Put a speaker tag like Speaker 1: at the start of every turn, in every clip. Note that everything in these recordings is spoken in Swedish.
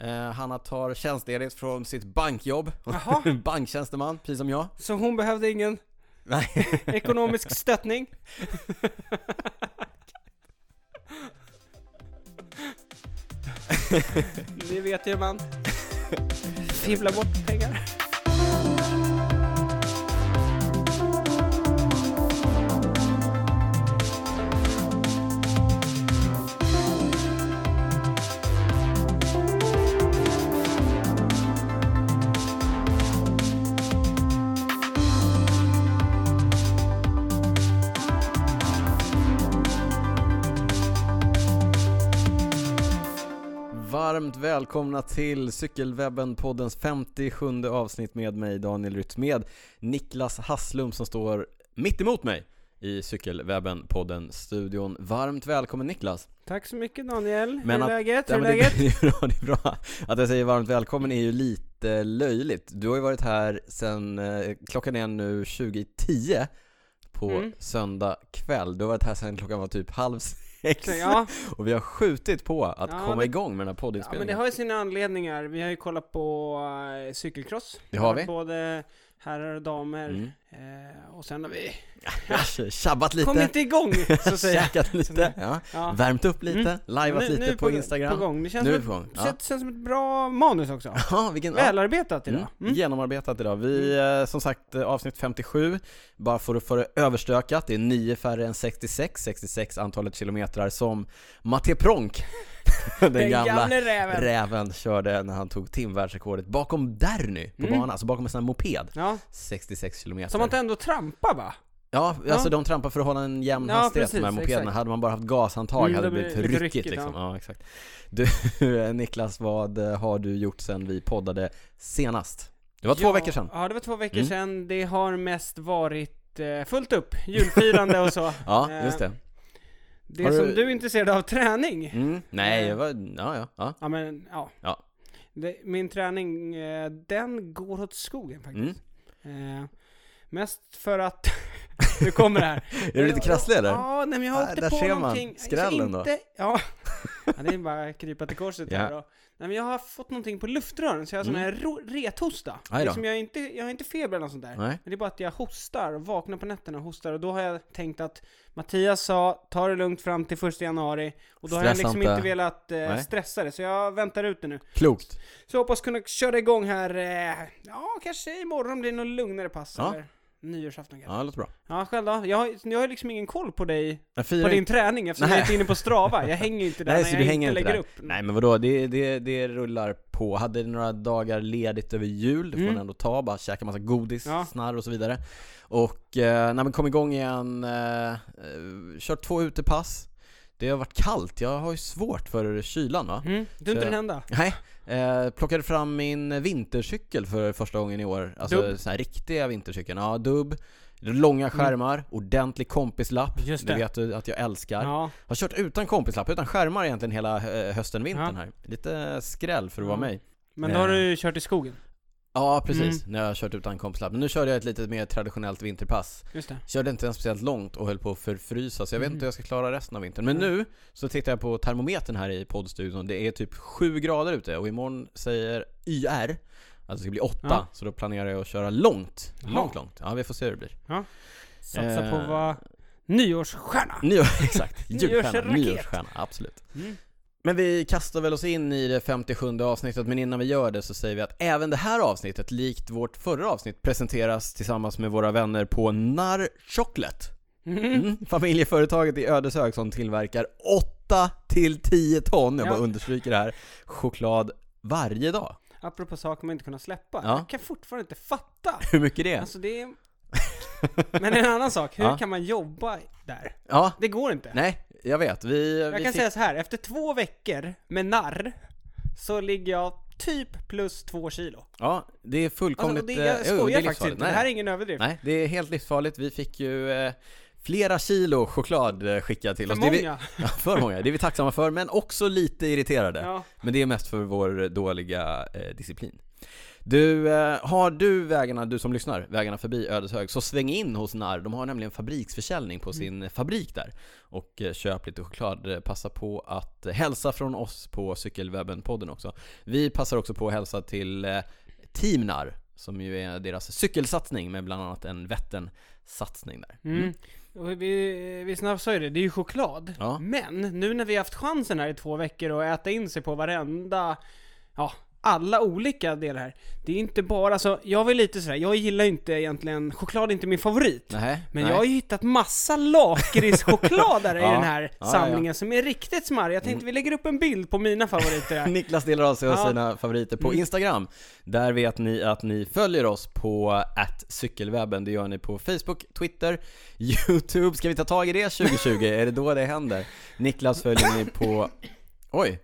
Speaker 1: Eh, Hanna tar tjänstledigt från sitt bankjobb.
Speaker 2: Jaha.
Speaker 1: Banktjänsteman, precis som jag.
Speaker 2: Så hon behövde ingen
Speaker 1: Nej.
Speaker 2: ekonomisk stöttning? Det vet ju man. Fibblar bort pengar.
Speaker 1: Varmt välkomna till Cykelwebben-poddens 57 avsnitt med mig Daniel Rytz med Niklas Hasslum som står mitt emot mig i Cykelwebben-podden-studion. Varmt välkommen Niklas!
Speaker 2: Tack så mycket Daniel.
Speaker 1: Men
Speaker 2: Hur är
Speaker 1: att-
Speaker 2: läget? Hur
Speaker 1: Ja,
Speaker 2: är
Speaker 1: men det,
Speaker 2: läget?
Speaker 1: det är bra, det är bra. Att jag säger varmt välkommen är ju lite löjligt. Du har ju varit här sen, eh, klockan är nu 20.10 på
Speaker 2: Mm.
Speaker 1: söndag kväll. Du har varit här sen klockan var typ halv sex.
Speaker 2: Ja,
Speaker 1: Och vi har skjutit på att
Speaker 2: Ja,
Speaker 1: komma
Speaker 2: det-
Speaker 1: igång med den här
Speaker 2: ja, men det
Speaker 1: poddinspelningen.
Speaker 2: har ju sina anledningar. Vi har ju kollat på eh, cykelcross.
Speaker 1: Det har vi.
Speaker 2: Både herrar och damer.
Speaker 1: Mm.
Speaker 2: Eh, och sen har vi...
Speaker 1: Jag har tjabbat
Speaker 2: Kom
Speaker 1: lite,
Speaker 2: inte igång! Så säger jag.
Speaker 1: käkat lite, ja.
Speaker 2: Ja. Mm.
Speaker 1: värmt upp lite, lajvat
Speaker 2: Nu-
Speaker 1: lite
Speaker 2: nu är
Speaker 1: på, Instagram.
Speaker 2: På gång. Det känns
Speaker 1: Nu är
Speaker 2: som
Speaker 1: vi på gång.
Speaker 2: Det
Speaker 1: Ja.
Speaker 2: känns som ett bra manus också.
Speaker 1: Ja, vilken, ja.
Speaker 2: Välarbetat idag.
Speaker 1: Mm.
Speaker 2: Mm.
Speaker 1: Genomarbetat idag. Vi, eh, som sagt, eh, avsnitt 57, bara för att få det överstökat, det är 9 färre än 66, 66 antalet kilometrar som Matte Pronk, den,
Speaker 2: Den
Speaker 1: gamla,
Speaker 2: gamle räven.
Speaker 1: räven, körde när han tog timvärldsrekordet bakom Derny på
Speaker 2: Mm.
Speaker 1: banan, alltså bakom en sån här moped,
Speaker 2: Ja.
Speaker 1: 66 kilometer.
Speaker 2: Som att ändå trampa va?
Speaker 1: Ja, alltså
Speaker 2: Ja.
Speaker 1: de trampar för att hålla en jämn
Speaker 2: Ja,
Speaker 1: hastighet
Speaker 2: precis,
Speaker 1: de här mopederna.
Speaker 2: exakt.
Speaker 1: Hade man bara haft gashandtag
Speaker 2: Mm,
Speaker 1: hade det
Speaker 2: det
Speaker 1: blivit
Speaker 2: blir
Speaker 1: ryckigt,
Speaker 2: lite ryckigt,
Speaker 1: liksom. Ja. exakt. Du, Niklas, vad har du gjort sen vi poddade senast? Det var två
Speaker 2: ja,
Speaker 1: veckor sedan.
Speaker 2: Ja, det var två veckor
Speaker 1: Mm.
Speaker 2: sedan. Det har mest varit eh, fullt upp. Julfirande och så.
Speaker 1: Ja,
Speaker 2: Eh,
Speaker 1: just det.
Speaker 2: Det
Speaker 1: Har du-
Speaker 2: som du är intresserad av, träning.
Speaker 1: Mm. Nej,
Speaker 2: eh,
Speaker 1: det var, ja, ja, ja.
Speaker 2: Ja men, ja.
Speaker 1: Ja.
Speaker 2: Det, min träning, eh, den går åt skogen faktiskt.
Speaker 1: Mm.
Speaker 2: Eh, mest för att... nu kommer det här.
Speaker 1: Är du lite krasslig eller?
Speaker 2: Ja, nej men jag
Speaker 1: Ah,
Speaker 2: åkte
Speaker 1: där
Speaker 2: på
Speaker 1: ser man
Speaker 2: någonting. Alltså,
Speaker 1: skrällen då.
Speaker 2: inte, Ja. ja, det är bara att krypa till korset
Speaker 1: Ja. Mm.
Speaker 2: här då. Nej men jag har fått någonting på luftrören så jag har sån här ro- rethosta.
Speaker 1: Aj då.
Speaker 2: Liksom jag, är inte, jag har inte feber eller något sånt där.
Speaker 1: Nej.
Speaker 2: Men det är bara att jag hostar, och vaknar på nätterna och hostar och då har jag tänkt att Mattias sa ta det lugnt fram till 1 januari och då har jag
Speaker 1: Stressa
Speaker 2: liksom
Speaker 1: inte.
Speaker 2: inte velat eh,
Speaker 1: Nej.
Speaker 2: stressa det så jag väntar ut det nu.
Speaker 1: Klokt.
Speaker 2: Så jag hoppas kunna köra igång här, eh, ja kanske imorgon blir det något lugnare pass
Speaker 1: Ja.
Speaker 2: eller nyårsafton kanske.
Speaker 1: Ja, det låter bra.
Speaker 2: Ja, själv då? Jag har, jag har liksom ingen koll på dig
Speaker 1: Jag
Speaker 2: på
Speaker 1: firar
Speaker 2: din träning eftersom
Speaker 1: Nej.
Speaker 2: jag inte är inne på Strava. Jag hänger ju inte där
Speaker 1: Nej,
Speaker 2: när
Speaker 1: så
Speaker 2: jag
Speaker 1: du
Speaker 2: inte
Speaker 1: hänger inte
Speaker 2: lägger
Speaker 1: där.
Speaker 2: upp.
Speaker 1: Nej men vadå, det, det, det rullar på. Hade några dagar ledigt över jul, det får
Speaker 2: Mm.
Speaker 1: man ändå ta, bara käka massa godis,
Speaker 2: Ja.
Speaker 1: snarr och så vidare. Och eh, nej men kom igång igen, eh, eh, kört två utepass. Det har varit kallt, jag har ju svårt för kylan va?
Speaker 2: Mm, du är
Speaker 1: Så-
Speaker 2: inte den enda.
Speaker 1: Nej, eh, plockade fram min vintercykel för första gången i år. Alltså
Speaker 2: Dubb. Mm.
Speaker 1: sån här riktiga vintercykeln. Ja, dubb. Långa skärmar, ordentlig kompislapp.
Speaker 2: Just
Speaker 1: det
Speaker 2: det.
Speaker 1: vet du att jag älskar.
Speaker 2: Ja,
Speaker 1: Har kört utan kompislapp, utan skärmar egentligen hela eh, hösten, vintern
Speaker 2: Ja.
Speaker 1: här. Lite skräll för att vara
Speaker 2: Ja.
Speaker 1: mig.
Speaker 2: men då har
Speaker 1: Eh.
Speaker 2: du ju kört i skogen.
Speaker 1: Ja, precis.
Speaker 2: Mm.
Speaker 1: När jag har kört utan kompislapp. Men nu körde jag ett lite mer traditionellt vinterpass.
Speaker 2: Just det.
Speaker 1: Körde inte ens speciellt långt och höll på att förfrysa, så jag vet
Speaker 2: Mm.
Speaker 1: inte hur jag ska klara resten av vintern. Men
Speaker 2: Nej.
Speaker 1: nu så tittar jag på termometern här i poddstudion. Det är typ 7 grader ute och imorgon säger YR att det ska bli 8.
Speaker 2: Ja.
Speaker 1: Så då planerar jag att köra långt.
Speaker 2: Jaha.
Speaker 1: Långt, långt. Ja, vi får se hur det blir.
Speaker 2: Satsa
Speaker 1: Eh.
Speaker 2: på vad... Nyårsstjärna!
Speaker 1: Nyår, exakt. Julstjärna,
Speaker 2: Nyårsraket.
Speaker 1: nyårsstjärna. Absolut.
Speaker 2: Mm.
Speaker 1: Men vi kastar väl oss in i det 57 avsnittet, men innan vi gör det så säger vi att även det här avsnittet, likt vårt förra avsnitt, presenteras tillsammans med våra vänner på Narr Chocolate.
Speaker 2: Mm.
Speaker 1: Mm. Familjeföretaget i Ödeshög som tillverkar 8 till 10 ton, jag bara
Speaker 2: Ja.
Speaker 1: understryker det här, choklad varje dag.
Speaker 2: Apropå saker man inte kunnat släppa.
Speaker 1: Ja.
Speaker 2: Jag kan fortfarande inte fatta.
Speaker 1: Hur mycket det är?
Speaker 2: Alltså det är... Men en annan sak, hur
Speaker 1: Ja.
Speaker 2: kan man jobba där?
Speaker 1: Ja,
Speaker 2: Det går inte.
Speaker 1: nej, jag vet. Vi,
Speaker 2: jag
Speaker 1: vi
Speaker 2: kan
Speaker 1: fick-
Speaker 2: säga så här, efter två veckor med narr så ligger jag typ plus två kilo.
Speaker 1: Ja, det är
Speaker 2: Alltså,
Speaker 1: fullkomligt...
Speaker 2: och det,
Speaker 1: eh,
Speaker 2: jag
Speaker 1: jo,
Speaker 2: skojar
Speaker 1: livsfarligt.
Speaker 2: faktiskt inte,
Speaker 1: Nej.
Speaker 2: det här är ingen överdrift.
Speaker 1: Nej, det är helt livsfarligt. Vi fick ju eh, flera kilo choklad eh, skickat till
Speaker 2: För
Speaker 1: oss. Det är vi,
Speaker 2: många.
Speaker 1: ja, för många. Det är vi tacksamma för, men också lite irriterade.
Speaker 2: Ja.
Speaker 1: Men det är mest för vår dåliga eh, disciplin. Du, eh, har du vägarna, du som lyssnar, vägarna förbi Ödeshög, så sväng in hos NAR. De har nämligen fabriksförsäljning
Speaker 2: Mm.
Speaker 1: på sin fabrik där. Och eh, köp lite choklad. Eh, Passa på att hälsa från oss på Cykelwebben-podden också. Vi passar också på att hälsa till eh, Team NAR, som ju är deras cykelsatsning med bland annat en Vättern-satsning där.
Speaker 2: Mm. Och vi, vi snabbt ju det, det är ju choklad.
Speaker 1: Ja.
Speaker 2: Men nu när vi har haft chansen här i två veckor och äta in sig på varenda, ja, alla olika delar här. Det är inte bara så, jag vill lite sådär, jag gillar ju inte egentligen, choklad är inte min favorit.
Speaker 1: Nähä,
Speaker 2: Men
Speaker 1: nej.
Speaker 2: jag har ju hittat massa lakritschokladare
Speaker 1: Ja.
Speaker 2: i den här
Speaker 1: Ja, Mm. ja, ja.
Speaker 2: samlingen som är riktigt smarrig. Jag tänkte vi lägger upp en bild på mina favoriter här.
Speaker 1: Niklas delar av sig av
Speaker 2: Ja. Mm.
Speaker 1: sina favoriter på Instagram. Där vet ni att ni följer oss på cykelwebben. Det gör ni på Facebook, Twitter, YouTube. Ska vi ta tag i det 2020? är det då det händer? Niklas följer ni på... Oj!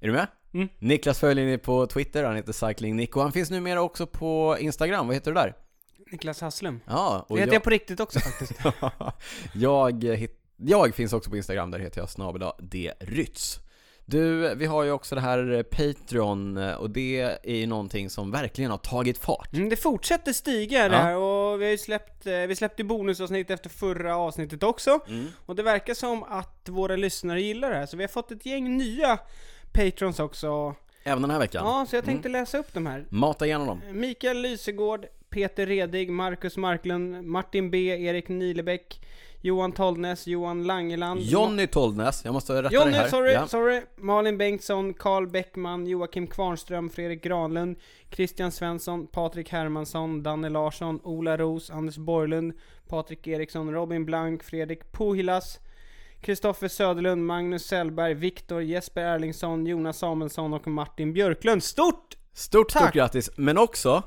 Speaker 1: Är du med?
Speaker 2: Mm.
Speaker 1: Niklas följer ni på Twitter, han heter Cycling Nick och han finns numera också på Instagram. Vad heter du där?
Speaker 2: Niklas Hasslum.
Speaker 1: Ja,
Speaker 2: Det
Speaker 1: och
Speaker 2: heter
Speaker 1: jag...
Speaker 2: jag på riktigt också faktiskt.
Speaker 1: jag, hit- jag finns också på Instagram, där heter jag snabel-a D. Rytz. Du, vi har ju också det här eh, Patreon eh, och det är ju någonting som verkligen har tagit fart.
Speaker 2: Mm, det fortsätter stiga det här och vi har ju släppt, eh, vi släppte bonusavsnitt efter förra avsnittet också.
Speaker 1: Mm.
Speaker 2: Och det verkar som att våra lyssnare gillar det här, så vi har fått ett gäng nya patrons också. Ja,
Speaker 1: Även den här veckan.
Speaker 2: så jag tänkte läsa upp de här.
Speaker 1: Mata igenom dem.
Speaker 2: Mikael Lysegård, Peter Redig, Marcus Marklund, Martin B, Erik Nilebäck, Johan Tollnes, Johan Langeland,
Speaker 1: Jonny Tollnes, jag måste rätta det
Speaker 2: Jonny,
Speaker 1: här.
Speaker 2: sorry,
Speaker 1: Ja.
Speaker 2: sorry. Malin Bengtsson, Carl Bäckman, Joakim Kvarnström, Fredrik Granlund, Christian Svensson, Patrik Hermansson, Danne Larsson, Ola Ros, Anders Borglund, Patrik Eriksson, Robin Blank, Fredrik Puhilas, Kristoffer Söderlund, Magnus Sellberg, Viktor, Jesper Erlingsson, Jonas Samuelsson och Martin Björklund. Stort!
Speaker 1: Stort, stort
Speaker 2: Tack.
Speaker 1: grattis, men också,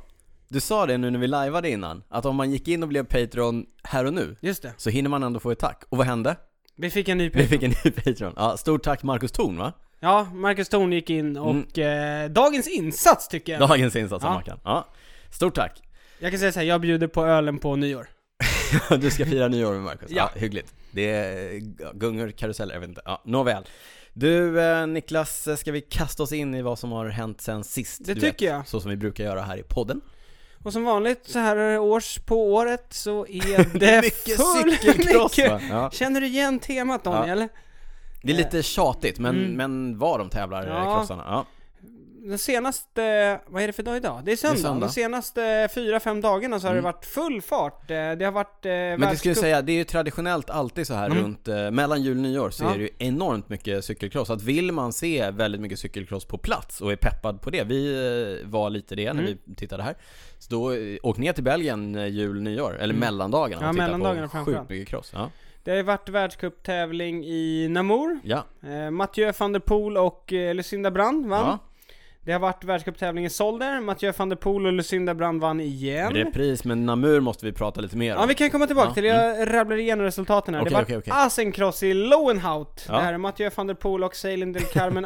Speaker 1: du sa det nu när vi lajvade innan, att om man gick in och blev Patreon här och nu,
Speaker 2: Just det.
Speaker 1: så hinner man ändå få ett tack. Och vad hände?
Speaker 2: Vi fick en ny
Speaker 1: Vi
Speaker 2: pris.
Speaker 1: fick en ny Patreon. Ja, stort tack Marcus Thorn va?
Speaker 2: Ja, Marcus Thorn gick
Speaker 1: Mm.
Speaker 2: in och eh, dagens insats tycker jag.
Speaker 1: Dagens insats av
Speaker 2: Ja.
Speaker 1: Mackan. Ja. Stort tack.
Speaker 2: Jag kan säga så här, jag bjuder på ölen på nyår.
Speaker 1: Du ska fira nyår med Marcus? Ja.
Speaker 2: Ja.
Speaker 1: hyggligt. Det är gungor, karuseller, jag vet inte. Ja, nåväl. Du eh, Niklas, ska vi kasta oss in i vad som har hänt sen sist?
Speaker 2: Det
Speaker 1: du
Speaker 2: tycker jag.
Speaker 1: Så som vi brukar göra här i podden.
Speaker 2: Och som vanligt så här års på året så är det
Speaker 1: Mycket
Speaker 2: full-
Speaker 1: cykelcross
Speaker 2: mycket-
Speaker 1: va? Ja.
Speaker 2: Känner du igen temat Daniel?
Speaker 1: Det är lite tjatigt, men,
Speaker 2: Eh. Mm.
Speaker 1: men var de tävlar ja.
Speaker 2: Ja.
Speaker 1: krossarna. Ja.
Speaker 2: Den senaste, vad är det för dag idag? Det är söndag.
Speaker 1: söndag. Mm.
Speaker 2: De senaste fyra fem dagarna så har det varit full fart. Eh, Det har varit eh,
Speaker 1: Men det skulle jag säga, det är ju traditionellt alltid så här
Speaker 2: Mm.
Speaker 1: runt, eh, mellan jul och nyår så
Speaker 2: Ja.
Speaker 1: är det ju enormt mycket cykelcross. Så att vill man se väldigt mycket cykelcross på plats och är peppad på det, vi eh, var lite det när
Speaker 2: Mm.
Speaker 1: vi tittade här. Så då, eh, åk ner till Belgien eh, jul och nyår, eller
Speaker 2: Mm.
Speaker 1: mellandagarna
Speaker 2: Ja,
Speaker 1: och titta
Speaker 2: mellandagarna
Speaker 1: på
Speaker 2: framförallt.
Speaker 1: sjukt mycket cross. Ja.
Speaker 2: Det har ju varit världscuptävling i Namur.
Speaker 1: Ja.
Speaker 2: Eh, Mathieu van der Poel och eh, Lucinda Brand vann.
Speaker 1: ja.
Speaker 2: Det har varit världscuptävling i Solder. Mathieu van der Poel och Lucinda Brand vann igen.
Speaker 1: Repris, men Namur måste vi prata lite mer om.
Speaker 2: Ja vi kan komma tillbaka
Speaker 1: Ja, Mm.
Speaker 2: till det, jag rabblar igenom resultaten här.
Speaker 1: Okej,
Speaker 2: det var
Speaker 1: okej, okej.
Speaker 2: Asenkross i Lowenhout,
Speaker 1: Ja.
Speaker 2: det här är Mathieu van der Poel och Seilen del Carmen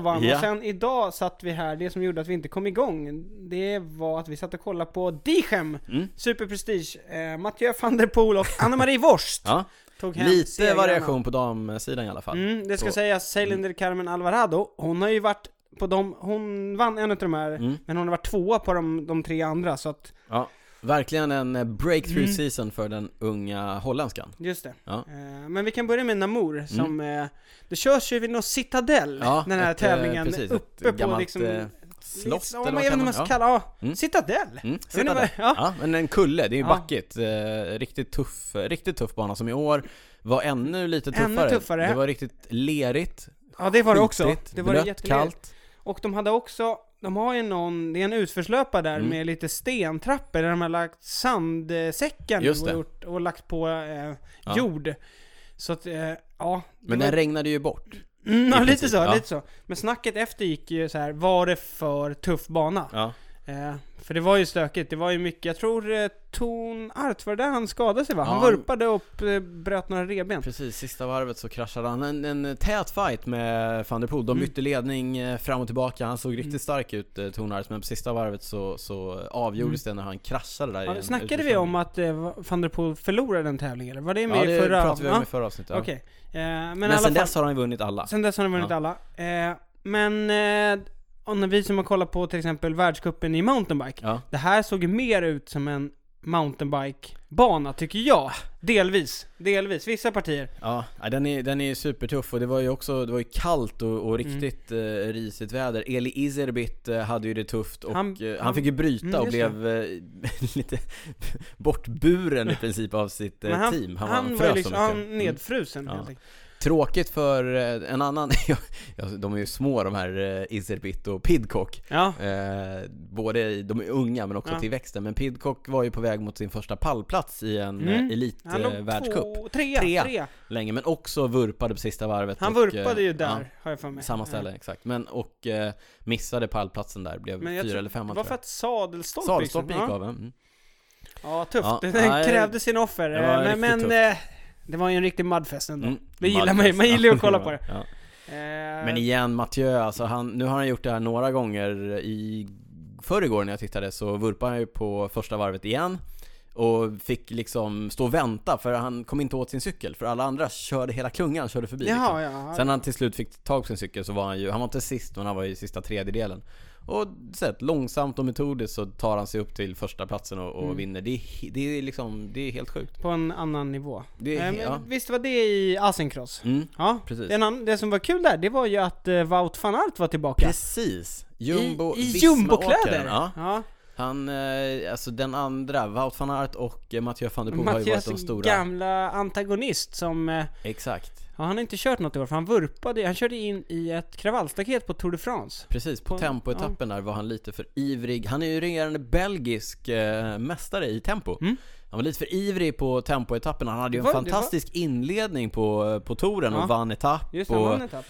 Speaker 2: vann.
Speaker 1: Ja.
Speaker 2: Och sen idag satt vi här, det som gjorde att vi inte kom igång, det var att vi satt och kollade på Dichem,
Speaker 1: Mm.
Speaker 2: Superprestige, eh, Mathieu van der Poel och Anna-Marie Vorst
Speaker 1: Ja.
Speaker 2: tog hem
Speaker 1: Lite
Speaker 2: segrarna.
Speaker 1: variation på damsidan i alla fall.
Speaker 2: Mm, det ska
Speaker 1: Så- Mm.
Speaker 2: sägas, Seilen del Carmen Alvarado, hon har ju varit på dem, hon vann en av de här,
Speaker 1: Mm.
Speaker 2: men hon har varit tvåa på de, de tre andra så att
Speaker 1: Ja. Verkligen en eh, breakthrough
Speaker 2: Mm.
Speaker 1: season för den unga holländskan.
Speaker 2: Just det.
Speaker 1: Ja. Mm.
Speaker 2: Eh, Men vi kan börja med Namur som, eh, det körs ju vid något citadell,
Speaker 1: Ja,
Speaker 2: den här
Speaker 1: ett, eh,
Speaker 2: tävlingen,
Speaker 1: precis, ett
Speaker 2: uppe på
Speaker 1: gammalt,
Speaker 2: liksom...
Speaker 1: eh,
Speaker 2: liksom-
Speaker 1: slott
Speaker 2: ja,
Speaker 1: eller
Speaker 2: men
Speaker 1: vad
Speaker 2: jag vet
Speaker 1: kallar man
Speaker 2: inte vad man
Speaker 1: det?
Speaker 2: ska kalla ja.
Speaker 1: Mm.
Speaker 2: citadell!
Speaker 1: Mm,
Speaker 2: Jag vet inte
Speaker 1: citadell.
Speaker 2: vad- ja.
Speaker 1: Ja, men en kulle, det är ju
Speaker 2: Ja.
Speaker 1: backigt. Eh, riktigt tuff, eh, riktigt tuff bana som i år var ännu lite
Speaker 2: Ännu
Speaker 1: tuffare.
Speaker 2: tuffare.
Speaker 1: Det var riktigt lerigt,
Speaker 2: ja, det var det också.
Speaker 1: skitigt,
Speaker 2: Det var
Speaker 1: blött,
Speaker 2: jättelerigt.
Speaker 1: kallt.
Speaker 2: Och de hade också, de har ju någon, det är en utförslöpa där
Speaker 1: Mm.
Speaker 2: med lite stentrappor där de har lagt sandsäckar nu
Speaker 1: Just
Speaker 2: och,
Speaker 1: det.
Speaker 2: gjort, och lagt på eh,
Speaker 1: Ja.
Speaker 2: jord. Så att, eh, ja. det
Speaker 1: Men
Speaker 2: var-
Speaker 1: den regnade ju bort.
Speaker 2: mm, ja, lite
Speaker 1: princip,
Speaker 2: så,
Speaker 1: ja.
Speaker 2: lite så. Men snacket efter gick ju så här, var det för tuff bana?
Speaker 1: Ja.
Speaker 2: Eh, för det var ju stökigt, det var ju mycket, jag tror eh, Ton Art var det där han skadade sig va? Han
Speaker 1: Ja.
Speaker 2: vurpade och eh, bröt några revben.
Speaker 1: Precis, sista varvet så kraschade han. En, en tät fight med van der Poel.
Speaker 2: Mm.
Speaker 1: De bytte ledning eh, fram och tillbaka. Han såg riktigt stark ut, eh, Tonares, men på sista varvet så, så avgjordes det när han kraschade där. i
Speaker 2: Mm. Ja,
Speaker 1: en
Speaker 2: snackade vi
Speaker 1: utförsåkning.
Speaker 2: om att eh, van der Poel förlorade den tävlingen eller? Var det med
Speaker 1: Ja,
Speaker 2: i
Speaker 1: det
Speaker 2: förra?
Speaker 1: pratade vi om
Speaker 2: Ja,
Speaker 1: i förra avsnittet. ja.
Speaker 2: Okej. Eh, men i
Speaker 1: Men,
Speaker 2: alla
Speaker 1: sen
Speaker 2: fall,
Speaker 1: dess har han ju vunnit alla.
Speaker 2: sen dess har han vunnit
Speaker 1: Ja.
Speaker 2: alla. Eh, men eh, och när vi som har kollat på till exempel världscupen i mountainbike.
Speaker 1: Ja.
Speaker 2: Det här såg ju mer ut som en mountainbike-bana tycker jag. Delvis, delvis. Vissa partier.
Speaker 1: Ja, nej, den är, den är ju supertuff och det var ju också det var ju kallt och, och
Speaker 2: Mm.
Speaker 1: riktigt eh, risigt väder. Eli Izerbit eh, hade ju det tufft och
Speaker 2: Han-
Speaker 1: han, eh, han
Speaker 2: han-
Speaker 1: fick ju bryta
Speaker 2: Mm,
Speaker 1: och
Speaker 2: just det.
Speaker 1: blev eh, lite bortburen i princip av sitt eh, team. Han, han,
Speaker 2: var ju
Speaker 1: frös
Speaker 2: liksom,
Speaker 1: så mycket.
Speaker 2: han
Speaker 1: Mm.
Speaker 2: nedfrusen
Speaker 1: Ja.
Speaker 2: helt enkelt.
Speaker 1: Tråkigt för eh, en annan, ja, de är ju små de här eh, Izerbit och Pidcock.
Speaker 2: Ja.
Speaker 1: Eh, både, i- de är unga men också
Speaker 2: Ja.
Speaker 1: till växten. Men Pidcock var ju på väg mot sin första pallplats i en
Speaker 2: Mm.
Speaker 1: mm.
Speaker 2: Han låg
Speaker 1: elitvärldscup
Speaker 2: två, trea, trea.
Speaker 1: Trea. länge. Men också vurpade på sista varvet.
Speaker 2: Han
Speaker 1: och, eh,
Speaker 2: vurpade ju där,
Speaker 1: ja,
Speaker 2: har jag för mig.
Speaker 1: samma ställe, exakt. Men och eh, missade pallplatsen där, blev
Speaker 2: Men jag
Speaker 1: fyra
Speaker 2: tror-
Speaker 1: eller femma
Speaker 2: Det
Speaker 1: tror
Speaker 2: var för
Speaker 1: jag.
Speaker 2: att sadelstolpen
Speaker 1: Sadelstolpen gick
Speaker 2: ja.
Speaker 1: av, mm.
Speaker 2: ja, tufft.
Speaker 1: Ja,
Speaker 2: Den
Speaker 1: nej,
Speaker 2: krävde sin offer.
Speaker 1: det var
Speaker 2: Men,
Speaker 1: riktigt
Speaker 2: men
Speaker 1: tufft.
Speaker 2: eh, det var ju en riktig mudfest ändå.
Speaker 1: Mm.
Speaker 2: Det gillar man ju.
Speaker 1: Malmfest.
Speaker 2: Man gillar ju att
Speaker 1: Ja,
Speaker 2: kolla på det.
Speaker 1: Ja.
Speaker 2: Eh,
Speaker 1: Men igen Mathieu, alltså han, nu har han gjort det här några gånger i förrgår när jag tittade så vurpade han ju på första varvet igen och fick liksom stå och vänta för han kom inte åt sin cykel för alla andra körde hela klungan, körde förbi liksom.
Speaker 2: Jaha, ja.
Speaker 1: Sen när han till slut fick tag på sin cykel så var han ju, han var inte sist men han var i sista tredjedelen. Och sett långsamt och metodiskt så tar han sig upp till första platsen och,
Speaker 2: Mm.
Speaker 1: och vinner. Det är, he- det är liksom, det är helt sjukt.
Speaker 2: På en annan nivå.
Speaker 1: Det är,
Speaker 2: Eh,
Speaker 1: he-
Speaker 2: men
Speaker 1: ja.
Speaker 2: Visst var det i Asenkross?
Speaker 1: Mm,
Speaker 2: Ja.
Speaker 1: precis.
Speaker 2: Den an- det som var kul där, det var ju att eh, Wout van Aert var tillbaka.
Speaker 1: Precis! Jumbo
Speaker 2: I, i
Speaker 1: Visma-åkaren.
Speaker 2: jumbokläder!
Speaker 1: Ja.
Speaker 2: ja.
Speaker 1: Han, eh, alltså den andra, Wout van Aert och eh, Mathieu van der Poel har ju varit
Speaker 2: Mattias
Speaker 1: de stora.
Speaker 2: gamla antagonist som... eh,
Speaker 1: Exakt.
Speaker 2: Ja, han har inte kört något i år för han vurpade, han körde in i ett kravallstaket på Tour de France.
Speaker 1: Precis, på
Speaker 2: På-
Speaker 1: tempoetappen där var han lite för ivrig. Han är ju regerande belgisk eh, mästare i tempo.
Speaker 2: Mm.
Speaker 1: Han var lite för ivrig på tempoetappen. Han hade ju en
Speaker 2: Var- det var-
Speaker 1: fantastisk inledning på, eh, på touren
Speaker 2: Ja.
Speaker 1: och vann etapp.
Speaker 2: Just det, han
Speaker 1: och
Speaker 2: vann en etapp.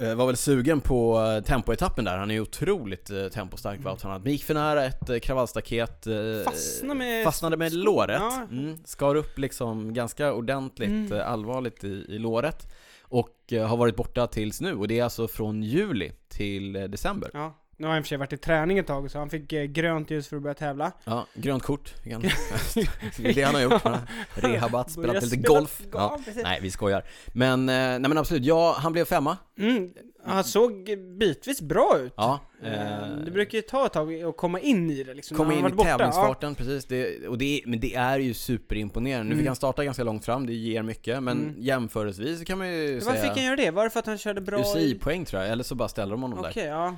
Speaker 1: eh, var väl sugen på eh, tempoetappen där. Han är ju otroligt eh, tempostark Wout van Aert. Men gick för nära ett eh, kravallstaket. Eh,
Speaker 2: Mm. Fastnade med-
Speaker 1: fastnade med låret.
Speaker 2: Ja. Mm.
Speaker 1: Mm, skar upp liksom ganska ordentligt, eh, allvarligt i, i låret. Och eh, har varit borta tills nu. Och det är alltså från juli till eh, december.
Speaker 2: Ja. Nu har han i och för sig varit i träning ett tag så han fick eh, grönt ljus för att börja tävla.
Speaker 1: Ja, grönt kort. fick han. det är det han har gjort. Han har rehabat,
Speaker 2: Börja
Speaker 1: spelat lite
Speaker 2: spela
Speaker 1: golf.
Speaker 2: golf,
Speaker 1: Ja,
Speaker 2: precis.
Speaker 1: nej, vi skojar. Men, eh, nej men absolut, ja, han blev femma.
Speaker 2: Mm. Han såg bitvis bra ut.
Speaker 1: Ja,
Speaker 2: Eh,
Speaker 1: eh,
Speaker 2: Det brukar ju ta ett tag att komma in i det liksom. när
Speaker 1: Komma
Speaker 2: han
Speaker 1: in i
Speaker 2: varit borta. Ja.
Speaker 1: tävlingsfarten, precis. Det, och det, är- men det är ju superimponerande. Nu
Speaker 2: Mm.
Speaker 1: fick han starta ganska långt fram, det ger mycket. Men jämförelsevis så kan man ju
Speaker 2: Varför fick han
Speaker 1: säga
Speaker 2: göra det? Var det för att han körde bra i...
Speaker 1: UCI-poäng tror jag, eller så bara ställer de honom
Speaker 2: Okej,
Speaker 1: där.
Speaker 2: ja.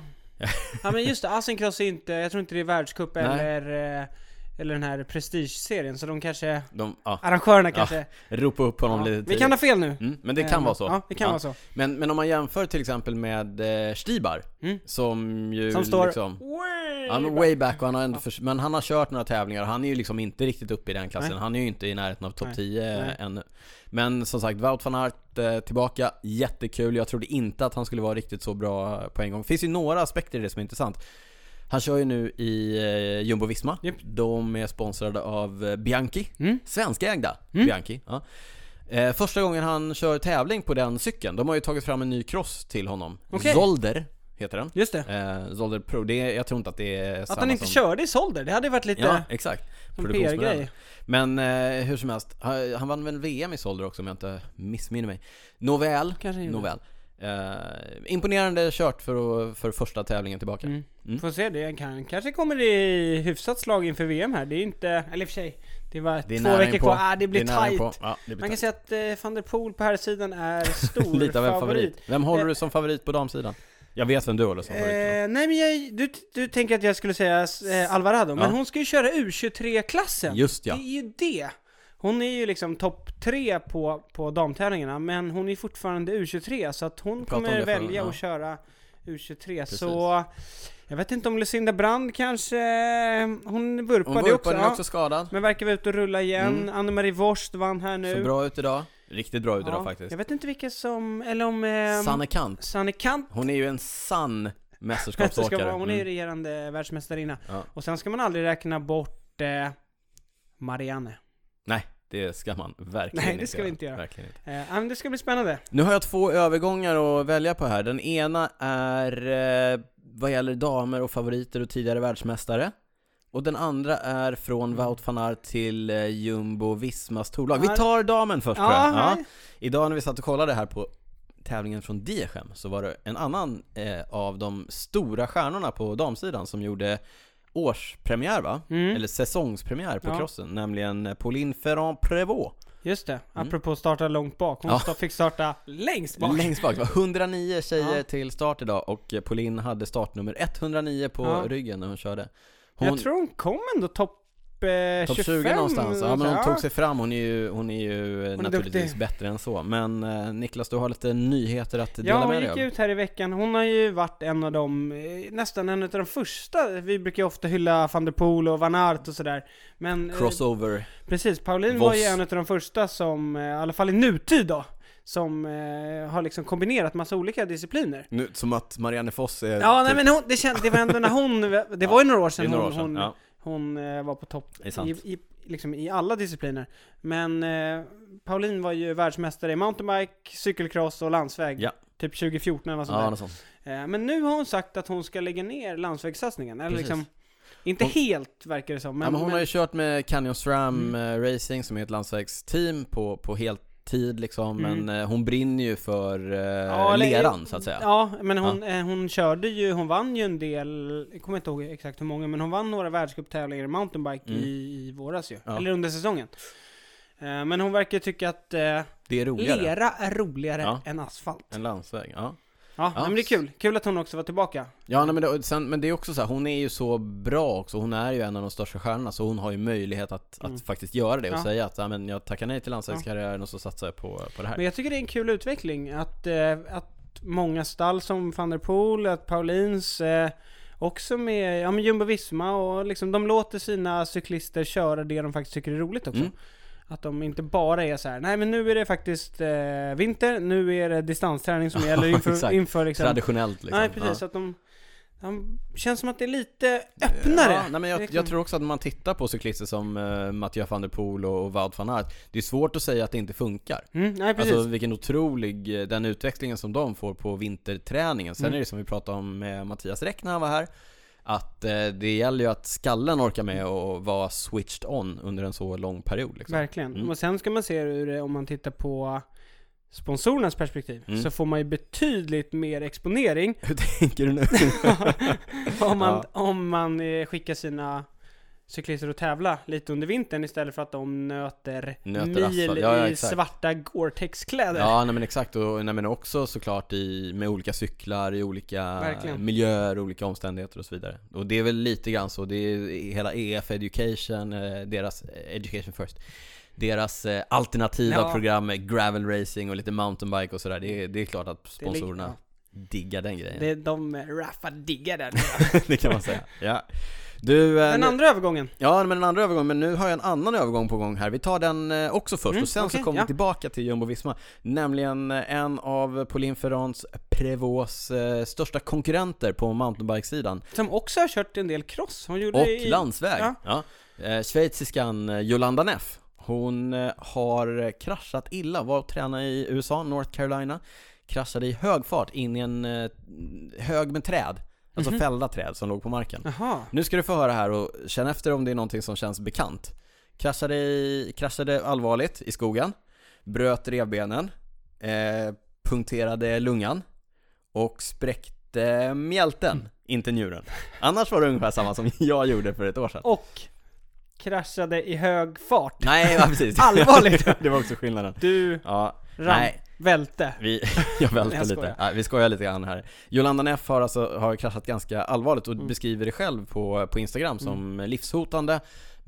Speaker 2: ja men just det, Asenkross är inte, jag tror inte det är världscup
Speaker 1: Nej.
Speaker 2: eller, eh, eller den här prestigeserien så de kanske,
Speaker 1: De, ja,
Speaker 2: arrangörerna kanske
Speaker 1: ropa upp honom
Speaker 2: Ja.
Speaker 1: lite
Speaker 2: Vi
Speaker 1: tidigt.
Speaker 2: kan ha fel nu.
Speaker 1: mm, Men det kan
Speaker 2: Eh,
Speaker 1: vara så.
Speaker 2: Ja, det kan vara så.
Speaker 1: Men, men om man jämför till exempel med eh, Stibar,
Speaker 2: Mm.
Speaker 1: som ju
Speaker 2: Som står
Speaker 1: liksom...
Speaker 2: way
Speaker 1: Ja, men
Speaker 2: back.
Speaker 1: way back och han har ändå förs- men han har kört några tävlingar och han är ju liksom inte riktigt uppe i den klassen.
Speaker 2: Nej.
Speaker 1: Han är ju inte i närheten av topp
Speaker 2: Nej.
Speaker 1: 10
Speaker 2: Nej.
Speaker 1: ännu. Men som sagt, Wout van Aert eh, tillbaka. Jättekul. Jag trodde inte att han skulle vara riktigt så bra på en gång. finns ju några aspekter i det som är intressant. Han kör ju nu i eh, Jumbo Visma.
Speaker 2: Japp.
Speaker 1: De är sponsrade av eh, Bianchi.
Speaker 2: Mm.
Speaker 1: Svenskägda Bianchi. Ja. Eh, första gången han kör tävling på den cykeln. De har ju tagit fram en ny cross till honom.
Speaker 2: Okej.
Speaker 1: Zolder heter den.
Speaker 2: Just det.
Speaker 1: Eh, Zolder Pro, det, är- jag tror inte att det är
Speaker 2: Att han inte
Speaker 1: som...
Speaker 2: körde i Solder, det hade ju varit lite...
Speaker 1: Ja, exakt.
Speaker 2: som
Speaker 1: Produktionsmodell.
Speaker 2: PR-grej.
Speaker 1: Men eh, hur som helst, han, han vann väl VM i Solder också om jag inte missminner mig. Nåväl,
Speaker 2: Kanske inte.
Speaker 1: nåväl. Eh, imponerande kört för, att- för första tävlingen tillbaka.
Speaker 2: Mm. Får se, det kan, kanske kommer i hyfsat slag inför VM här. Det är inte... Eller i och för sig, det var
Speaker 1: Det är
Speaker 2: två
Speaker 1: nära
Speaker 2: veckor
Speaker 1: inpå.
Speaker 2: kvar. Ah, det blir
Speaker 1: är nära
Speaker 2: tight.
Speaker 1: inpå. Ja, det blir
Speaker 2: Man kan
Speaker 1: tight.
Speaker 2: säga att eh, van der Poel på här sidan är stor
Speaker 1: Lite av en
Speaker 2: favorit.
Speaker 1: favorit. Vem håller
Speaker 2: Eh,
Speaker 1: du som favorit på damsidan? Jag vet vem du håller som favorit.
Speaker 2: Eh, nej men jag, du, du tänker att jag skulle säga eh, Alvarado, men
Speaker 1: Ja.
Speaker 2: hon ska ju köra U23-klassen.
Speaker 1: Just ja.
Speaker 2: Det är ju det. Hon är ju liksom topp tre på, på damtävlingarna, men hon är fortfarande U23, så att hon
Speaker 1: pratade om
Speaker 2: kommer
Speaker 1: det förra,
Speaker 2: välja
Speaker 1: ja.
Speaker 2: att köra U23. Så jag vet inte om Lucinda Brand kanske, hon
Speaker 1: Hon
Speaker 2: vurpade
Speaker 1: vurpade
Speaker 2: också,
Speaker 1: nu
Speaker 2: ja.
Speaker 1: också skadad.
Speaker 2: men verkar vara ute och rulla igen. Anne-Marie Vorst vann här nu.
Speaker 1: Såg bra ut idag. Riktigt bra ut
Speaker 2: Ja.
Speaker 1: idag faktiskt.
Speaker 2: Jag vet inte vilka som, eller om... ehm,
Speaker 1: Sanne Kant.
Speaker 2: Sanne Kant
Speaker 1: Hon är ju en sann
Speaker 2: det ska
Speaker 1: mästerskapsåkare.
Speaker 2: vara, hon är ju
Speaker 1: Mm.
Speaker 2: regerande världsmästarinna.
Speaker 1: Ja.
Speaker 2: Och sen ska man aldrig räkna bort eh, Marianne.
Speaker 1: Nej, det ska man verkligen
Speaker 2: Nej, det
Speaker 1: inte
Speaker 2: ska vi inte göra.
Speaker 1: Verkligen inte.
Speaker 2: Eh, ja, men det ska bli spännande.
Speaker 1: Nu har jag två övergångar att välja på här. Den ena är eh, vad gäller damer och favoriter och tidigare världsmästare. Och den andra är från
Speaker 2: Mm.
Speaker 1: Wout van Aert till eh, Jumbo Vismas torlag. Vi tar damen först tror jag.
Speaker 2: Ja,
Speaker 1: Idag när vi satt och kollade här på tävlingen från Diechem så var det en annan eh, av de stora stjärnorna på damsidan som gjorde årspremiär va?
Speaker 2: Mm.
Speaker 1: Eller säsongspremiär på
Speaker 2: Ja.
Speaker 1: crossen, nämligen Pauline Ferrand Prévot
Speaker 2: Just det, apropå starta långt bak. Hon
Speaker 1: Mm. Ja.
Speaker 2: sta- fick starta längst bak.
Speaker 1: Längst bak, det var 109 tjejer
Speaker 2: Ja.
Speaker 1: till start idag och eh, Pauline hade startnummer 109 på
Speaker 2: Ja.
Speaker 1: ryggen när hon körde
Speaker 2: Jag tror hon kom ändå topp eh,
Speaker 1: Topp
Speaker 2: 25
Speaker 1: 20 någonstans, ja men hon
Speaker 2: Ja.
Speaker 1: tog sig fram, hon är ju, hon är ju eh,
Speaker 2: Hon är
Speaker 1: naturligtvis
Speaker 2: duktig.
Speaker 1: bättre än så Men eh, Niklas, du har lite nyheter att dela
Speaker 2: Ja, hon
Speaker 1: med dig
Speaker 2: gick
Speaker 1: av
Speaker 2: ut här i veckan. Hon har ju varit en av de, eh, nästan en av de första. Vi brukar ju ofta hylla van der Poel och van Aert och sådär. Men eh,
Speaker 1: Crossover
Speaker 2: precis, Pauline var ju
Speaker 1: Voss.
Speaker 2: en av de första som, eh, i alla fall i nutid då, som eh, har liksom kombinerat massa olika discipliner.
Speaker 1: nu, Som att Marianne Foss är
Speaker 2: Ja, nej men hon, det, känd, det var ändå när hon, det var ju några år
Speaker 1: Eh, typ. det är
Speaker 2: sedan
Speaker 1: några år
Speaker 2: hon,
Speaker 1: sedan
Speaker 2: hon,
Speaker 1: ja.
Speaker 2: hon eh, var på topp
Speaker 1: Det är
Speaker 2: i,
Speaker 1: sant.
Speaker 2: i, liksom i alla discipliner. Men eh, Pauline var ju världsmästare i mountainbike, cykelcross och landsväg.
Speaker 1: Ja.
Speaker 2: Typ 2014 eller vad sånt
Speaker 1: ja,
Speaker 2: där.
Speaker 1: något sånt
Speaker 2: Eh, Men nu har hon sagt att hon ska lägga ner landsvägssatsningen, eller
Speaker 1: Precis.
Speaker 2: liksom Inte
Speaker 1: Hon-
Speaker 2: helt verkar det som, men,
Speaker 1: ja, men hon har
Speaker 2: men Mm.
Speaker 1: ju kört med Canyon SRAM eh, Racing som är ett landsvägsteam på, på heltid liksom
Speaker 2: Mm.
Speaker 1: Men eh, hon brinner ju för eh,
Speaker 2: Ja, eller-
Speaker 1: leran så att säga
Speaker 2: Ja, men hon, eh, hon körde ju, hon vann ju en del, jag kommer inte ihåg exakt hur många, men hon vann några världscuptävlingar i mountainbike
Speaker 1: Mm.
Speaker 2: i, i våras ju.
Speaker 1: Ja.
Speaker 2: Eller under säsongen. Eh, Men hon verkar tycka att eh,
Speaker 1: Det är roligare
Speaker 2: lera är roligare
Speaker 1: Ja.
Speaker 2: än asfalt.
Speaker 1: En landsväg, ja
Speaker 2: Ja,
Speaker 1: Ja.
Speaker 2: men det är kul. Kul att hon också var tillbaka.
Speaker 1: Ja, nej, men, det, sen, men det är också så här, hon är ju så bra också, hon är ju en av de största stjärnorna så hon har ju möjlighet att,
Speaker 2: Mm.
Speaker 1: att faktiskt göra det och
Speaker 2: Ja.
Speaker 1: säga att "Ja, men jag tackar nej till landslagskarriären och så satsar jag på, på det här.
Speaker 2: Men jag tycker det är en kul utveckling att, eh, att många stall som van der Poel, att Paulins eh, också med, ja men Jumbo Visma och liksom de låter sina cyklister köra det de faktiskt tycker är roligt också.
Speaker 1: Mm.
Speaker 2: Att de inte bara är så här. nej men nu är det faktiskt eh, vinter, nu är det distansträning som gäller inför,
Speaker 1: exakt.
Speaker 2: inför liksom.
Speaker 1: Traditionellt liksom.
Speaker 2: Nej precis,
Speaker 1: Ja.
Speaker 2: att de, de känns som att det är lite öppnare.
Speaker 1: Ja, nej, men jag,
Speaker 2: Liksom.
Speaker 1: jag tror också att när man tittar på cyklister som eh, Mathieu van der Poel och, och Wout van Aert, det är svårt att säga att det inte funkar.
Speaker 2: Mm, nej precis.
Speaker 1: Alltså vilken otrolig, eh, den utvecklingen som de får på vinterträningen.
Speaker 2: Mm.
Speaker 1: Sen är det som vi pratade om med Mattias Räck när han var här, att eh, det gäller ju att skallen orkar med att vara switched on under en så lång period liksom.
Speaker 2: Verkligen.
Speaker 1: Mm.
Speaker 2: Och sen ska man se hur det, om man tittar på sponsorernas perspektiv,
Speaker 1: Mm.
Speaker 2: så får man ju betydligt mer exponering
Speaker 1: Hur tänker du nu?
Speaker 2: om man, om man eh, skickar sina cyklister att tävla lite under vintern istället för att de nöter,
Speaker 1: Nöter
Speaker 2: mil
Speaker 1: asfalt. Ja, ja,
Speaker 2: i
Speaker 1: exakt.
Speaker 2: svarta Gore-Tex-kläder.
Speaker 1: ja, nej men exakt. Och, nej, men också såklart i, med olika cyklar, i olika
Speaker 2: Verkligen.
Speaker 1: miljöer, olika omständigheter och så vidare. Och det är väl lite grann så. Det är hela EF Education, eh, deras eh, Education First. Deras eh, alternativa
Speaker 2: Ja.
Speaker 1: program med gravel racing och lite mountainbike och sådär. Det, är- det är klart att
Speaker 2: Det är li-
Speaker 1: sponsorerna diggar den grejen.
Speaker 2: ja, det är de eh, raffa diggar där.
Speaker 1: det kan man säga. Ja. Du, eh,
Speaker 2: Den
Speaker 1: nu-
Speaker 2: andra övergången.
Speaker 1: Ja, men en andra övergång, men nu har jag en annan övergång på gång här. Vi tar den eh, också först
Speaker 2: Mm,
Speaker 1: och sen
Speaker 2: okej,
Speaker 1: så kommer
Speaker 2: ja.
Speaker 1: vi tillbaka till Jumbo-Visma. Nämligen eh, en av Pauline Ferrands, Prévots, eh, största konkurrenter på mountainbikesidan
Speaker 2: Som också har kört en del cross. Hon gjorde
Speaker 1: och
Speaker 2: i...
Speaker 1: landsväg.
Speaker 2: ja.
Speaker 1: Ja. Eh, Schweiziskan eh, Jolanda Neff. Hon eh, har eh, kraschat illa, var och tränade i USA, North Carolina. Kraschade i hög fart in i en eh, hög med träd, alltså
Speaker 2: Mhm.
Speaker 1: fällda träd som låg på marken.
Speaker 2: Jaha.
Speaker 1: Nu ska du få höra här och känna efter om det är någonting som känns bekant. Kraschade, i, kraschade allvarligt i skogen, bröt revbenen, eh, punkterade lungan och spräckte mjälten,
Speaker 2: Mm.
Speaker 1: inte njuren. Annars var det ungefär samma som jag gjorde för ett år sedan.
Speaker 2: Och kraschade i hög fart.
Speaker 1: Nej, ja, precis.
Speaker 2: Allvarligt.
Speaker 1: det var också skillnaden.
Speaker 2: Du
Speaker 1: Ja,
Speaker 2: rann,
Speaker 1: nej.
Speaker 2: välte.
Speaker 1: Vi, jag välter
Speaker 2: jag
Speaker 1: lite.
Speaker 2: skojar.
Speaker 1: Nej, vi skojar lite grann här. Jolanda Neff har alltså har kraschat ganska allvarligt och
Speaker 2: Mm.
Speaker 1: beskriver det själv på, på Instagram som livshotande.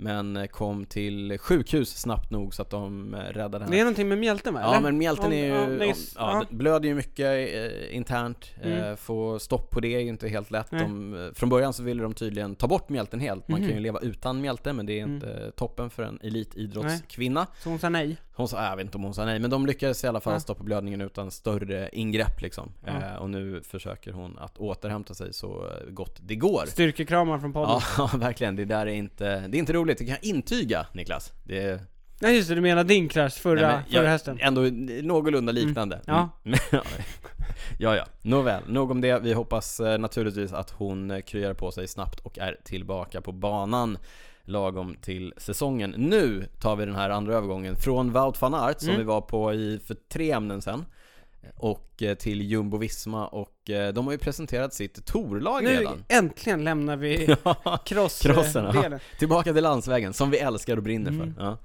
Speaker 1: Men kom till sjukhus snabbt nog så att de eh, räddade
Speaker 2: Det är
Speaker 1: henne.
Speaker 2: någonting med mjälten va?
Speaker 1: Ja
Speaker 2: eller?
Speaker 1: men mjälten
Speaker 2: Om-
Speaker 1: är
Speaker 2: ja,
Speaker 1: ju,
Speaker 2: det är
Speaker 1: om,
Speaker 2: s-
Speaker 1: ja,
Speaker 2: ja.
Speaker 1: det blöder ju mycket eh, internt, eh,
Speaker 2: Mm.
Speaker 1: få stopp på det är ju inte helt lätt.
Speaker 2: Nej.
Speaker 1: De, eh, från början så ville de tydligen ta bort mjälten helt, man kan ju
Speaker 2: Mhm.
Speaker 1: leva utan mjälte men det är
Speaker 2: Mm.
Speaker 1: inte toppen för en elitidrottskvinna.
Speaker 2: Så hon sa nej.
Speaker 1: Hon sa, "Äh, jag vet inte om hon sa nej, men de lyckades i alla fall
Speaker 2: Ja.
Speaker 1: stoppa blödningen utan större ingrepp liksom.
Speaker 2: Ja.
Speaker 1: Eh, och nu försöker hon att återhämta sig så gott det går.
Speaker 2: Styrkekramar från podden.
Speaker 1: Ja, verkligen. Det där är inte, det är inte roligt. Det kan jag intyga, Niklas. Det är
Speaker 2: Nej just det, du menar din krasch förra,
Speaker 1: Nej, men jag-
Speaker 2: förra hösten?
Speaker 1: ändå någorlunda liknande.
Speaker 2: Ja.
Speaker 1: Mm. Men, ja, ja. Nåväl, nog om det. Vi hoppas eh, naturligtvis att hon eh, kryar på sig snabbt och är tillbaka på banan lagom till säsongen. Nu tar vi den här andra övergången från Wout van Aert som
Speaker 2: Mm.
Speaker 1: vi var på i för tre ämnen sen. och eh, till Jumbo Visma och eh, de har ju presenterat sitt torlag
Speaker 2: Nu
Speaker 1: redan.
Speaker 2: äntligen lämnar vi
Speaker 1: Crossen, ja.
Speaker 2: cross-delen.
Speaker 1: Tillbaka till landsvägen, som vi älskar och brinner
Speaker 2: Mm.
Speaker 1: för. Ja.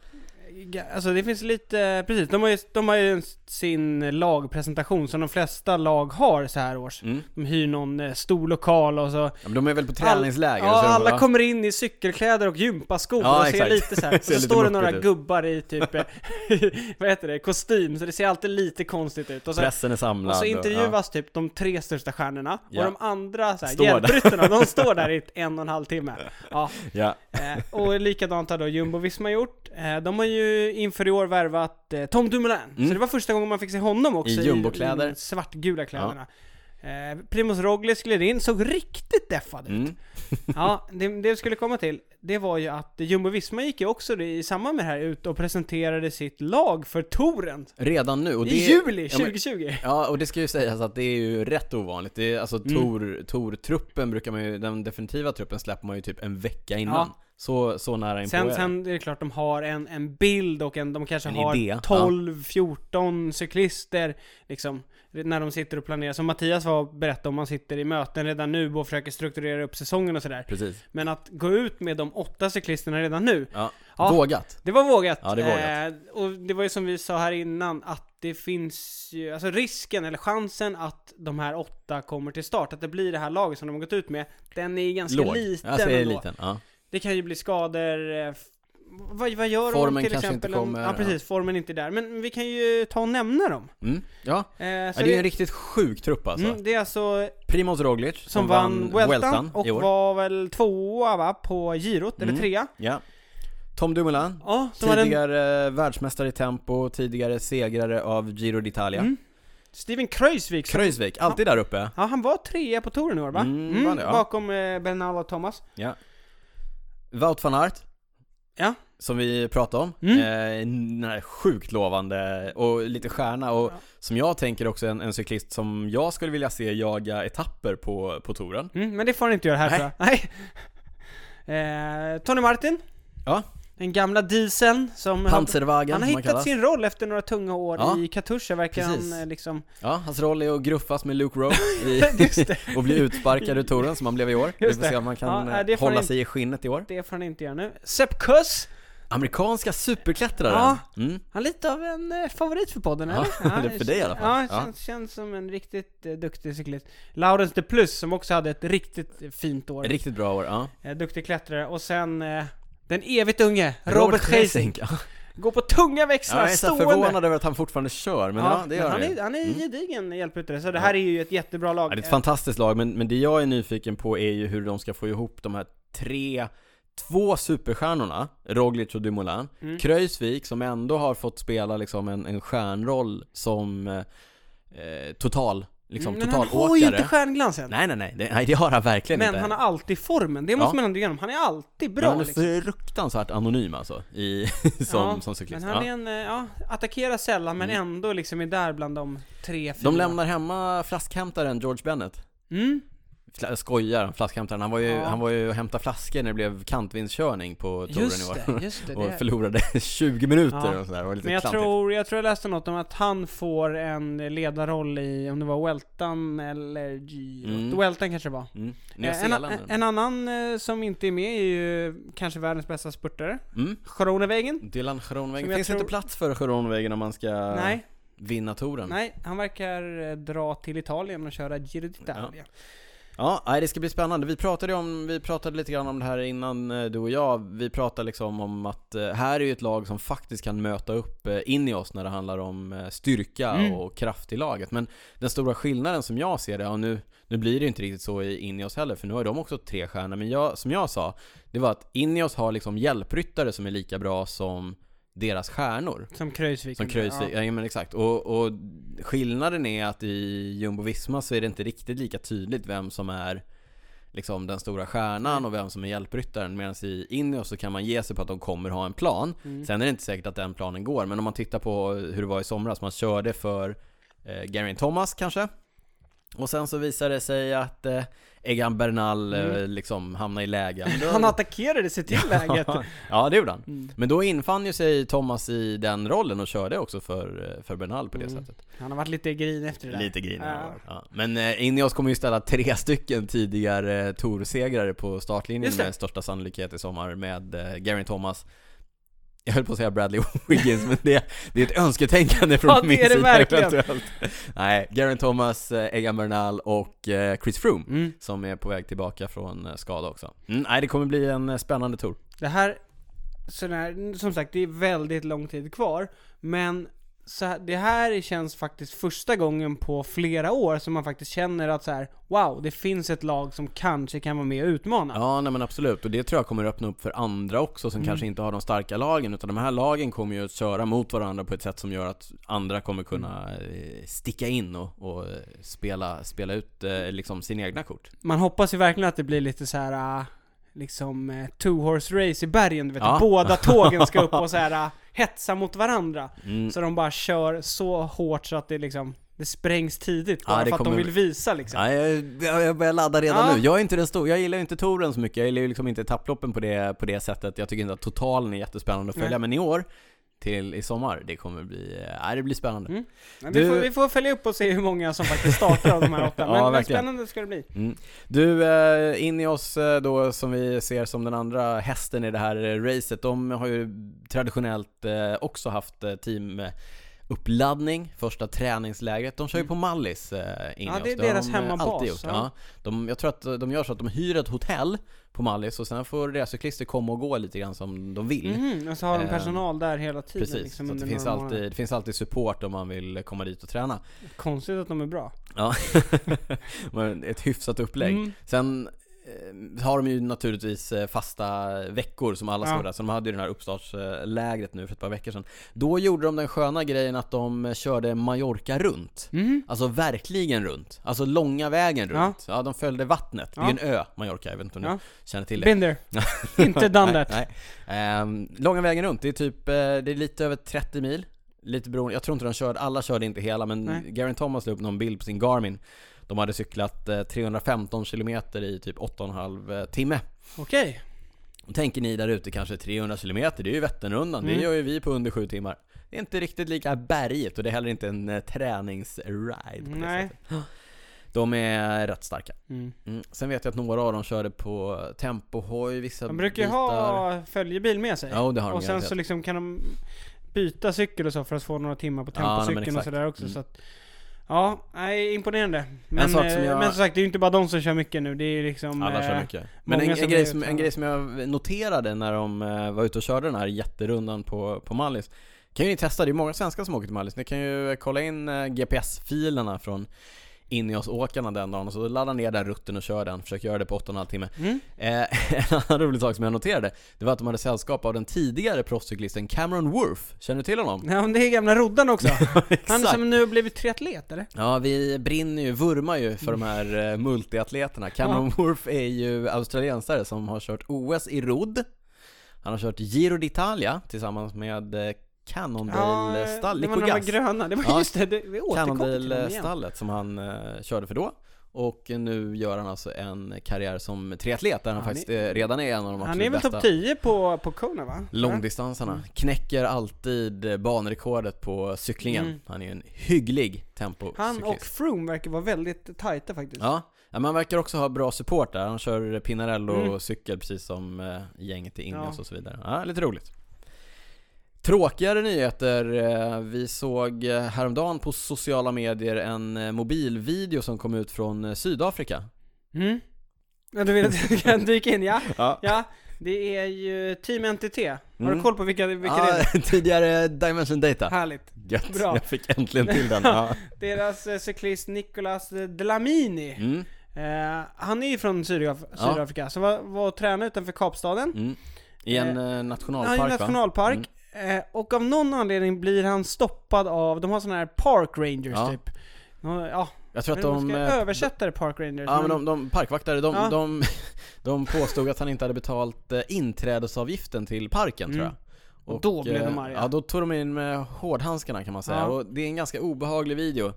Speaker 2: Alltså det finns lite, precis, de har ju, de har ju sin lagpresentation som de flesta lag har så här års.
Speaker 1: Mm.
Speaker 2: De hyr någon eh, stor lokal och så
Speaker 1: Ja, men de är väl på träningsläger?
Speaker 2: Ja,
Speaker 1: så de
Speaker 2: alla
Speaker 1: bara,
Speaker 2: kommer in i cykelkläder och gympaskor
Speaker 1: Ja,
Speaker 2: och ser
Speaker 1: exakt.
Speaker 2: lite så här.
Speaker 1: Ser
Speaker 2: Så
Speaker 1: lite
Speaker 2: står det några
Speaker 1: muppigt ut.
Speaker 2: gubbar i typ, eh, vad heter det, kostym, så det ser alltid lite konstigt ut. Och så,
Speaker 1: Pressen är samlad.
Speaker 2: och så
Speaker 1: och- ja.
Speaker 2: intervjuas typ de tre största stjärnorna,
Speaker 1: Ja.
Speaker 2: och de andra så här,
Speaker 1: Står där.
Speaker 2: hjälpryttarna, de står där i ett- en och en halv timme. Ja.
Speaker 1: Ja.
Speaker 2: Eh, och likadant har då Jumbo Visma gjort. Eh, de har ju inför i år värvat eh, Tom Dumoulin.
Speaker 1: Mm.
Speaker 2: Så det var första gången man fick se honom också
Speaker 1: I jumbokläder.
Speaker 2: i de svartgula kläderna. Eh, Primoz Roglic gled in, såg riktigt deffad ut.
Speaker 1: Mm.
Speaker 2: Ja, det, det jag skulle komma till, det var ju att Jumbo Visma gick ju också i samband med det här ut och presenterade sitt lag för touren.
Speaker 1: Redan nu. Och det,
Speaker 2: I juli
Speaker 1: Ja, men-
Speaker 2: 2020!
Speaker 1: Ja, och det ska ju sägas att det är ju rätt ovanligt. Det är, alltså
Speaker 2: Mm.
Speaker 1: Tor, Tor-truppen brukar man ju, den definitiva truppen släpper man ju typ en vecka innan.
Speaker 2: Ja.
Speaker 1: Så, så nära inpå är
Speaker 2: Sen,
Speaker 1: det.
Speaker 2: sen är det klart de har en, en bild och en, de kanske
Speaker 1: En
Speaker 2: har
Speaker 1: idé, ja.
Speaker 2: 12-14 cyklister liksom, när de sitter och planerar. Som Mattias var och berättade om, man sitter i möten redan nu och försöker strukturera upp säsongen och sådär.
Speaker 1: Precis.
Speaker 2: Men att gå ut med de åtta cyklisterna redan nu,
Speaker 1: Ja.
Speaker 2: Ja.
Speaker 1: Vågat.
Speaker 2: det var vågat.
Speaker 1: Ja, det är vågat.
Speaker 2: Eh, och det var ju som vi sa här innan, att det finns ju, alltså risken eller chansen att de här åtta kommer till start, att det blir det här laget som de har gått ut med, den är ganska
Speaker 1: Låg. Alltså,
Speaker 2: liten
Speaker 1: jag säger
Speaker 2: ändå.
Speaker 1: liten. Ja.
Speaker 2: Det kan ju bli skador. eh, f- Vad, vad gör
Speaker 1: Formen
Speaker 2: om till
Speaker 1: kanske
Speaker 2: exempel
Speaker 1: inte
Speaker 2: om-
Speaker 1: kommer,
Speaker 2: Ja, precis. Formen är inte där. Men vi kan ju ta och nämna dem.
Speaker 1: Mm. Ja.
Speaker 2: Eh,
Speaker 1: ja.
Speaker 2: så
Speaker 1: Det är ju en riktigt sjuk trupp alltså.
Speaker 2: mm, det är alltså
Speaker 1: Primoz Roglic som,
Speaker 2: som, vann Weltan
Speaker 1: i
Speaker 2: och
Speaker 1: år.
Speaker 2: var väl tvåa va, på girot, eller
Speaker 1: Mm.
Speaker 2: trea.
Speaker 1: Ja. Tom Dumoulin.
Speaker 2: Ja, som hade en
Speaker 1: Tidigare eh, världsmästare i tempo, tidigare segrare av Giro d'Italia.
Speaker 2: Mm. Steven Kreuzvik. som-
Speaker 1: Kreuzvik, alltid där uppe.
Speaker 2: Ja, han var trea på touren i år va?
Speaker 1: Mm, var det, ja.
Speaker 2: Bakom eh, Bernal och Thomas.
Speaker 1: Ja. Wout van Aert.
Speaker 2: Ja.
Speaker 1: Som vi pratade om.
Speaker 2: Mm.
Speaker 1: Eh, den här sjukt lovande och lite stjärna och
Speaker 2: Ja.
Speaker 1: som jag tänker också en, en cyklist som jag skulle vilja se jaga etapper på, på touren.
Speaker 2: Mm, men det får han inte göra här
Speaker 1: Nej.
Speaker 2: tror jag. Nej. Eh, Tony Martin.
Speaker 1: Ja.
Speaker 2: Den gamla dieseln som... hade-
Speaker 1: Panzerwagen
Speaker 2: Han har
Speaker 1: som man
Speaker 2: hittat
Speaker 1: kallas.
Speaker 2: sin roll efter några tunga år
Speaker 1: Ja.
Speaker 2: i Katusha, verkar
Speaker 1: Precis.
Speaker 2: han eh, liksom...
Speaker 1: Ja, hans roll är att gruffas med Luke Rowe i,
Speaker 2: Just det.
Speaker 1: och bli utsparkad ur touren som han blev i år. Vi
Speaker 2: Just
Speaker 1: får se
Speaker 2: det.
Speaker 1: om han kan
Speaker 2: Ja, nej,
Speaker 1: eh,
Speaker 2: det får
Speaker 1: hålla
Speaker 2: han
Speaker 1: sig i skinnet i år.
Speaker 2: Det får han inte göra nu. Sepp Kuss!
Speaker 1: Amerikanska superklättraren.
Speaker 2: Ja.
Speaker 1: Mm.
Speaker 2: Han är lite av en eh, favorit för podden,
Speaker 1: Ja,
Speaker 2: eller?
Speaker 1: det är för dig i alla fall.
Speaker 2: Ja,
Speaker 1: Ja.
Speaker 2: Känns, känns som en riktigt eh, duktig cyklist. Laurens de Plus, som också hade ett riktigt eh, fint år.
Speaker 1: Riktigt bra år, ja.
Speaker 2: eh, duktig klättrare. Och sen eh, den evigt unge, Robert Geising.
Speaker 1: Ja,
Speaker 2: Går på tunga
Speaker 1: jag
Speaker 2: växlar,
Speaker 1: är så
Speaker 2: stående!
Speaker 1: förvånad över att han fortfarande kör, men ja, det gör
Speaker 2: han
Speaker 1: han ju. Mm.
Speaker 2: är, han är en gedigen hjälpryttare, så det här är ju ett jättebra lag.
Speaker 1: Ja, det är ett fantastiskt lag, men, men det jag är nyfiken på är ju hur de ska få ihop de här tre, två superstjärnorna, Roglic och Dumoulin,
Speaker 2: Mm.
Speaker 1: Kreuzvik som ändå har fått spela liksom en, en stjärnroll som eh, total, liksom
Speaker 2: Mm, men han
Speaker 1: totalåkare.
Speaker 2: har ju inte stjärnglansen!
Speaker 1: Nej nej nej, det, nej det har han verkligen
Speaker 2: Men
Speaker 1: inte.
Speaker 2: han har alltid formen, det måste
Speaker 1: Ja.
Speaker 2: man ändå ge honom. Han är alltid
Speaker 1: Men
Speaker 2: bra
Speaker 1: han är
Speaker 2: liksom.
Speaker 1: fruktansvärt anonym alltså, i, som, som cyklist.
Speaker 2: Men han
Speaker 1: liksom. Ja. Mm.
Speaker 2: är en, eh, ja, attackerar sällan men ändå liksom är där bland de tre, fyra.
Speaker 1: De lämnar hemma flaskhämtaren George Bennett.
Speaker 2: Mm.
Speaker 1: Fla- Jag skojar, flaskhämtaren. Han var ju,
Speaker 2: Ja.
Speaker 1: han var ju och hämtade flaskor när det blev kantvinstkörning på touren i
Speaker 2: Just
Speaker 1: år.
Speaker 2: det, just det.
Speaker 1: och
Speaker 2: det.
Speaker 1: förlorade 20 minuter
Speaker 2: Ja.
Speaker 1: och sådär, det var lite
Speaker 2: Men jag
Speaker 1: klantigt.
Speaker 2: tror, jag tror jag läste något om att han får en ledarroll i, om det var Weltan eller G...
Speaker 1: Mm.
Speaker 2: Weltan kanske det var.
Speaker 1: Mm. Nya
Speaker 2: Eh, En,
Speaker 1: Zeeland.
Speaker 2: en, en annan eh, som inte är med är ju kanske världens bästa spurtare.
Speaker 1: mm.
Speaker 2: Schronevägen?
Speaker 1: Dylan
Speaker 2: Som
Speaker 1: Schronwegen.
Speaker 2: jag
Speaker 1: Finns
Speaker 2: tror-
Speaker 1: inte plats för Schronwegen om man ska
Speaker 2: Nej,
Speaker 1: vinna touren?
Speaker 2: nej. Han verkar eh, dra till Italien och köra Giro d'Italia.
Speaker 1: Ja, nej, det ska bli spännande. Vi pratade ju om, vi pratade lite grann om det här innan eh, du och jag. Vi pratade liksom om att eh, här är ju ett lag som faktiskt kan möta upp eh, in i oss när det handlar om eh, styrka
Speaker 2: Mm.
Speaker 1: och kraft i laget. Men den stora skillnaden som jag ser det, och nu, nu blir det ju inte riktigt så i Ineos heller, för nu har de också tre stjärnor. Men jag, som jag sa, det var att Ineos har liksom hjälpryttare som är lika bra som deras stjärnor.
Speaker 2: Som Kreuzvik.
Speaker 1: Som Kreuzvik, ja. men exakt. Och, och skillnaden är att i Jumbo-Visma så är det inte riktigt lika tydligt vem som är liksom den stora stjärnan och vem som är hjälpryttaren. Medan i Ineos så kan man ge sig på att de kommer ha en plan. Sen är det inte säkert att den planen går, men om man tittar på hur det var i somras, man körde för eh, Geraint Thomas kanske. Och sen så visade det sig att eh, Egan Bernal eh, liksom hamna i läge. Men då-
Speaker 2: Han attackerade sig till läget. Mm.
Speaker 1: ja, det gjorde han. Men då infann ju sig Thomas i den rollen och körde också för, eh, för Bernal på det sättet.
Speaker 2: Han har varit lite grin efter Mm. det där.
Speaker 1: Lite grinig
Speaker 2: Ja.
Speaker 1: ja. ja. Men eh, Ineos kommer ju ställa tre stycken tidigare eh, Tour-segrare på startlinjen
Speaker 2: Just det.
Speaker 1: med största sannolikhet i sommar med eh, Geraint Thomas jag höll på att säga Bradley Wiggins, men det, det är ett önsketänkande från
Speaker 2: Ja, det
Speaker 1: min
Speaker 2: är det
Speaker 1: sida
Speaker 2: verkligen.
Speaker 1: eventuellt. Nej, Geraint Thomas, eh, Egan Bernal och eh, Chris Froome
Speaker 2: Mm.
Speaker 1: som är på väg tillbaka från eh, skada också. Mm, nej, det kommer bli en eh, spännande tour.
Speaker 2: Det här, sån här, som sagt det är väldigt lång tid kvar. Men så här, det här känns faktiskt första gången på flera år som man faktiskt känner att så här, wow, det finns ett lag som kanske kan vara med och utmana.
Speaker 1: Ja, nej men absolut. Och det tror jag kommer öppna upp för andra också som kanske inte har de starka lagen. Utan de här lagen kommer ju att köra mot varandra på ett sätt som gör att andra kommer kunna eh, sticka in och, och eh, spela, spela ut eh, liksom sina egna kort.
Speaker 2: Man hoppas ju verkligen att det blir lite så här äh, liksom eh, two horse race i bergen, du vet.
Speaker 1: Ja.
Speaker 2: Båda tågen ska upp och så här äh, hetsa mot varandra.
Speaker 1: Mm.
Speaker 2: Så de bara kör så hårt så att det liksom, det sprängs tidigt. Bara
Speaker 1: det
Speaker 2: för att de
Speaker 1: kommer
Speaker 2: vill visa liksom.
Speaker 1: Ja, jag, jag börjar ladda redan
Speaker 2: Ja.
Speaker 1: nu. Jag är inte den stor, jag gillar ju inte touren så mycket. Jag gillar ju liksom inte etapploppen på det, på det sättet. Jag tycker inte att totalen är jättespännande att följa.
Speaker 2: Nej.
Speaker 1: Men i år, till i sommar, det kommer bli, eh, nej det blir spännande.
Speaker 2: Mm. Men
Speaker 1: Du-
Speaker 2: vi, får, vi får följa upp och se hur många som faktiskt startar av de här åtta.
Speaker 1: Ja,
Speaker 2: Men, men
Speaker 1: verkligen.
Speaker 2: spännande ska det bli.
Speaker 1: Mm. Du, eh, in i oss eh, då som vi ser som den andra hästen i det här eh, racet. De har ju traditionellt eh, också haft eh, team eh, uppladdning, första träningslägret. De kör ju på Mallis eh, in
Speaker 2: Mm. Ja,
Speaker 1: i
Speaker 2: det
Speaker 1: oss.
Speaker 2: är
Speaker 1: har
Speaker 2: deras
Speaker 1: de, eh,
Speaker 2: hemmabas,
Speaker 1: alltid gjort.
Speaker 2: ja.
Speaker 1: Ja. De, jag tror att eh, de gör så att de hyr ett hotell på Mallis och sen får deras cyklister komma och gå lite grann som de vill.
Speaker 2: Mhm, och så har de
Speaker 1: Eh,
Speaker 2: personal där hela tiden.
Speaker 1: Precis,
Speaker 2: liksom,
Speaker 1: så att
Speaker 2: under
Speaker 1: det, finns
Speaker 2: några
Speaker 1: alltid, det finns alltid support om man vill komma dit och träna.
Speaker 2: månader. Konstigt att de är bra.
Speaker 1: Ja, Men ett hyfsat upplägg.
Speaker 2: Mm.
Speaker 1: Sen eh, har de ju naturligtvis eh, fasta veckor som alla ska
Speaker 2: Ja.
Speaker 1: vara där. Så de hade ju det här uppstartslägret nu för ett par veckor sedan. Då gjorde de den sköna grejen att de eh, körde Mallorca runt.
Speaker 2: Mhm.
Speaker 1: Alltså verkligen runt. Alltså långa vägen runt. Ja, de följde vattnet. Det är
Speaker 2: Ja.
Speaker 1: en ö, Mallorca. Jag vet inte om ni
Speaker 2: Ja.
Speaker 1: känner till det.
Speaker 2: Been there. Inte done
Speaker 1: Nej,
Speaker 2: that.
Speaker 1: nej. Ehm, långa vägen runt, det är typ, eh, det är lite över 30 mil. Lite beroende, jag tror inte de körde, alla körde inte hela men
Speaker 2: Nej.
Speaker 1: Garen Thomas la upp någon bild på sin Garmin. De hade cyklat eh, 315 kilometer i typ 8,5 eh, timme.
Speaker 2: Okej.
Speaker 1: Då tänker ni där ute kanske 300 kilometer, det är ju Vätternrundan. Det
Speaker 2: Mm.
Speaker 1: gör ju vi på under 7 timmar. Det är inte riktigt lika bergigt och det är heller inte en eh, träningsride på det
Speaker 2: Nej.
Speaker 1: sättet. De är rätt starka.
Speaker 2: Mm.
Speaker 1: Mm. Sen vet jag att några av dem körde på tempohoj, vissa
Speaker 2: De brukar ju ha följebil med sig.
Speaker 1: Ja, och det har de
Speaker 2: och sen
Speaker 1: garanterat.
Speaker 2: så liksom kan de byta cykel och så för att få några timmar på
Speaker 1: Ja, nej, men
Speaker 2: tempocykeln och
Speaker 1: exakt.
Speaker 2: sådär också.
Speaker 1: Mm.
Speaker 2: Så att, ja, nej, imponerande. Men,
Speaker 1: sak som
Speaker 2: eh,
Speaker 1: jag-
Speaker 2: men som sagt, det är ju inte bara de som kör mycket nu. Det är ju liksom...
Speaker 1: Alla
Speaker 2: eh,
Speaker 1: kör mycket. Men en,
Speaker 2: många
Speaker 1: en,
Speaker 2: som
Speaker 1: grej
Speaker 2: är
Speaker 1: som, en
Speaker 2: utsatta.
Speaker 1: grej som jag noterade när de eh, var ute och körde den här jätterundan på, på Mallis kan ju ni testa, det är många svenskar som åker till Mallis. Ni kan ju eh, kolla in eh, GPS-filerna från Ineos-åkarna den dagen och så ladda ner den rutten och kör den. Försök göra det på 8,5 timme.
Speaker 2: Mm.
Speaker 1: Eh, en annan rolig sak som jag noterade, det var att de hade sällskap av den tidigare proffscyklisten Cameron Worth. Känner du till honom?
Speaker 2: Ja, men det är gamla roddaren också. Han
Speaker 1: Exakt.
Speaker 2: som nu har blivit triatlet, eller?
Speaker 1: Ja, vi brinner ju, vurmar ju för de här eh, multiatleterna. Cameron Worth är ju australiensare som har kört OS i rodd. Han har kört Giro d'Italia tillsammans med eh, Cannondale-stall,
Speaker 2: det var
Speaker 1: Nico
Speaker 2: eh, de här
Speaker 1: Gas.
Speaker 2: gröna. Det var
Speaker 1: Ja.
Speaker 2: just det, det vi återkom till dem igen.
Speaker 1: Cannondale-stallet som han eh, körde för då. Och nu gör han alltså en karriär som triatlet där han
Speaker 2: Han är-
Speaker 1: faktiskt eh, redan är en av de
Speaker 2: Han
Speaker 1: absolut
Speaker 2: är väl
Speaker 1: bästa.
Speaker 2: topp 10 på, på Kona va? Mm.
Speaker 1: Långdistansarna. Knäcker alltid eh, banrekordet på cyklingen.
Speaker 2: Mm.
Speaker 1: Han är en hygglig tempocyklist.
Speaker 2: Han och Froome verkar vara väldigt tajta faktiskt.
Speaker 1: Ja, ja men han verkar också ha bra support där. Han kör Pinarello-cykel precis som eh, gänget i Ineos
Speaker 2: Mm. Ja.
Speaker 1: och så vidare. Ja, lite roligt. Tråkigare nyheter. eh, Vi såg eh, häromdagen på sociala medier en eh, mobilvideo som kom ut från eh, Sydafrika.
Speaker 2: Mm. Ja, du vill att jag kan dyka in ja?
Speaker 1: Ja.
Speaker 2: Ja, det är ju Team NTT. Har
Speaker 1: Mm. Ah,
Speaker 2: du koll på vilka, vilka det är?
Speaker 1: tidigare Dimension Data.
Speaker 2: Härligt.
Speaker 1: Gött,
Speaker 2: Bra.
Speaker 1: jag fick äntligen till den. Ja.
Speaker 2: Deras eh, cyklist Nicolas eh, Dlamini.
Speaker 1: Mm,
Speaker 2: Eh, han är ju från Sydaf-
Speaker 1: Ja.
Speaker 2: Sydafrika, så var, var och tränade utanför Kapstaden.
Speaker 1: mm. I en eh,
Speaker 2: Han
Speaker 1: nationalpark
Speaker 2: är
Speaker 1: va? Mm.
Speaker 2: i nationalpark. eh, Och av någon anledning blir han stoppad av, de har såna här park rangers
Speaker 1: Ja.
Speaker 2: typ. Nå- Ja,
Speaker 1: Jag tror att
Speaker 2: men de
Speaker 1: de...
Speaker 2: ska
Speaker 1: eh,
Speaker 2: översätta det park rangers.
Speaker 1: Ja men de, de parkvaktare, de,
Speaker 2: Ja.
Speaker 1: de, de påstod att han inte hade betalt eh, inträdesavgiften till parken tror jag.
Speaker 2: Mm. Och då blev
Speaker 1: eh,
Speaker 2: de arga.
Speaker 1: Ja, då tog de in med hårdhandskarna kan man säga.
Speaker 2: Ja.
Speaker 1: Och det är en ganska obehaglig video. I-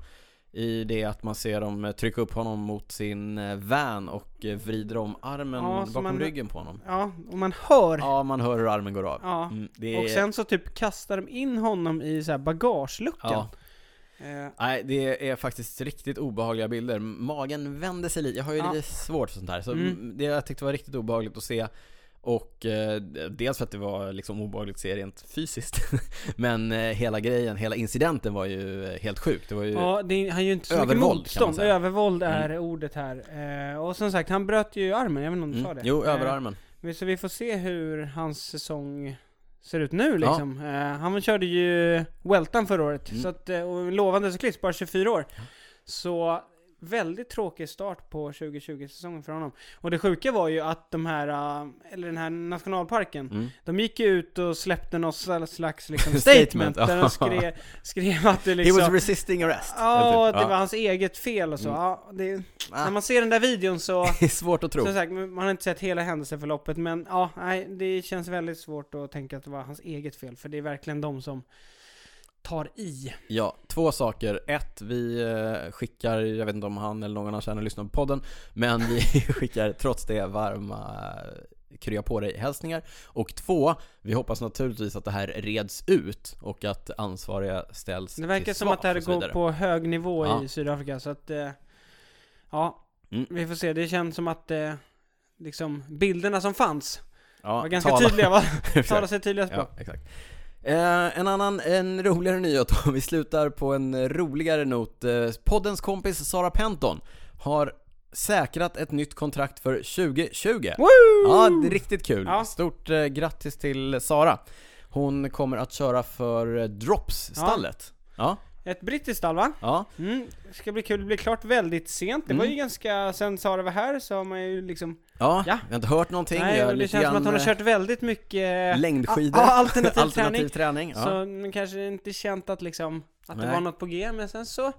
Speaker 1: I det att man ser dem eh, trycka upp honom mot sin eh, van och eh, vrider om armen
Speaker 2: Ja, så
Speaker 1: bakom
Speaker 2: man-
Speaker 1: ryggen på honom
Speaker 2: Ja, och man hör.
Speaker 1: Ja, man hör hur armen går av
Speaker 2: Ja.
Speaker 1: Mm, det är...
Speaker 2: Och sen så typ kastar de in honom i så här bagageluckan.
Speaker 1: Ja,
Speaker 2: Eh,
Speaker 1: nej det är faktiskt riktigt obehagliga bilder. Magen vänder sig lite, jag har ju
Speaker 2: Ja.
Speaker 1: lite svårt för sånt här. Så
Speaker 2: Mm.
Speaker 1: m- det jag tyckte var riktigt obehagligt att se. Och eh, dels för att det var liksom obehagligt att se rent fysiskt. Men eh, hela grejen, hela incidenten var ju eh, helt sjuk. Det var ju,
Speaker 2: Ja, det, han gör ju inte så
Speaker 1: Övervåld,
Speaker 2: mycket
Speaker 1: kan man
Speaker 2: motstånd.
Speaker 1: säga. Mm.
Speaker 2: Övervåld är ordet här. Eh, och som sagt, han bröt ju armen, jag vet inte om du sa
Speaker 1: mm,
Speaker 2: det?
Speaker 1: jo,
Speaker 2: Eh,
Speaker 1: överarmen.
Speaker 2: men Så vi får se hur hans säsong ser ut nu liksom. Eh, han körde ju Weltan förra året,
Speaker 1: Mm.
Speaker 2: så att, eh, och en lovande cyklist, bara 24 år. Så väldigt tråkig start på 2020-säsongen för honom. Och det sjuka var ju att de här, eh, eller den här nationalparken,
Speaker 1: Mm.
Speaker 2: de gick ju ut och släppte något slags liksom statement,
Speaker 1: Statement,
Speaker 2: där de
Speaker 1: ja.
Speaker 2: skrev, skrev att det
Speaker 1: He
Speaker 2: liksom...
Speaker 1: was resisting arrest.
Speaker 2: Ja,
Speaker 1: Eller typ.
Speaker 2: det var hans eget fel och så.
Speaker 1: Mm.
Speaker 2: Ja, det,
Speaker 1: Ah.
Speaker 2: När man ser den där videon så...
Speaker 1: Det är svårt att tro.
Speaker 2: Som sagt, man har inte sett hela händelseförloppet men ja, nej, det känns väldigt svårt att tänka att det var hans eget fel för det är verkligen de som tar i.
Speaker 1: Ja, två saker. Ett, vi eh, skickar, jag vet inte om han eller någon annan känner lyssnar på podden, men vi skickar trots det varma eh, krya på dig-hälsningar. Och två, vi hoppas naturligtvis att det här reds ut och att ansvariga ställs
Speaker 2: Det verkar
Speaker 1: till
Speaker 2: som att det här
Speaker 1: svars och så
Speaker 2: går
Speaker 1: vidare.
Speaker 2: på hög nivå
Speaker 1: Ja.
Speaker 2: i Sydafrika så att eh, ja,
Speaker 1: Mm.
Speaker 2: vi får se. Det känns som att eh, liksom bilderna som fanns
Speaker 1: ja,
Speaker 2: var ganska
Speaker 1: tala-
Speaker 2: tydliga va?
Speaker 1: Försök.
Speaker 2: Talar sitt tydliga språk.
Speaker 1: Ja, exakt. Eh, en annan, en roligare nyhet om vi slutar på en roligare not. Eh, poddens kompis Sara Penton har säkrat ett nytt kontrakt för 2020.
Speaker 2: Woo!
Speaker 1: Ja, det är riktigt kul.
Speaker 2: Ja.
Speaker 1: Stort eh, grattis till Sara. Hon kommer att köra för eh, Drops-stallet. Ja.
Speaker 2: Ett brittiskt stall va?
Speaker 1: ja.
Speaker 2: Mm. Ska bli kul, det blir klart väldigt sent. Det var
Speaker 1: Mm.
Speaker 2: ju ganska, sen Sara var här så har man ju liksom
Speaker 1: Ja.
Speaker 2: Ja.
Speaker 1: Jag har inte hört någonting.
Speaker 2: Nej,
Speaker 1: jag
Speaker 2: och det känns som att hon har
Speaker 1: eh,
Speaker 2: kört väldigt mycket
Speaker 1: längdskidor.
Speaker 2: Ja, ja, alternativ,
Speaker 1: alternativ träning.
Speaker 2: träning.
Speaker 1: Ja.
Speaker 2: Så man kanske inte känt att liksom, att det
Speaker 1: Nej.
Speaker 2: var något på G, men sen så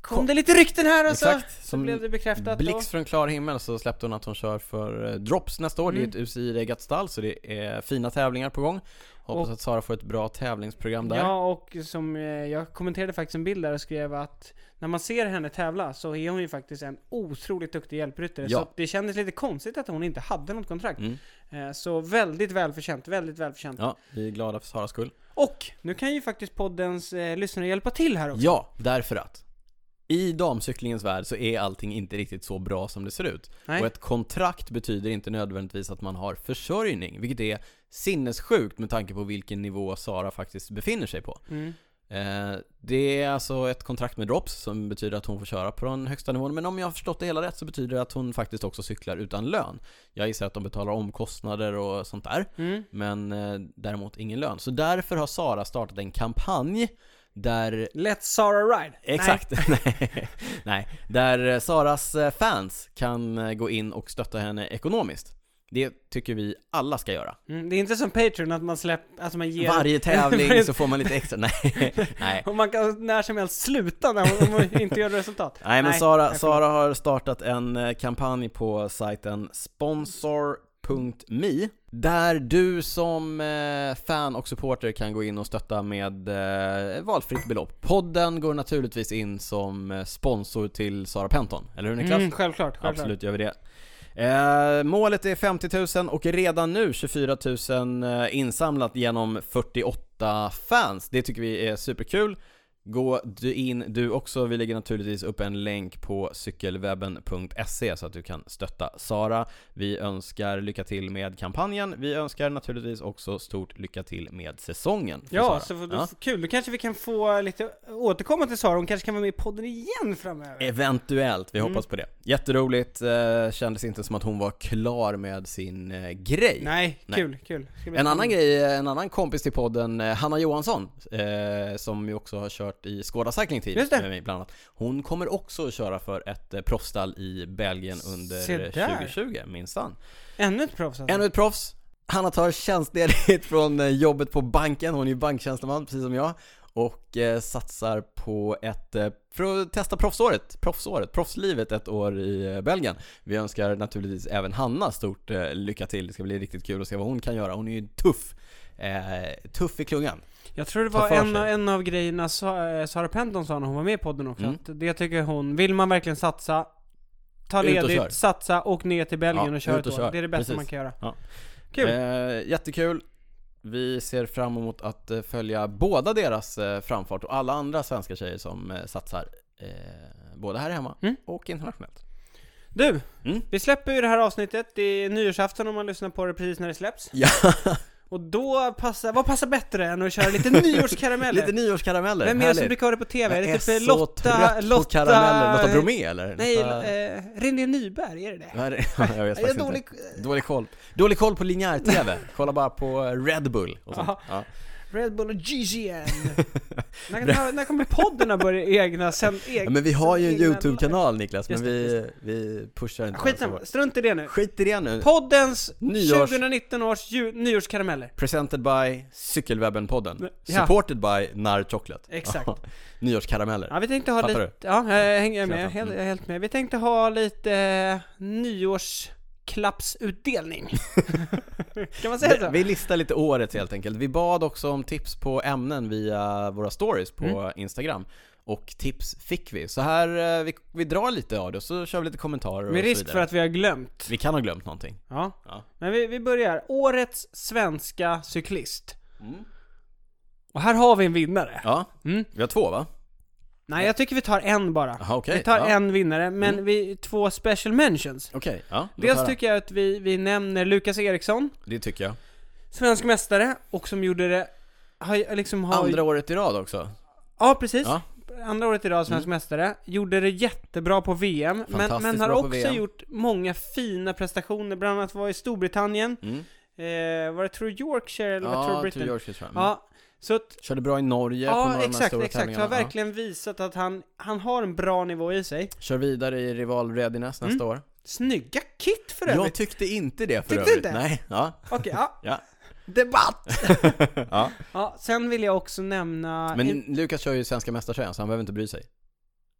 Speaker 2: kom det lite rykten här och så,
Speaker 1: Exakt.
Speaker 2: så
Speaker 1: Som
Speaker 2: blev det bekräftat. och-
Speaker 1: Blixt från klar himmel så släppte hon att hon kör för eh, Drops nästa år.
Speaker 2: Mm.
Speaker 1: Det är ett UCI-reggat stall så det är fina tävlingar på gång. Hoppas
Speaker 2: Och-
Speaker 1: att Sara får ett bra tävlingsprogram där.
Speaker 2: Ja, och som eh, jag kommenterade faktiskt en bild där och skrev att när man ser henne tävla så är hon ju faktiskt en otroligt duktig hjälpryttare.
Speaker 1: Ja.
Speaker 2: Så det kändes lite konstigt att hon inte hade något kontrakt.
Speaker 1: Mm.
Speaker 2: Eh, Så väldigt välförtjänt, väldigt välförtjänt.
Speaker 1: Ja, vi är glada för Saras skull.
Speaker 2: Och nu kan ju faktiskt poddens eh, lyssnare hjälpa till här också.
Speaker 1: Ja, därför att i damcyklingens värld så är allting inte riktigt så bra som det ser ut.
Speaker 2: Nej.
Speaker 1: Och ett kontrakt betyder inte nödvändigtvis att man har försörjning, vilket är sinnessjukt med tanke på vilken nivå Sara faktiskt befinner sig på.
Speaker 2: Mm.
Speaker 1: Eh, det är alltså ett kontrakt med Drops som betyder att hon får köra på den högsta nivån. Men om jag har förstått det hela rätt så betyder det att hon faktiskt också cyklar utan lön. Jag gissar att de betalar omkostnader och sånt där.
Speaker 2: Mm.
Speaker 1: Men eh, däremot ingen lön. Så därför har Sara startat en kampanj där
Speaker 2: Let Sara ride!
Speaker 1: Exakt, nej. nej. Där eh, Saras eh, fans kan eh, gå in och stötta henne ekonomiskt. Det tycker vi alla ska göra.
Speaker 2: Nej. Mm, det är inte som Patreon att man släpper, alltså man ger
Speaker 1: Varje tävling så får man lite extra, nej. nej.
Speaker 2: Och man kan när som helst sluta när man, om man inte gör resultat.
Speaker 1: Nej men
Speaker 2: Nej,
Speaker 1: Sara,
Speaker 2: jag
Speaker 1: Sara har startat en eh, kampanj på sajten sponsor.me Där du som eh, fan och supporter kan gå in och stötta med eh, valfritt belopp Podden går naturligtvis in som eh, sponsor till Sara Penton, eller hur Niklas?
Speaker 2: Mm, självklart, självklart.
Speaker 1: Absolut gör vi det Eh, målet är 50 000 och redan nu 24 000 eh, insamlat genom 48 fans. Det tycker vi är superkul. Gå du in du också. Vi lägger naturligtvis upp en länk på cykelwebben.se så att du kan stötta Sara. Vi önskar lycka till med kampanjen. Vi önskar naturligtvis också stort lycka till med säsongen. för Sara.
Speaker 2: Ja, så får, då,
Speaker 1: Ja.
Speaker 2: kul. Då kanske vi kan få lite återkomma till Sara, hon kanske kan vara med i podden igen framöver.
Speaker 1: Eh, Eventuellt,
Speaker 2: Mm.
Speaker 1: vi hoppas på det. Jätteroligt, eh, kändes inte som att hon var klar med sin eh, grej.
Speaker 2: Nej,
Speaker 1: Nej.
Speaker 2: kul, kul. Ska bli
Speaker 1: En annan
Speaker 2: spännande.
Speaker 1: grej, en annan kompis till podden, eh, Hanna Johansson, eh, som ju också har kört i Skåda Cycling Team
Speaker 2: Just det.
Speaker 1: med mig bland annat. Hon kommer också att köra för ett eh, proffsstall i Belgien under
Speaker 2: Se
Speaker 1: eh,
Speaker 2: där.
Speaker 1: 2020, minsann.
Speaker 2: Ännu ett proffs alltså.
Speaker 1: Ännu ett proffs. Hanna tar tjänstledigt från eh, jobbet på banken, hon är ju banktjänsteman precis som jag. och eh, satsar på ett, eh, för att testa proffsåret, proffsåret, proffslivet ett år i eh, Belgien. Vi önskar naturligtvis även Hanna stort eh, lycka till. Det ska bli riktigt kul att se vad hon kan göra. Hon är ju tuff, eh, tuff i klungan.
Speaker 2: Jag tror det
Speaker 1: Ta
Speaker 2: var
Speaker 1: för
Speaker 2: en,
Speaker 1: sig.
Speaker 2: en av grejerna Sa- eh, Sara Penton sa när hon var med i podden också,
Speaker 1: Mm.
Speaker 2: att det tycker hon, vill man verkligen satsa, ta
Speaker 1: Ut och kör.
Speaker 2: ledigt, satsa, åk ner till Belgien
Speaker 1: Ja,
Speaker 2: och kör
Speaker 1: ut
Speaker 2: ett
Speaker 1: och
Speaker 2: år.
Speaker 1: kör.
Speaker 2: Det är det bästa
Speaker 1: Precis.
Speaker 2: man kan göra.
Speaker 1: Ja.
Speaker 2: Kul!
Speaker 1: Eh, jättekul. Vi ser fram emot att eh, följa båda deras eh, framfart och alla andra svenska tjejer som eh, satsar. Eh, både här hemma
Speaker 2: Mm.
Speaker 1: och internationellt.
Speaker 2: Du!
Speaker 1: Mm.
Speaker 2: Vi släpper ju det här avsnittet, det är nyårsafton om man lyssnar på det precis när det släpps.
Speaker 1: Ja,
Speaker 2: Och då passar, vad passar bättre än att köra lite nyårskarameller?
Speaker 1: lite nyårskarameller.
Speaker 2: Vem är det
Speaker 1: Härligt.
Speaker 2: som brukar ha det på TV? Är
Speaker 1: Jag
Speaker 2: det
Speaker 1: är
Speaker 2: typ eh,
Speaker 1: så
Speaker 2: Lotta,
Speaker 1: trött på karameller. Lotta Bromé eller?
Speaker 2: Nej,
Speaker 1: Lotta...
Speaker 2: eh, René Nyberg, är det det?
Speaker 1: Vad är det? jag vet
Speaker 2: Jag är
Speaker 1: faktiskt
Speaker 2: dålig...
Speaker 1: inte. Dålig koll. Dålig koll på linjär-TV. Kolla bara på eh, Red Bull och sånt.
Speaker 2: Aha.
Speaker 1: Ja.
Speaker 2: Red Bull och GGN. när, när, när kommer podden att börja egna sen
Speaker 1: Ja,
Speaker 2: egen,
Speaker 1: men vi har ju en
Speaker 2: egna-
Speaker 1: YouTube-kanal Niklas, men
Speaker 2: Just det,
Speaker 1: vi, vi pushar inte
Speaker 2: Skitsamma,
Speaker 1: den så
Speaker 2: strunt i det
Speaker 1: hårt.
Speaker 2: nu.
Speaker 1: Skit i det nu.
Speaker 2: Poddens
Speaker 1: Nyårs-
Speaker 2: 2019 års ju, nyårskarameller.
Speaker 1: Presented by Cykelwebben-podden.
Speaker 2: Ja.
Speaker 1: Supported by Narr Chocolate.
Speaker 2: Exakt.
Speaker 1: Nyårskarameller.
Speaker 2: Ja, vi tänkte ha
Speaker 1: Fattar
Speaker 2: lite... Ja, jag hänger med.
Speaker 1: Klart, ja.
Speaker 2: Helt, jag är helt med. Vi tänkte ha lite eh, nyårsklappsutdelning. kan man säga
Speaker 1: Det-
Speaker 2: så?
Speaker 1: Vi listar lite året helt enkelt. Vi bad också om tips på ämnen via våra stories på
Speaker 2: Mm.
Speaker 1: Instagram. Och tips fick vi. Så här, eh, vi, vi drar lite av det och så kör vi lite kommentarer och
Speaker 2: Med
Speaker 1: så
Speaker 2: risk
Speaker 1: vidare.
Speaker 2: för att vi har glömt.
Speaker 1: Vi kan ha glömt någonting.
Speaker 2: Ja.
Speaker 1: Ja.
Speaker 2: Men vi, vi börjar. Årets svenska cyklist. Och här har vi en vinnare.
Speaker 1: Ja,
Speaker 2: Mm.
Speaker 1: vi har två va?
Speaker 2: Nej, jag tycker vi tar en bara.
Speaker 1: Jaha, okej.
Speaker 2: Vi tar
Speaker 1: Ja.
Speaker 2: en vinnare, men vi två special mentions.
Speaker 1: Okej, ja. då tar
Speaker 2: Dels
Speaker 1: jag.
Speaker 2: tycker jag att vi, vi nämner Lukas Eriksson,
Speaker 1: Det tycker jag.
Speaker 2: svensk mästare, och som gjorde det... Har, ju- liksom har,
Speaker 1: Andra året i rad också.
Speaker 2: Ja, precis.
Speaker 1: Ja. Mm.
Speaker 2: Andra året i rad svensk mästare. Gjorde det jättebra på VM, men,
Speaker 1: Fantastiskt
Speaker 2: men har
Speaker 1: bra på
Speaker 2: också
Speaker 1: VM.
Speaker 2: gjort många fina prestationer. Bland annat var i Storbritannien,
Speaker 1: Mm.
Speaker 2: eh, var det True Yorkshire eller var
Speaker 1: Ja,
Speaker 2: True
Speaker 1: True
Speaker 2: Britain?
Speaker 1: Yorkshire tror jag. Mm.
Speaker 2: Ja, så att,
Speaker 1: Körde bra i Norge på några
Speaker 2: ja
Speaker 1: av de här
Speaker 2: exakt,
Speaker 1: stora
Speaker 2: exakt. Har
Speaker 1: tävlingarna. Ja.
Speaker 2: verkligen visat att han, han har en bra nivå i sig.
Speaker 1: Kör vidare i rival Readiness nästa år.
Speaker 2: Snygga kit Mm. för övrigt!
Speaker 1: Jag tyckte inte det för
Speaker 2: Tyckte
Speaker 1: övrigt.
Speaker 2: inte?
Speaker 1: Nej. Ja.
Speaker 2: Okej, ja.
Speaker 1: ja.
Speaker 2: Debatt!
Speaker 1: ja.
Speaker 2: Ja, sen vill jag också nämna... Eh,
Speaker 1: Men Lukas kör ju svenska mästartröjan så han behöver inte bry sig.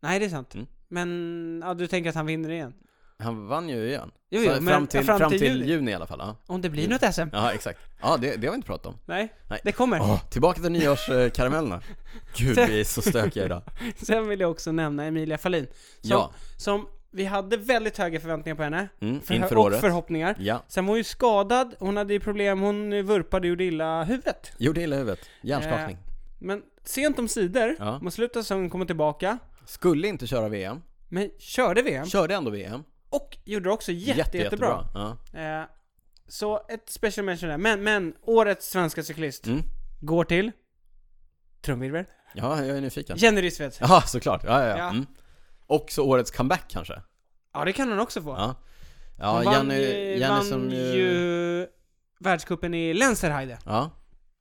Speaker 2: Nej, det är sant.
Speaker 1: Mm.
Speaker 2: Men, ja, du tänker att han vinner igen?
Speaker 1: Han vann ju igen.
Speaker 2: Jo,
Speaker 1: Så
Speaker 2: jo, men-
Speaker 1: fram, till,
Speaker 2: ja,
Speaker 1: fram, till juni. i alla fall. Ja,
Speaker 2: Om det blir något SM?
Speaker 1: ja exakt. Ja, det, det har vi inte pratat om.
Speaker 2: Nej,
Speaker 1: Nej.
Speaker 2: det kommer.
Speaker 1: Åh, tillbaka till nyårskaramellerna. Gud, vi är så stökiga idag.
Speaker 2: Sen vill jag också nämna Emilia Fahlin. Som,
Speaker 1: Ja.
Speaker 2: som vi hade väldigt höga förväntningar på henne.
Speaker 1: Mm,
Speaker 2: Förhö-
Speaker 1: inför
Speaker 2: och
Speaker 1: året.
Speaker 2: förhoppningar.
Speaker 1: Ja.
Speaker 2: Sen var hon ju skadad, hon hade ju problem, hon vurpade och gjorde illa huvudet.
Speaker 1: Gjorde illa i huvudet. Hjärnskakning.
Speaker 2: Eh. Men sent om sidor,
Speaker 1: Ja.
Speaker 2: mot slutet av säsongen kom hon tillbaka.
Speaker 1: Skulle inte köra VM.
Speaker 2: Men körde VM
Speaker 1: Körde ändå VM.
Speaker 2: och gjorde det också jätte, jättebra.
Speaker 1: Ja.
Speaker 2: Eh, så ett special mention där. Men, men årets svenska cyklist
Speaker 1: Mm.
Speaker 2: går till... Trumvirvel.
Speaker 1: ja, jag är nyfiken.
Speaker 2: Jenny Rissved.
Speaker 1: Ja, såklart. Ja, ja, ja.
Speaker 2: Ja.
Speaker 1: Mm. Också årets comeback kanske.
Speaker 2: Ja, det kan hon också få.
Speaker 1: Ja, ja
Speaker 2: Hon vann,
Speaker 1: Jenny,
Speaker 2: ju-
Speaker 1: Jenny
Speaker 2: vann
Speaker 1: som ju...
Speaker 2: ju världscupen i Lenzerheide.
Speaker 1: Ja.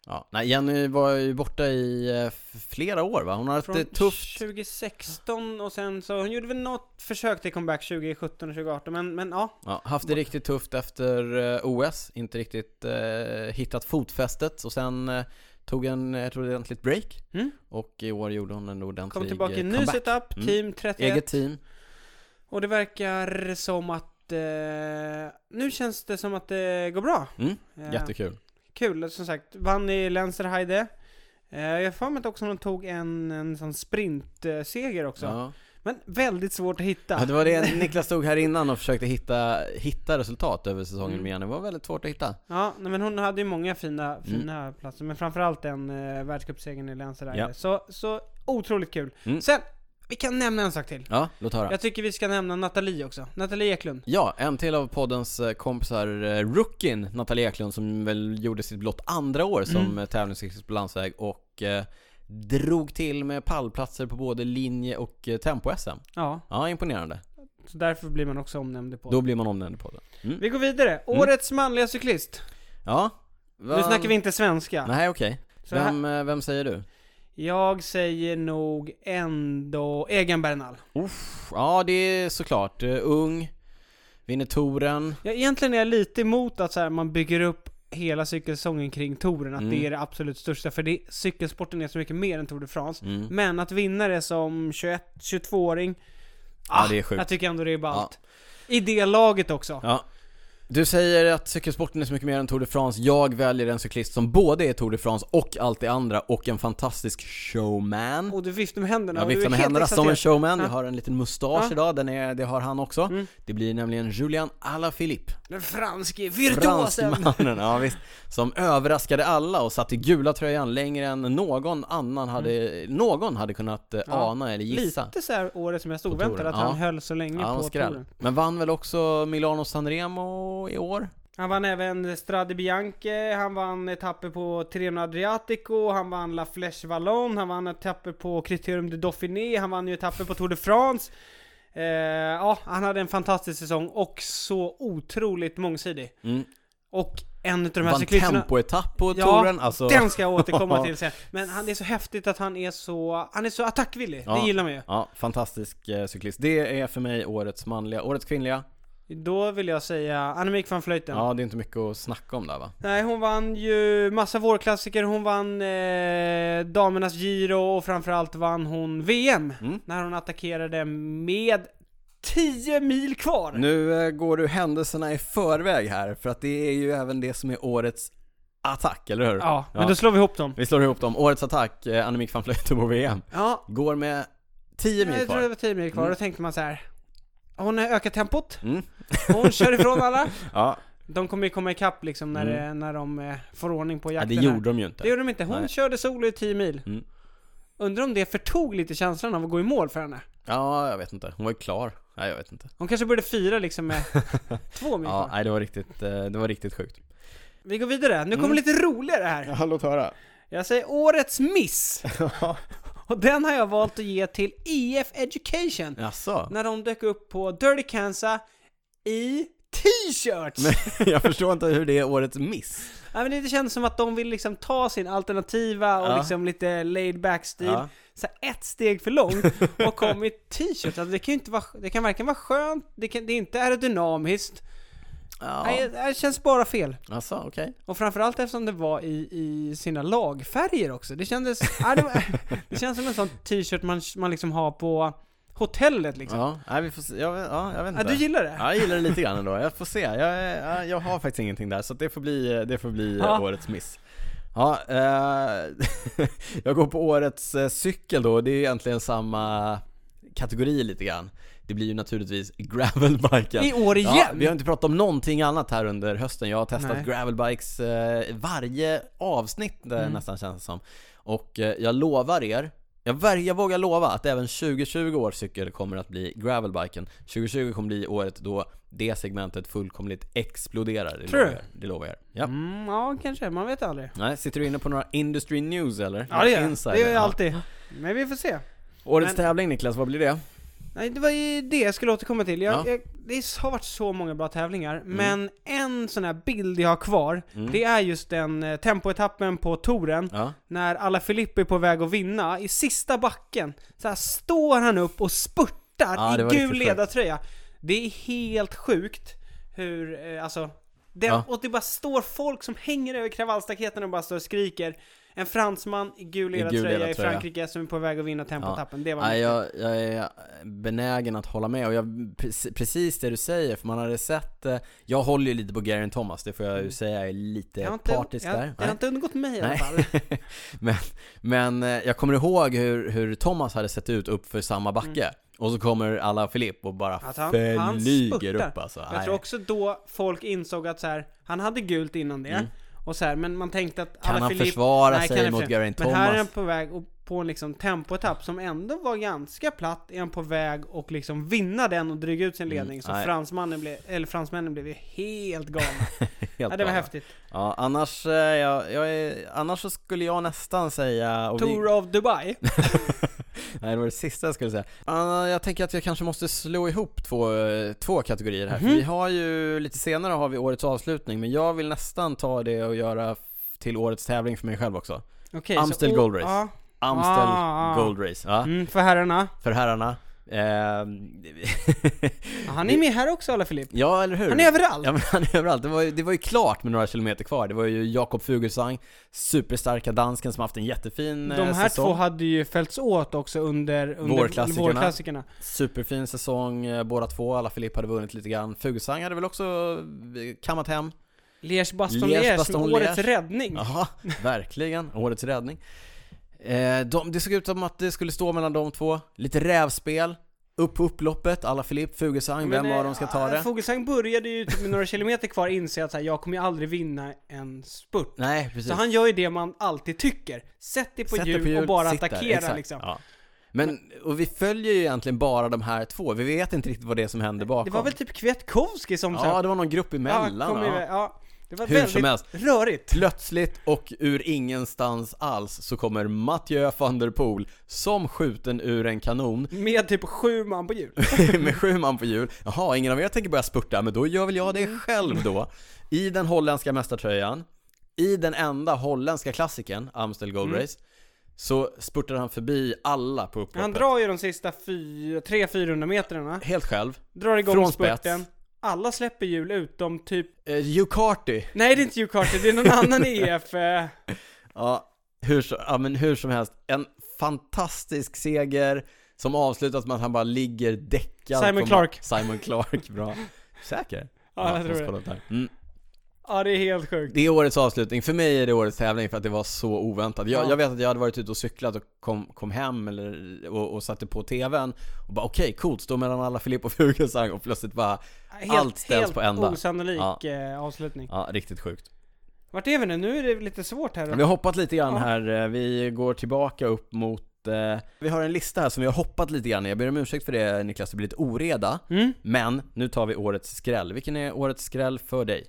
Speaker 1: ja. Nej, Jenny var ju borta i eh, f- flera år va? Hon har haft
Speaker 2: Från
Speaker 1: det tufft.
Speaker 2: 2016 och sen så, hon gjorde väl något försök till comeback 2017 och 2018 men, men ja.
Speaker 1: Ja, haft det riktigt tufft efter eh, OS, inte riktigt eh, hittat fotfästet och sen eh, tog en, jag tror, ordentligt break.
Speaker 2: Mm.
Speaker 1: Och i år gjorde hon en ordentlig
Speaker 2: Kom tillbaka i
Speaker 1: eh,
Speaker 2: ny
Speaker 1: comeback.
Speaker 2: setup,
Speaker 1: Mm.
Speaker 2: team 31.
Speaker 1: Eget team.
Speaker 2: Och det verkar som att eh, nu känns det som att det går bra.
Speaker 1: Mm.
Speaker 2: Eh,
Speaker 1: Jättekul.
Speaker 2: Kul, som sagt. Vann i Lenzerheide. Eh, jag har för mig att också hon tog en, en sån sprintseger också.
Speaker 1: Ja.
Speaker 2: Men väldigt svårt att hitta.
Speaker 1: ja, det var det Niklas stod här innan och försökte hitta, hitta resultat över säsongen
Speaker 2: Mm.
Speaker 1: med Jenny. Det var väldigt svårt att hitta.
Speaker 2: Ja, nej, men hon hade ju många fina,
Speaker 1: Mm.
Speaker 2: fina platser, men framförallt den eh, världscupsegern i Lenzerheide.
Speaker 1: Ja.
Speaker 2: Så, så otroligt kul.
Speaker 1: Mm.
Speaker 2: Sen, vi kan nämna en sak till.
Speaker 1: Ja, låt höra.
Speaker 2: Jag tycker vi ska nämna Nathalie också. Nathalie Eklund.
Speaker 1: Ja, en till av poddens eh, kompisar, eh, rookien Nathalie Eklund som väl gjorde sitt blott andra år som mm. tävlingscyklist på landsväg och eh, drog till med pallplatser på både linje och eh, tempo-SM.
Speaker 2: Ja,
Speaker 1: Ja, imponerande.
Speaker 2: så därför blir man också omnämnd på.
Speaker 1: Då blir man omnämnd i podden. Mm.
Speaker 2: Vi går vidare. Årets manliga cyklist.
Speaker 1: Ja. Va-
Speaker 2: Nu snackar vi inte svenska.
Speaker 1: Nej, okej.
Speaker 2: Så här-
Speaker 1: Vem, eh, vem säger du?
Speaker 2: Jag säger nog ändå Egan Bernal.
Speaker 1: Uff, ja, det är såklart. eh, Ung, vinner touren.
Speaker 2: Ja, egentligen är jag lite emot att så här, man bygger upp hela cykelsäsongen kring touren, att
Speaker 1: Mm.
Speaker 2: det är det absolut största. För det, cykelsporten är så mycket mer än Tour de France.
Speaker 1: Mm.
Speaker 2: Men att vinna det som 21-22-åring,
Speaker 1: Ja, det är sjukt.
Speaker 2: jag tycker ändå det är ballt. I det laget också.
Speaker 1: Ja. Du säger att cykelsporten är så mycket mer än Tour de France. Jag väljer en cyklist som både är Tour de France och allt det andra och en fantastisk showman.
Speaker 2: Och du viftar med händerna.
Speaker 1: Jag
Speaker 2: och du
Speaker 1: viftar
Speaker 2: är
Speaker 1: med
Speaker 2: helt
Speaker 1: händerna som en
Speaker 2: exalterad.
Speaker 1: showman, jag
Speaker 2: Ja.
Speaker 1: har en liten mustasch
Speaker 2: Ja.
Speaker 1: idag, den är, det har han också.
Speaker 2: Mm.
Speaker 1: Det blir nämligen Julian Alaphilippe,
Speaker 2: Den franske virtuosen!
Speaker 1: fransmannen, ja, visst, som överraskade alla och satt i gula tröjan längre än någon annan hade, någon hade kunnat eh,
Speaker 2: Mm. Ja.
Speaker 1: ana eller gissa.
Speaker 2: Lite så här året som jag
Speaker 1: På
Speaker 2: stod väntade
Speaker 1: touren,
Speaker 2: att
Speaker 1: ja.
Speaker 2: han höll så länge
Speaker 1: Ja, han var
Speaker 2: på
Speaker 1: skräll.
Speaker 2: touren.
Speaker 1: Men vann väl också Milano Sanremo i år?
Speaker 2: Han vann även Strade Bianche, han vann etapper på Tirreno Adriatico, han vann La Flèche Wallonne, han vann etapper på Criterium de Dauphiné, han vann ju etapper på Tour de France. Eh, ja, han hade en fantastisk säsong och så otroligt mångsidig.
Speaker 1: Mm.
Speaker 2: Och en utav de här
Speaker 1: Vann
Speaker 2: cyklisterna...
Speaker 1: tempoetapp på
Speaker 2: Ja,
Speaker 1: touren, alltså.
Speaker 2: Den ska jag återkomma till sen. Men han det är så häftigt att han är så, han är så attackvillig.
Speaker 1: Ja.
Speaker 2: Det gillar man ju.
Speaker 1: Ja, fantastisk eh, cyklist. Det är för mig årets manliga. Årets kvinnliga?
Speaker 2: Då vill jag säga Annemiek van Vleuten.
Speaker 1: Ja, det är inte mycket att snacka om där va?
Speaker 2: Nej, hon vann ju massa vårklassiker. Hon vann eh, damernas Giro och framförallt vann hon VM.
Speaker 1: Mm.
Speaker 2: När hon attackerade med 10 mil kvar!
Speaker 1: Nu eh, går du händelserna i förväg här, för att det är ju även det som är årets attack, eller hur?
Speaker 2: Ja, men då slår vi ihop dem.
Speaker 1: Vi slår ihop dem. Årets attack, eh, Annemiek van Vleuten på VM.
Speaker 2: Ja,
Speaker 1: Går med 10 mil
Speaker 2: jag tror det
Speaker 1: kvar.
Speaker 2: var 10 mil kvar. Då tänkte man så här. Hon har ökat tempot.
Speaker 1: Mm.
Speaker 2: Hon kör ifrån alla.
Speaker 1: Ja,
Speaker 2: De kommer ju komma ikapp liksom när, det, när de eh, får ordning på
Speaker 1: Mm. ja,
Speaker 2: jakten.
Speaker 1: det
Speaker 2: här.
Speaker 1: gjorde de ju
Speaker 2: det
Speaker 1: inte.
Speaker 2: gjorde de inte. Hon
Speaker 1: Nej.
Speaker 2: körde solo i 10 mil.
Speaker 1: Mm.
Speaker 2: Undrar om det förtog lite känslan av att gå i mål för henne.
Speaker 1: Ja, jag vet inte. Hon var ju klar. Nej, jag vet inte.
Speaker 2: Hon kanske började fira liksom med två mil
Speaker 1: Ja,
Speaker 2: kvar.
Speaker 1: nej, det var riktigt, eh, det var riktigt sjukt.
Speaker 2: Vi går vidare, nu kommer lite roligare här.
Speaker 1: Mm. Ja, låt höra.
Speaker 2: Jag säger årets miss. Och den har jag valt att ge till EF Education.
Speaker 1: Jaså?
Speaker 2: När de dök upp på Dirty Kansas i t-shirts!
Speaker 1: Men jag förstår inte hur det är årets miss.
Speaker 2: Nej, men det känns som att de vill liksom ta sin alternativa och
Speaker 1: Ja.
Speaker 2: liksom lite laid back stil,
Speaker 1: Ja.
Speaker 2: så här ett steg för långt och kom i t-shirts. Alltså det kan ju inte vara, det kan varken vara skönt, det, kan, det är inte aerodynamiskt. Nej, det här känns bara fel.
Speaker 1: Jaså, okej.
Speaker 2: Och framförallt eftersom det var i, i sina lagfärger också. Det kändes... ja, det, var, det känns som en sån t-shirt man, man liksom har på hotellet liksom.
Speaker 1: Ja, nej, vi får se. Jag, vet- ja, jag vet
Speaker 2: Ja,
Speaker 1: inte.
Speaker 2: du gillar det?
Speaker 1: Ja, jag gillar det lite grann ändå. Jag får se. Jag, är- ja, jag har faktiskt ingenting där, så att det får bli, det får bli eh,
Speaker 2: Ja.
Speaker 1: årets miss. Ja, eh, jag går på årets eh, cykel då. Det är ju egentligen samma kategori lite grann. Det blir ju naturligtvis gravelbiken.
Speaker 2: I år igen!
Speaker 1: Ja, vi har inte pratat om någonting annat här under hösten. Jag har testat
Speaker 2: Nej.
Speaker 1: gravelbikes eh, varje avsnitt
Speaker 2: Mm.
Speaker 1: eh, nästan känns det som. Och eh, jag lovar er, jag, vär, jag vågar lova att även 2020 års cykel kommer att bli gravelbiken. 2020 kommer bli året då det segmentet fullkomligt exploderar. Det
Speaker 2: Tror
Speaker 1: lovar
Speaker 2: du?
Speaker 1: jag. Det lovar jag. Ja.
Speaker 2: Mm, ja, kanske. Man vet aldrig.
Speaker 1: Nej, sitter du inne på några industry news eller?
Speaker 2: Ja, det gör jag.
Speaker 1: Insider?
Speaker 2: Det gör
Speaker 1: Ja.
Speaker 2: jag alltid. Men vi får se.
Speaker 1: Årets
Speaker 2: Men-
Speaker 1: tävling Niklas, vad blir det?
Speaker 2: Nej, det var ju det jag skulle återkomma till. Jag,
Speaker 1: Ja. Mm.
Speaker 2: jag, det har varit så många bra tävlingar, men en sån här bild jag har kvar, det är just den eh, tempoetappen på touren.
Speaker 1: Ja.
Speaker 2: när alla Filippo är på väg att vinna, i sista backen, så här står han upp och spurtar
Speaker 1: Ja, det var
Speaker 2: i gul
Speaker 1: riktigt sjukt.
Speaker 2: ledartröja. Det är helt sjukt hur, eh, alltså, den,
Speaker 1: Ja.
Speaker 2: och det bara står folk som hänger över kravallstaketen och bara står och skriker. En fransman i gul ledartröja i
Speaker 1: ledartröja.
Speaker 2: Frankrike som är på väg att vinna tempotappen. Det var
Speaker 1: Nej,
Speaker 2: mäktigt.
Speaker 1: jag, jag är benägen att hålla med och jag, preci- precis det du säger, för man hade sett, eh, jag håller ju lite på Geraint Thomas, det får jag ju säga, jag är lite
Speaker 2: Mm. Jag har inte-
Speaker 1: partisk
Speaker 2: jag-
Speaker 1: där.
Speaker 2: Det har
Speaker 1: Nej.
Speaker 2: inte undgått mig i alla
Speaker 1: Nej.
Speaker 2: fall.
Speaker 1: men, men eh, jag kommer ihåg hur, hur Thomas hade sett ut upp för samma backe, och så kommer alla Filipp och bara
Speaker 2: Mm. Att han- han
Speaker 1: flyger
Speaker 2: spurtar.
Speaker 1: upp alltså.
Speaker 2: Men Jag
Speaker 1: Nej.
Speaker 2: tror också då folk insåg att så här, han hade gult innan det. Och så här, men man tänkte att
Speaker 1: Mm. Kan han
Speaker 2: Alaphilippe-
Speaker 1: försvara
Speaker 2: Nej,
Speaker 1: sig
Speaker 2: kan han
Speaker 1: mot
Speaker 2: försvara-
Speaker 1: Geraint
Speaker 2: Men här är han
Speaker 1: Thomas?
Speaker 2: på väg och på en liksom tempoetapp som ändå var ganska platt, är han på väg och liksom vinna den och dryga ut sin ledning. så
Speaker 1: Mm, nej.
Speaker 2: fransmannen blev, eller fransmännen blev ju helt galna.
Speaker 1: Helt
Speaker 2: ja, det var
Speaker 1: bra.
Speaker 2: häftigt.
Speaker 1: Ja, annars, eh, jag, jag är, annars så skulle jag nästan säga... och vi-
Speaker 2: Tour of
Speaker 1: Mm.
Speaker 2: Dubai.
Speaker 1: Nej, det var det sista jag skulle säga. Ah, jag tänker att jag kanske måste slå ihop två, eh, två kategorier här.
Speaker 2: Mhm.
Speaker 1: För vi har ju, lite senare har vi årets avslutning, men jag vill nästan ta det och göra f- till årets tävling för mig själv också.
Speaker 2: Okej,
Speaker 1: Amstel
Speaker 2: så-
Speaker 1: Gold Race.
Speaker 2: Ja,
Speaker 1: Amstel
Speaker 2: Ah.
Speaker 1: Gold Race, ja.
Speaker 2: mm, för herrarna.
Speaker 1: För herrarna. Eh,
Speaker 2: Han är med här också, Alla Filip.
Speaker 1: ja, eller hur?
Speaker 2: Han är överallt.
Speaker 1: Ja, men han är överallt. Det var, ju, det var ju klart med några kilometer kvar. Det var ju Jakob Fuglesang, superstarka dansken som haft en jättefin eh,
Speaker 2: De här
Speaker 1: säsong.
Speaker 2: två hade ju fällts åt också under, under
Speaker 1: Vårklassikerna.
Speaker 2: vårklassikerna.
Speaker 1: Superfin säsong eh, båda två. Alla Filip hade vunnit lite grann. Fuglesang hade väl också eh, kammat hem.
Speaker 2: Liège Baston
Speaker 1: Liège,
Speaker 2: Liège, som
Speaker 1: Bastogne,
Speaker 2: årets
Speaker 1: Liège.
Speaker 2: räddning.
Speaker 1: Jaha, verkligen. Årets räddning. Eh, de, det såg ut som att det skulle stå mellan de två. Lite rävspel. Upp på upploppet. Alla Filip, Fuglesang. Vem
Speaker 2: eh,
Speaker 1: av dem ska ta det?
Speaker 2: Fuglesang började ju typ med några kilometer kvar inse att så här, jag kommer ju aldrig vinna en spurt.
Speaker 1: Nej, precis.
Speaker 2: Så han gör ju det man alltid tycker. Sätt dig på
Speaker 1: Sätt dig
Speaker 2: hjul och bara
Speaker 1: sitt där,
Speaker 2: attackera
Speaker 1: exakt.
Speaker 2: liksom.
Speaker 1: Ja. Men, och vi följer ju egentligen bara de här två. Vi vet inte riktigt vad det är som händer bakom.
Speaker 2: Det var väl typ Kwiatkowski som så här,
Speaker 1: Ja, det var någon grupp
Speaker 2: ja,
Speaker 1: emellan.
Speaker 2: kom
Speaker 1: Ja,
Speaker 2: i- ja. Det var
Speaker 1: Hur
Speaker 2: väldigt
Speaker 1: som helst.
Speaker 2: rörigt.
Speaker 1: Plötsligt och ur ingenstans alls så kommer Mathieu van der Poel som skjuten ur en kanon
Speaker 2: Med typ sju man på hjul.
Speaker 1: med sju man på hjul. Jaha, ingen av er tänker börja spurta, men då gör väl jag
Speaker 2: Mm.
Speaker 1: det själv då. I den holländska mästartröjan, i den enda holländska klassikern, Amstel Gold
Speaker 2: Mm.
Speaker 1: Race, så spurtar han förbi alla på upploppet.
Speaker 2: Han drar ju de sista 300-400 metrarna.
Speaker 1: Helt själv.
Speaker 2: Drar igång
Speaker 1: Från spets.
Speaker 2: spurten. Alla släpper hjul utom typ...
Speaker 1: Eh, Hugh Carty.
Speaker 2: Nej det är inte Hugh Carter, det är någon annan i EF. eh,
Speaker 1: Ja, hur, så, ja, men hur som helst. En fantastisk seger som avslutas med att han bara ligger däckad.
Speaker 2: Simon
Speaker 1: på ma-
Speaker 2: Clark.
Speaker 1: Simon Clark, bra. Säker?
Speaker 2: Ja, jag tror
Speaker 1: måste
Speaker 2: det.
Speaker 1: kolla upp här. Mm.
Speaker 2: Ja det är helt sjukt.
Speaker 1: Det är årets avslutning. För mig är det årets tävling för att det var så oväntat. Jag,
Speaker 2: Ja.
Speaker 1: jag vet att jag hade varit ute och cyklat och kom, kom hem eller, och, och satte på TVn och bara okej, coolt, stå mellan alla Filip och Fuglesang och plötsligt bara,
Speaker 2: Helt,
Speaker 1: allt ställs på ända.
Speaker 2: Helt osannolik
Speaker 1: Ja.
Speaker 2: eh, avslutning.
Speaker 1: ja, riktigt sjukt.
Speaker 2: Vart är vi nu? Nu är det lite svårt här.
Speaker 1: Vi
Speaker 2: då.
Speaker 1: har hoppat lite grann
Speaker 2: Ja.
Speaker 1: här, Eh, vi går tillbaka upp mot eh, Vi har en lista här som vi har hoppat lite grann i. jag ber om ursäkt för det Niklas, det blir lite oreda
Speaker 2: Mm.
Speaker 1: Men nu tar vi årets skräll, vilken är årets skräll för dig?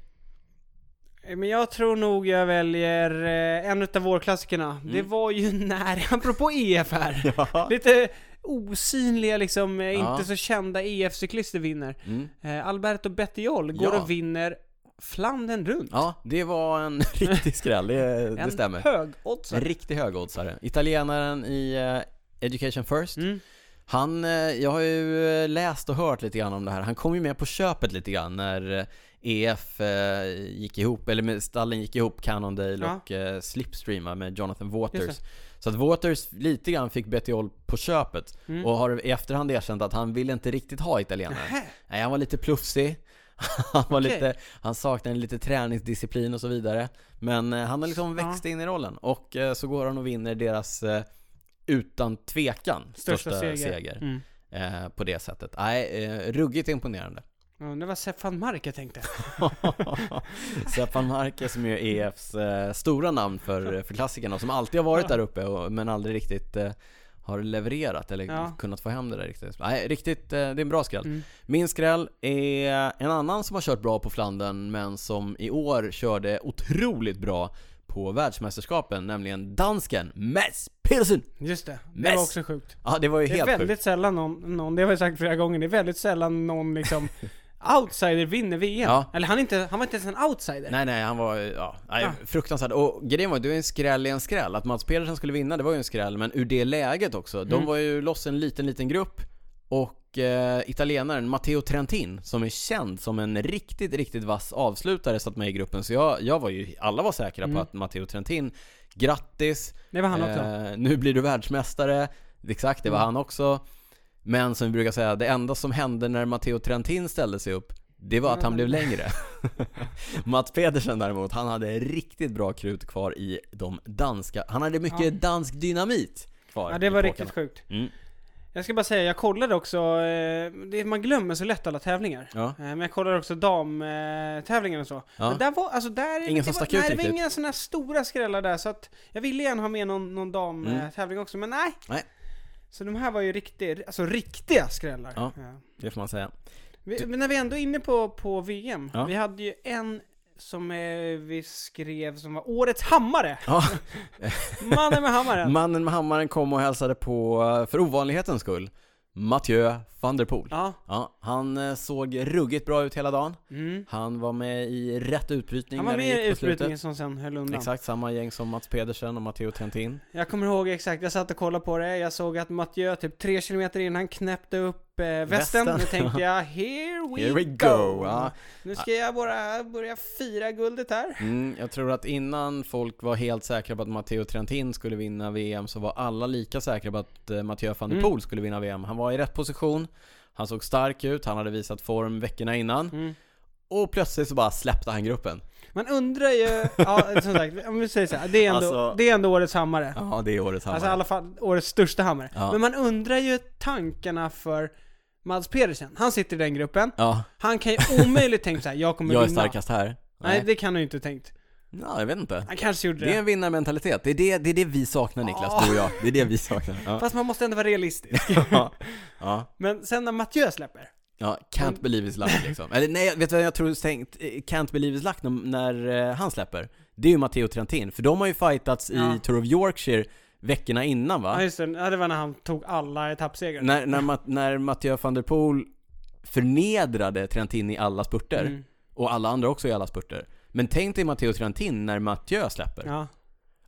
Speaker 2: Eh, Men jag tror nog jag väljer eh, en utav vårklassikerna. Det var ju när, apropå EF här.
Speaker 1: Mm. Ja.
Speaker 2: Lite osynliga liksom, eh,
Speaker 1: Ja.
Speaker 2: inte så kända EF-cyklister vinner.
Speaker 1: Mm.
Speaker 2: Eh, Alberto Bettiol går
Speaker 1: Ja.
Speaker 2: och vinner Flandern runt.
Speaker 1: Ja, det var en riktig skräll, det, det
Speaker 2: en
Speaker 1: stämmer
Speaker 2: hög
Speaker 1: En riktig högoddsare. Italienaren i eh, Education First.
Speaker 2: Mm.
Speaker 1: Han, eh, jag har ju eh, läst och hört lite grann om det här. Han kom ju med på köpet lite grann när eh, EF eh, gick ihop, eller med stallen gick ihop, Cannondale
Speaker 2: Ja.
Speaker 1: och eh, Slipstream va, med Jonathan
Speaker 2: Just
Speaker 1: Waters. Så att Waters lite grann fick Bettiol på köpet
Speaker 2: Mm.
Speaker 1: och har i efterhand erkänt att han ville inte riktigt ha italienaren.
Speaker 2: Nähä.
Speaker 1: Nej, han var lite plufsig. Han, var
Speaker 2: Okej.
Speaker 1: lite, han saknade lite träningsdisciplin och så vidare. Men eh, han har liksom
Speaker 2: Ja.
Speaker 1: växt in i rollen. Och eh, så går han och vinner deras eh, utan tvekan största,
Speaker 2: Största seger.
Speaker 1: seger.
Speaker 2: Mm.
Speaker 1: Eh, på det sättet. Nej, eh, ruggigt imponerande.
Speaker 2: Jag undrar vad Sepp van Mark jag tänkte.
Speaker 1: Stefan Marke som ju är EFs eh, stora namn för, för klassikerna och som alltid har varit där uppe och, men aldrig riktigt eh, har levererat eller
Speaker 2: Ja.
Speaker 1: kunnat få hem det där riktigt. Nej, riktigt, eh, det är en bra skräll.
Speaker 2: Mm.
Speaker 1: Min skräll är en annan som har kört bra på Flandern men som i år körde otroligt bra på världsmästerskapen, nämligen dansken Mats Pilsen!
Speaker 2: Just det, det
Speaker 1: Mess.
Speaker 2: var också sjukt.
Speaker 1: Ja, det var ju
Speaker 2: Det är
Speaker 1: helt sjukt.
Speaker 2: väldigt sällan någon, någon, det har jag sagt flera gånger, det är väldigt sällan någon liksom outsider vinner VM.
Speaker 1: Ja.
Speaker 2: Eller han, är inte, han var inte ens en outsider.
Speaker 1: Nej, nej, han var, ja, nej,
Speaker 2: Ah.
Speaker 1: fruktansvärd. Och grejen var ju, det var ju en skräll i en skräll. Att Mats Pedersen skulle vinna, det var ju en skräll. Men ur det läget också. De var ju loss en liten, liten grupp. Och eh, italienaren Matteo Trentin, som är känd som en riktigt, riktigt vass avslutare, satt med i gruppen. Så jag, jag var ju, alla var säkra på att Matteo Trentin, grattis!
Speaker 2: Det var han också. Mm.
Speaker 1: Eh, nu blir du världsmästare. Exakt, det var han också. Men som vi brukar säga, det enda som hände när Matteo Trentin ställde sig upp, det var att han blev
Speaker 2: Mm.
Speaker 1: längre. Mats Pedersen däremot, han hade riktigt bra krut kvar i de danska, han hade mycket dansk dynamit kvar
Speaker 2: Ja, det var
Speaker 1: i
Speaker 2: riktigt
Speaker 1: påkarna.
Speaker 2: sjukt.
Speaker 1: Mm.
Speaker 2: Jag ska bara säga, jag kollade också, eh, det, man glömmer så lätt alla tävlingar.
Speaker 1: Ja.
Speaker 2: Eh, Men jag kollade också damtävlingen och så.
Speaker 1: Ja.
Speaker 2: Men där var, alltså där,
Speaker 1: Ingen som
Speaker 2: det var,
Speaker 1: stack ut
Speaker 2: nej, det var
Speaker 1: riktigt.
Speaker 2: inga sådana stora skrällar där så att jag ville gärna ha med någon, någon damtävling också, men nej.
Speaker 1: Nej.
Speaker 2: Så de här var ju riktiga, alltså riktiga skrällar.
Speaker 1: Ja. Det får man säga.
Speaker 2: Vi, men när vi ändå är inne på, på VM,
Speaker 1: Ja.
Speaker 2: vi hade ju en som eh, vi skrev som var årets hammare!
Speaker 1: Ja,
Speaker 2: Mannen med hammaren!
Speaker 1: mannen med hammaren kom och hälsade på eh, för ovanlighetens skull. Mathieu van der Poel.
Speaker 2: Ja.
Speaker 1: Ja, han eh, såg ruggigt bra ut hela dagen.
Speaker 2: Mm.
Speaker 1: Han var med i rätt utbrytning
Speaker 2: Han var
Speaker 1: när det
Speaker 2: med i
Speaker 1: gick på slutet.
Speaker 2: utbrytningen som sen höll undan.
Speaker 1: Exakt samma gäng som Mats Pedersen och Matteo Tentin.
Speaker 2: Jag kommer ihåg exakt, jag satt och kollade på det, jag såg att Mathieu typ tre kilometer in, han knäppte upp eh, västen.
Speaker 1: Västen.
Speaker 2: Nu tänkte jag, here we,
Speaker 1: Here we
Speaker 2: go!
Speaker 1: go, ja.
Speaker 2: Nu ska jag bara börja fira guldet här.
Speaker 1: Mm, jag tror att innan folk var helt säkra på att Matteo Trentin skulle vinna VM så var alla lika säkra på att eh, Mathieu van der
Speaker 2: Mm.
Speaker 1: Poel skulle vinna VM. Han var i rätt position, han såg stark ut, han hade visat form veckorna innan
Speaker 2: Mm.
Speaker 1: och plötsligt så bara släppte han gruppen.
Speaker 2: Man undrar ju, ja som sagt, om vi säger så här, det är ändå,
Speaker 1: Alltså-
Speaker 2: det är ändå årets hammare.
Speaker 1: Ja, det är årets
Speaker 2: Alltså i
Speaker 1: hammare.
Speaker 2: alla fall årets största hammare.
Speaker 1: Ja.
Speaker 2: Men man undrar ju tankarna för Mads Pedersen. Han sitter i den gruppen.
Speaker 1: Ja,
Speaker 2: Han kan ju omöjligt tänkt så här, jag kommer
Speaker 1: jag är
Speaker 2: vinna.
Speaker 1: starkast här.
Speaker 2: Nej,
Speaker 1: Nej,
Speaker 2: det kan han ju inte tänkt.
Speaker 1: ja, jag vet inte.
Speaker 2: Han kanske gjorde det.
Speaker 1: Det är en vinnarmentalitet. Det är det, det, är det vi saknar Niklas,
Speaker 2: Ja.
Speaker 1: du och jag. Det är det vi saknar. Ja.
Speaker 2: Fast man måste ändå vara realistisk.
Speaker 1: Ja. Ja.
Speaker 2: Men sen när Mathieu släpper.
Speaker 1: Ja, Can't believe it's luck liksom. Eller nej, vet du vad jag tror tänkt? Eh, Can't believe it's luck när, när eh, han släpper? Det är ju Matteo Trentin, för de har ju fightats
Speaker 2: Ja.
Speaker 1: i Tour of Yorkshire veckorna innan va?
Speaker 2: Ja just det, ja, det var när han tog alla etappsegrar.
Speaker 1: När, när, Mat- när Matteo van der Poel förnedrade Trentin i alla spurter,
Speaker 2: Mm.
Speaker 1: och alla andra också i alla spurter. Men tänk dig Matteo Trentin när Matteo släpper.
Speaker 2: Ja.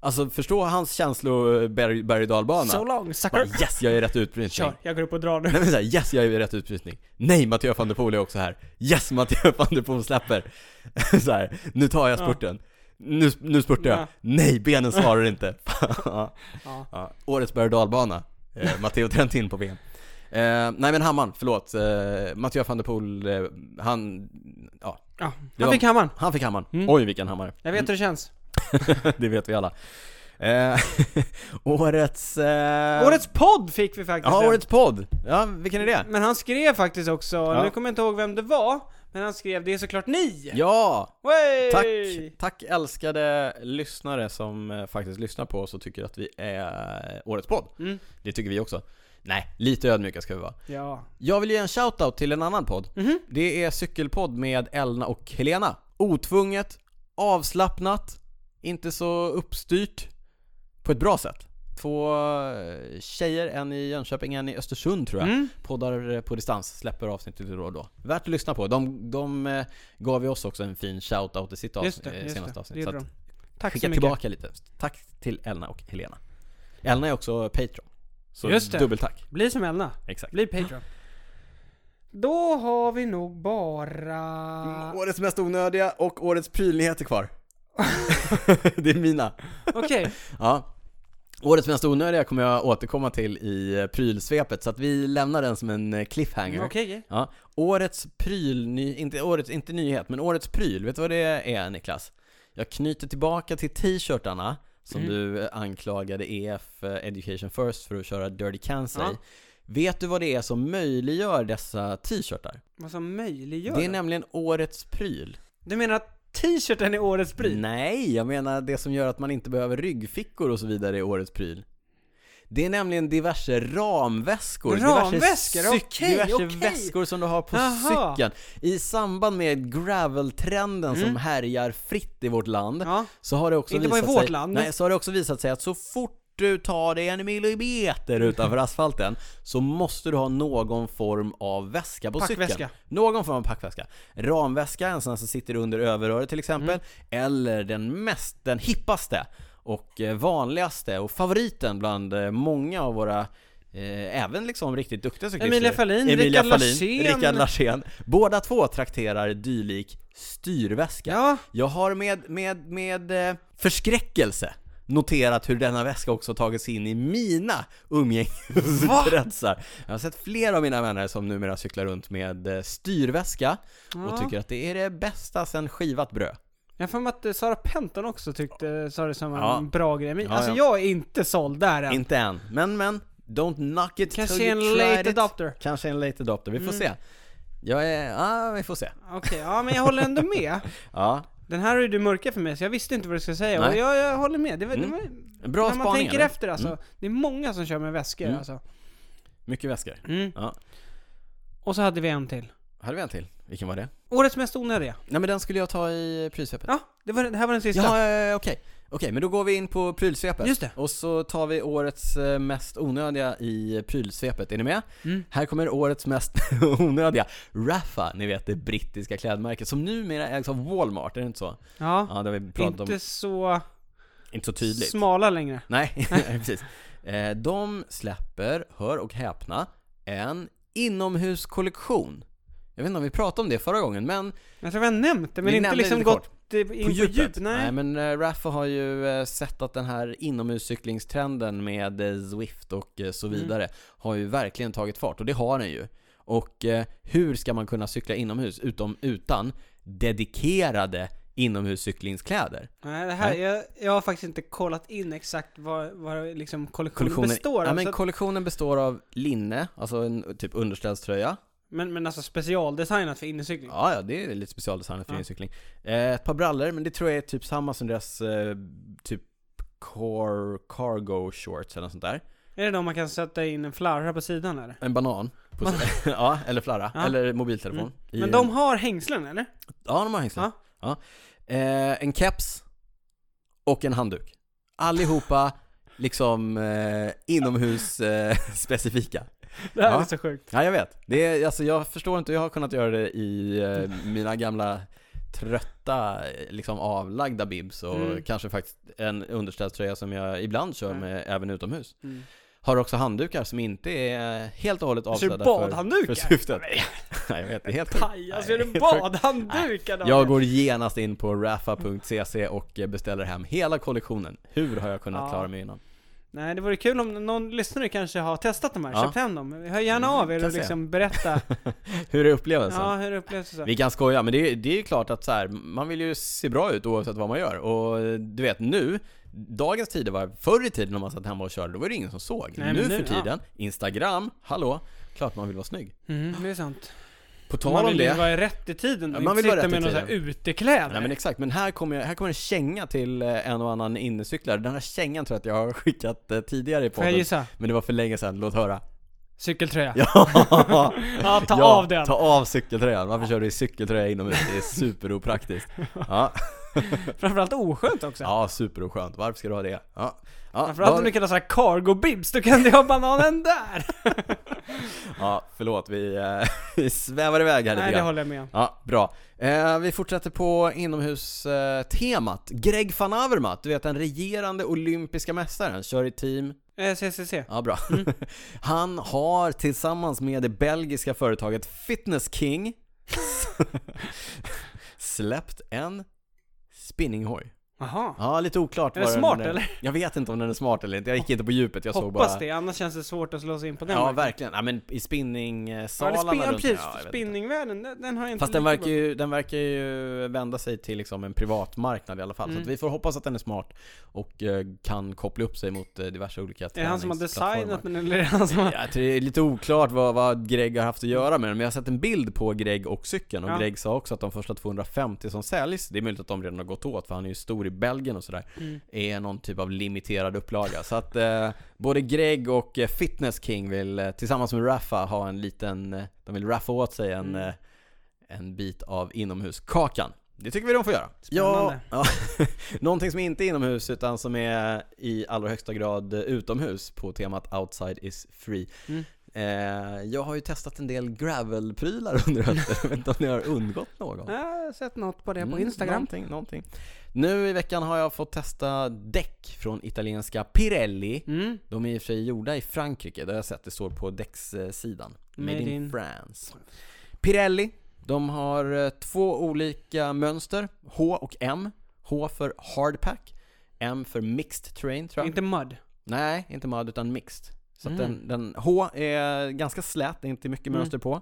Speaker 1: Alltså förstå hans känslor berg, berg och dalbana.
Speaker 2: So long,
Speaker 1: Bara,
Speaker 2: sucker!
Speaker 1: yes, jag är i rätt utbrytning.
Speaker 2: Kör, jag går upp och drar nu.
Speaker 1: Nej men såhär, yes jag är i rätt utbrytning. Nej Matteo van der Poel är också här. Yes Matteo van der Poel släpper. såhär, nu tar jag spurten. Nu, nu spurtar jag.
Speaker 2: Ja.
Speaker 1: Nej, benen svarar inte. ja.
Speaker 2: Ja.
Speaker 1: Ja. Årets berg och dalbana. Eh, Matteo Trentin på VM. Eh, nej men Hamman, förlåt. Eh, Matteo van der Poel, eh, han, ja,
Speaker 2: Ja.
Speaker 1: Det
Speaker 2: Han
Speaker 1: var-
Speaker 2: fick hammaren.
Speaker 1: han fick hammaren.
Speaker 2: Mm.
Speaker 1: Oj vilken hammare.
Speaker 2: Jag vet hur det känns.
Speaker 1: det vet vi alla. Eh, årets... Eh,
Speaker 2: Årets podd fick vi faktiskt
Speaker 1: Ja,
Speaker 2: en.
Speaker 1: årets podd. Ja, vilken är det?
Speaker 2: Men han skrev faktiskt också, nu kommer jag inte ihåg vem det var, men han skrev 'Det är såklart ni!'
Speaker 1: Ja!
Speaker 2: Wey!
Speaker 1: Tack, tack älskade lyssnare som eh, faktiskt lyssnar på oss och tycker att vi är eh, årets podd.
Speaker 2: Mm.
Speaker 1: Det tycker vi också. Nej, lite ödmjuka ska vi vara.
Speaker 2: Ja.
Speaker 1: Jag vill ge en shoutout till en annan podd.
Speaker 2: Mhm.
Speaker 1: Det är Cykelpodd med Elna och Helena. Otvunget, avslappnat, inte så uppstyrt. På ett bra sätt. Två eh, tjejer, en i Jönköping, en i Östersund tror jag
Speaker 2: Mm.
Speaker 1: poddar eh, på distans släpper avsnitt då och då. Värt att lyssna på. De, de eh, gav ju oss också en fin shout-out i sitt
Speaker 2: Just
Speaker 1: avsnitt,
Speaker 2: det,
Speaker 1: eh,
Speaker 2: just
Speaker 1: senaste
Speaker 2: det. det
Speaker 1: avsnitt.
Speaker 2: gjorde
Speaker 1: så
Speaker 2: de.
Speaker 1: att
Speaker 2: Tack så
Speaker 1: skicka
Speaker 2: mycket.
Speaker 1: tillbaka lite. Tack till Elna och Helena. Elna är också Patreon. Så
Speaker 2: Just det.
Speaker 1: dubbeltack.
Speaker 2: Bli som Elna,
Speaker 1: Exakt.
Speaker 2: bli Patreon. Då har vi nog bara...
Speaker 1: Årets mest onödiga och årets prylnyheter kvar. det är mina.
Speaker 2: Okej,
Speaker 1: Ja. Årets mest onödiga kommer jag återkomma till i eh, prylsvepet, så att vi lämnar den som en eh, cliffhanger.
Speaker 2: Mm, okej. okej.
Speaker 1: Ja, årets pryl, ny, inte, årets, inte nyhet, men årets pryl, vet du vad det är Niklas? Jag knyter tillbaka till t-shirtarna som
Speaker 2: Mm.
Speaker 1: du eh, anklagade EF eh, Education First för att köra Dirty Cancer
Speaker 2: Ja.
Speaker 1: i. Vet du vad det är som möjliggör dessa t-shirtar?
Speaker 2: Vad som möjliggör
Speaker 1: Det är
Speaker 2: det?
Speaker 1: nämligen årets pryl.
Speaker 2: Du menar att t-shirten är årets pryl?
Speaker 1: Nej, jag menar det som gör att man inte behöver ryggfickor och så vidare i årets pryl. Det är nämligen diverse ramväskor,
Speaker 2: Ramväskor,
Speaker 1: diverse, cyk-
Speaker 2: okej,
Speaker 1: diverse
Speaker 2: okej.
Speaker 1: väskor som du har på
Speaker 2: Jaha.
Speaker 1: cykeln. I samband med graveltrenden som
Speaker 2: Mm.
Speaker 1: härjar fritt i vårt land
Speaker 2: Ja.
Speaker 1: så har det också
Speaker 2: Inte bara i
Speaker 1: visat
Speaker 2: vårt
Speaker 1: sig,
Speaker 2: land.
Speaker 1: Nej, så har det också visat sig att så fort du tar dig en millimeter utanför asfalten så måste du ha någon form av väska på cykeln.
Speaker 2: Packväska.
Speaker 1: Någon form av packväska. Ramväska, en sån som sitter under överröret till exempel.
Speaker 2: Mm.
Speaker 1: Eller den mest, den hippaste och eh, vanligaste och favoriten bland eh, många av våra Eh, även liksom riktigt duktiga cyklister
Speaker 2: Emilia Fahlin,
Speaker 1: Emilia
Speaker 2: Rickard
Speaker 1: Fahlin,
Speaker 2: Larsén.
Speaker 1: Rickard Larsén Båda två trakterar dylik styrväska
Speaker 2: Ja.
Speaker 1: jag har med, med, med eh, förskräckelse noterat hur denna väska också tagits in i mina umgängeskretsar. Jag har sett flera av mina vänner som numera cyklar runt med eh, styrväska och
Speaker 2: Ja.
Speaker 1: tycker att det är det bästa sen skivat bröd.
Speaker 2: Jag har för mig att eh, Sara Penton också tyckte, sa det som en
Speaker 1: Ja.
Speaker 2: bra grej. Men
Speaker 1: Ja,
Speaker 2: alltså
Speaker 1: ja.
Speaker 2: jag är inte såld där än.
Speaker 1: Inte än, men men, don't knock it
Speaker 2: Kanske
Speaker 1: till you
Speaker 2: en
Speaker 1: tried
Speaker 2: late
Speaker 1: it.
Speaker 2: adopter. Mm.
Speaker 1: Kanske en late adopter, vi får se. Jag är, ja ah, vi får se.
Speaker 2: Okej, ja men jag håller ändå med.
Speaker 1: Ja,
Speaker 2: Den här har ju du mörkat för mig så jag visste inte vad du skulle säga och
Speaker 1: Nej.
Speaker 2: jag, jag håller med. Det var,
Speaker 1: Mm.
Speaker 2: det var,
Speaker 1: bra
Speaker 2: när man
Speaker 1: spaning.
Speaker 2: tänker
Speaker 1: eller?
Speaker 2: efter alltså, det är många som kör med väskor
Speaker 1: Mm.
Speaker 2: alltså.
Speaker 1: Mycket väskor.
Speaker 2: Mm.
Speaker 1: Ja.
Speaker 2: Och så hade vi en till.
Speaker 1: Hade vi en till? Vilken var det?
Speaker 2: Årets mest onödiga.
Speaker 1: Nej men den skulle jag ta i prylsvepet.
Speaker 2: Ja, det, var, det här var den sista.
Speaker 1: Ja, ja, ja, ja, okej. Okej, men då går vi in på prylsvepet.
Speaker 2: Just det.
Speaker 1: Och så tar vi årets eh, mest onödiga i prylsvepet. Är ni med?
Speaker 2: Mm.
Speaker 1: Här kommer årets mest onödiga. Raffa, ni vet det brittiska klädmärket som numera ägs av Walmart, är det inte så?
Speaker 2: Ja,
Speaker 1: Ja, det har vi pratat
Speaker 2: inte
Speaker 1: om.
Speaker 2: så
Speaker 1: Inte så tydligt.
Speaker 2: smala längre.
Speaker 1: Nej, nej, precis. Eh, De släpper, hör och häpna, en inomhuskollektion. Jag vet inte om vi pratade om det förra gången, men
Speaker 2: Jag tror vi har nämnt det, men
Speaker 1: Vi
Speaker 2: inte
Speaker 1: nämnde
Speaker 2: liksom
Speaker 1: lite
Speaker 2: gått eh, in på, djup. Nej.
Speaker 1: Nej men eh, Raffa har ju eh, sett att den här inomhuscyklingstrenden med eh, Zwift och eh,
Speaker 2: Mm.
Speaker 1: så vidare har ju verkligen tagit fart och det har den ju. Och eh, hur ska man kunna cykla inomhus utom utan dedikerade inomhuscyklingskläder?
Speaker 2: Nej, det här,
Speaker 1: Nej.
Speaker 2: Jag, jag har faktiskt inte kollat in exakt vad, vad liksom kollektionen består
Speaker 1: ja,
Speaker 2: av. så
Speaker 1: men
Speaker 2: att-
Speaker 1: kollektionen består av linne, alltså en typ underställströja.
Speaker 2: men, men alltså specialdesignat för innecykling?
Speaker 1: Ja, ja, det är lite specialdesignat för
Speaker 2: Ja.
Speaker 1: innersykling. Eh, ett par brallor, men det tror jag är typ samma som deras eh, typ core cargo shorts eller något sånt där.
Speaker 2: Är det då man kan sätta in en flarra på sidan eller?
Speaker 1: En banan. På ja, eller flarra.
Speaker 2: Ja.
Speaker 1: Eller mobiltelefon.
Speaker 2: Mm.
Speaker 1: I
Speaker 2: Men
Speaker 1: en-
Speaker 2: de har hängslen eller?
Speaker 1: Ja, de har hängslen. Ja. Eh, en keps och en handduk. Allihopa liksom eh, inomhus eh, specifika.
Speaker 2: Det här
Speaker 1: Ja.
Speaker 2: är så sjukt.
Speaker 1: Ja, jag vet. Det är, alltså, jag förstår inte hur jag har kunnat göra det i eh, mina gamla trötta, eh, liksom avlagda bibs och
Speaker 2: Mm.
Speaker 1: kanske faktiskt en underställströja som jag ibland kör
Speaker 2: Mm.
Speaker 1: med även utomhus.
Speaker 2: Mm.
Speaker 1: Har också handdukar som inte är helt och hållet
Speaker 2: Kör Alltså, du
Speaker 1: avsedda för, för
Speaker 2: badhanddukar?
Speaker 1: syftet.
Speaker 2: Nej,
Speaker 1: Nej, jag vet. Det är helt sjukt.
Speaker 2: Pajas, gör
Speaker 1: Nej,
Speaker 2: du
Speaker 1: det är sjukt.
Speaker 2: badhanddukar då?
Speaker 1: Jag går genast in på raffa.cc och beställer hem hela kollektionen. Hur har jag kunnat
Speaker 2: Ja.
Speaker 1: klara mig innan?
Speaker 2: Nej, det vore kul om någon lyssnare kanske har testat de här,
Speaker 1: Ja. Mm,
Speaker 2: köpt hem dem. Hör gärna av er
Speaker 1: kan
Speaker 2: och
Speaker 1: se.
Speaker 2: liksom berätta.
Speaker 1: Hur är upplevelsen?
Speaker 2: ja, hur upplevs det? Så?
Speaker 1: Vi kan skoja, men det, är- det är ju klart att så här, man vill ju se bra ut oavsett vad man gör. Och eh, du vet nu, dagens tidevarv, förr i tiden när man satt hemma och körde, då var det ingen som såg.
Speaker 2: Nej, men
Speaker 1: nu,
Speaker 2: nu,
Speaker 1: för
Speaker 2: ja.
Speaker 1: tiden, Instagram, hallå, klart man vill vara snygg.
Speaker 2: Mm, det är sant.
Speaker 1: På tal
Speaker 2: Man
Speaker 1: om
Speaker 2: vill
Speaker 1: det,
Speaker 2: ju vara rätt i tiden
Speaker 1: Ja,
Speaker 2: och
Speaker 1: man
Speaker 2: inte
Speaker 1: vill vara
Speaker 2: sitta
Speaker 1: rätt i
Speaker 2: med några så här utekläder.
Speaker 1: Nej men exakt, men här kommer, jag, här kommer en känga till eh, en och annan innecyklare. Den här kängan tror jag att jag har skickat eh, tidigare i
Speaker 2: Får jag
Speaker 1: podden.
Speaker 2: gissa?
Speaker 1: Men det var för länge sedan, låt höra.
Speaker 2: Cykeltröja. Ja,
Speaker 1: Ja!
Speaker 2: ta
Speaker 1: Ja,
Speaker 2: av den.
Speaker 1: Ta av cykeltröjan. Varför kör du i cykeltröja inomhus? Det är superopraktiskt. Ja,
Speaker 2: Framförallt oskönt också.
Speaker 1: ja superoskönt. Varför ska du ha det? Ja, ja,
Speaker 2: Framförallt
Speaker 1: då-
Speaker 2: om du kan ha så här cargo bibs, då kan du ha bananen där!
Speaker 1: ja förlåt. Vi, eh, vi svävar iväg här
Speaker 2: Nej,
Speaker 1: lite
Speaker 2: det
Speaker 1: grann.
Speaker 2: håller jag med om.
Speaker 1: Ja, bra. Eh, vi fortsätter på inomhustemat. Greg van Avermaet, du vet den regerande olympiska mästaren, kör i team
Speaker 2: Eh, CCC.
Speaker 1: Ja, bra. Han har tillsammans med det belgiska företaget Fitness King släppt en spinninghoj.
Speaker 2: Jaha.
Speaker 1: Ja, lite oklart.
Speaker 2: Är den
Speaker 1: vad
Speaker 2: smart,
Speaker 1: den
Speaker 2: eller?
Speaker 1: Jag vet inte om den är smart eller inte. Jag gick inte på djupet, jag såg bara...
Speaker 2: Hoppas det, annars känns det svårt att slå sig in på den.
Speaker 1: Ja,
Speaker 2: marknaden.
Speaker 1: verkligen. Ja, men i
Speaker 2: Ja, eller
Speaker 1: spinningsalarna
Speaker 2: spin- ja,
Speaker 1: runt-
Speaker 2: precis.
Speaker 1: ja, jag vet inte.
Speaker 2: Spinningvärlden, den, den har jag inte
Speaker 1: Fast den
Speaker 2: lika
Speaker 1: verkar,
Speaker 2: bra.
Speaker 1: ju, den verkar ju vända sig till liksom en privatmarknad i alla fall. Så
Speaker 2: Mm.
Speaker 1: att vi får hoppas att den är smart och eh, kan koppla upp sig mot eh, diverse olika
Speaker 2: Är det han som har
Speaker 1: träningsplattformar.
Speaker 2: designat den eller är det han som har...
Speaker 1: Ja, det är lite oklart vad, vad Greg har haft att göra med den, men jag har sett en bild på Greg och cykeln och
Speaker 2: Ja.
Speaker 1: Greg sa också att de första 250 som säljs, det är möjligt att de redan har gått åt för han är ju stor i Belgien och sådär,
Speaker 2: Mm.
Speaker 1: är någon typ av limiterad upplaga. Så att eh, både Greg och eh, Fitness King vill eh, tillsammans med Raffa ha en liten, eh, de vill raffa åt sig en,
Speaker 2: Mm.
Speaker 1: eh, en bit av inomhuskakan. Det tycker vi de får göra.
Speaker 2: Spännande.
Speaker 1: Ja, ja. Någonting som inte är inomhus utan som är i allra högsta grad eh, utomhus på temat outside is free.
Speaker 2: Mm.
Speaker 1: Eh, jag har ju testat en del gravelprylar under hösten. Jag vet inte om ni har undgått någon.
Speaker 2: Ja, jag har sett något på det på
Speaker 1: Mm,
Speaker 2: Instagram.
Speaker 1: Någonting, någonting. Nu i veckan har jag fått testa däck från italienska Pirelli.
Speaker 2: Mm.
Speaker 1: De är i och för sig gjorda i Frankrike, det har jag sett, det står på däckssidan. Made,
Speaker 2: Made
Speaker 1: in,
Speaker 2: in-
Speaker 1: France. Pirelli, de har eh, två olika mönster, H och M. H för hardpack, M för mixed terrain tror jag.
Speaker 2: Inte mud.
Speaker 1: Nej, inte mud utan mixed. Så att den,
Speaker 2: Mm.
Speaker 1: den, H är ganska slät, det är inte mycket
Speaker 2: Mm.
Speaker 1: mönster på.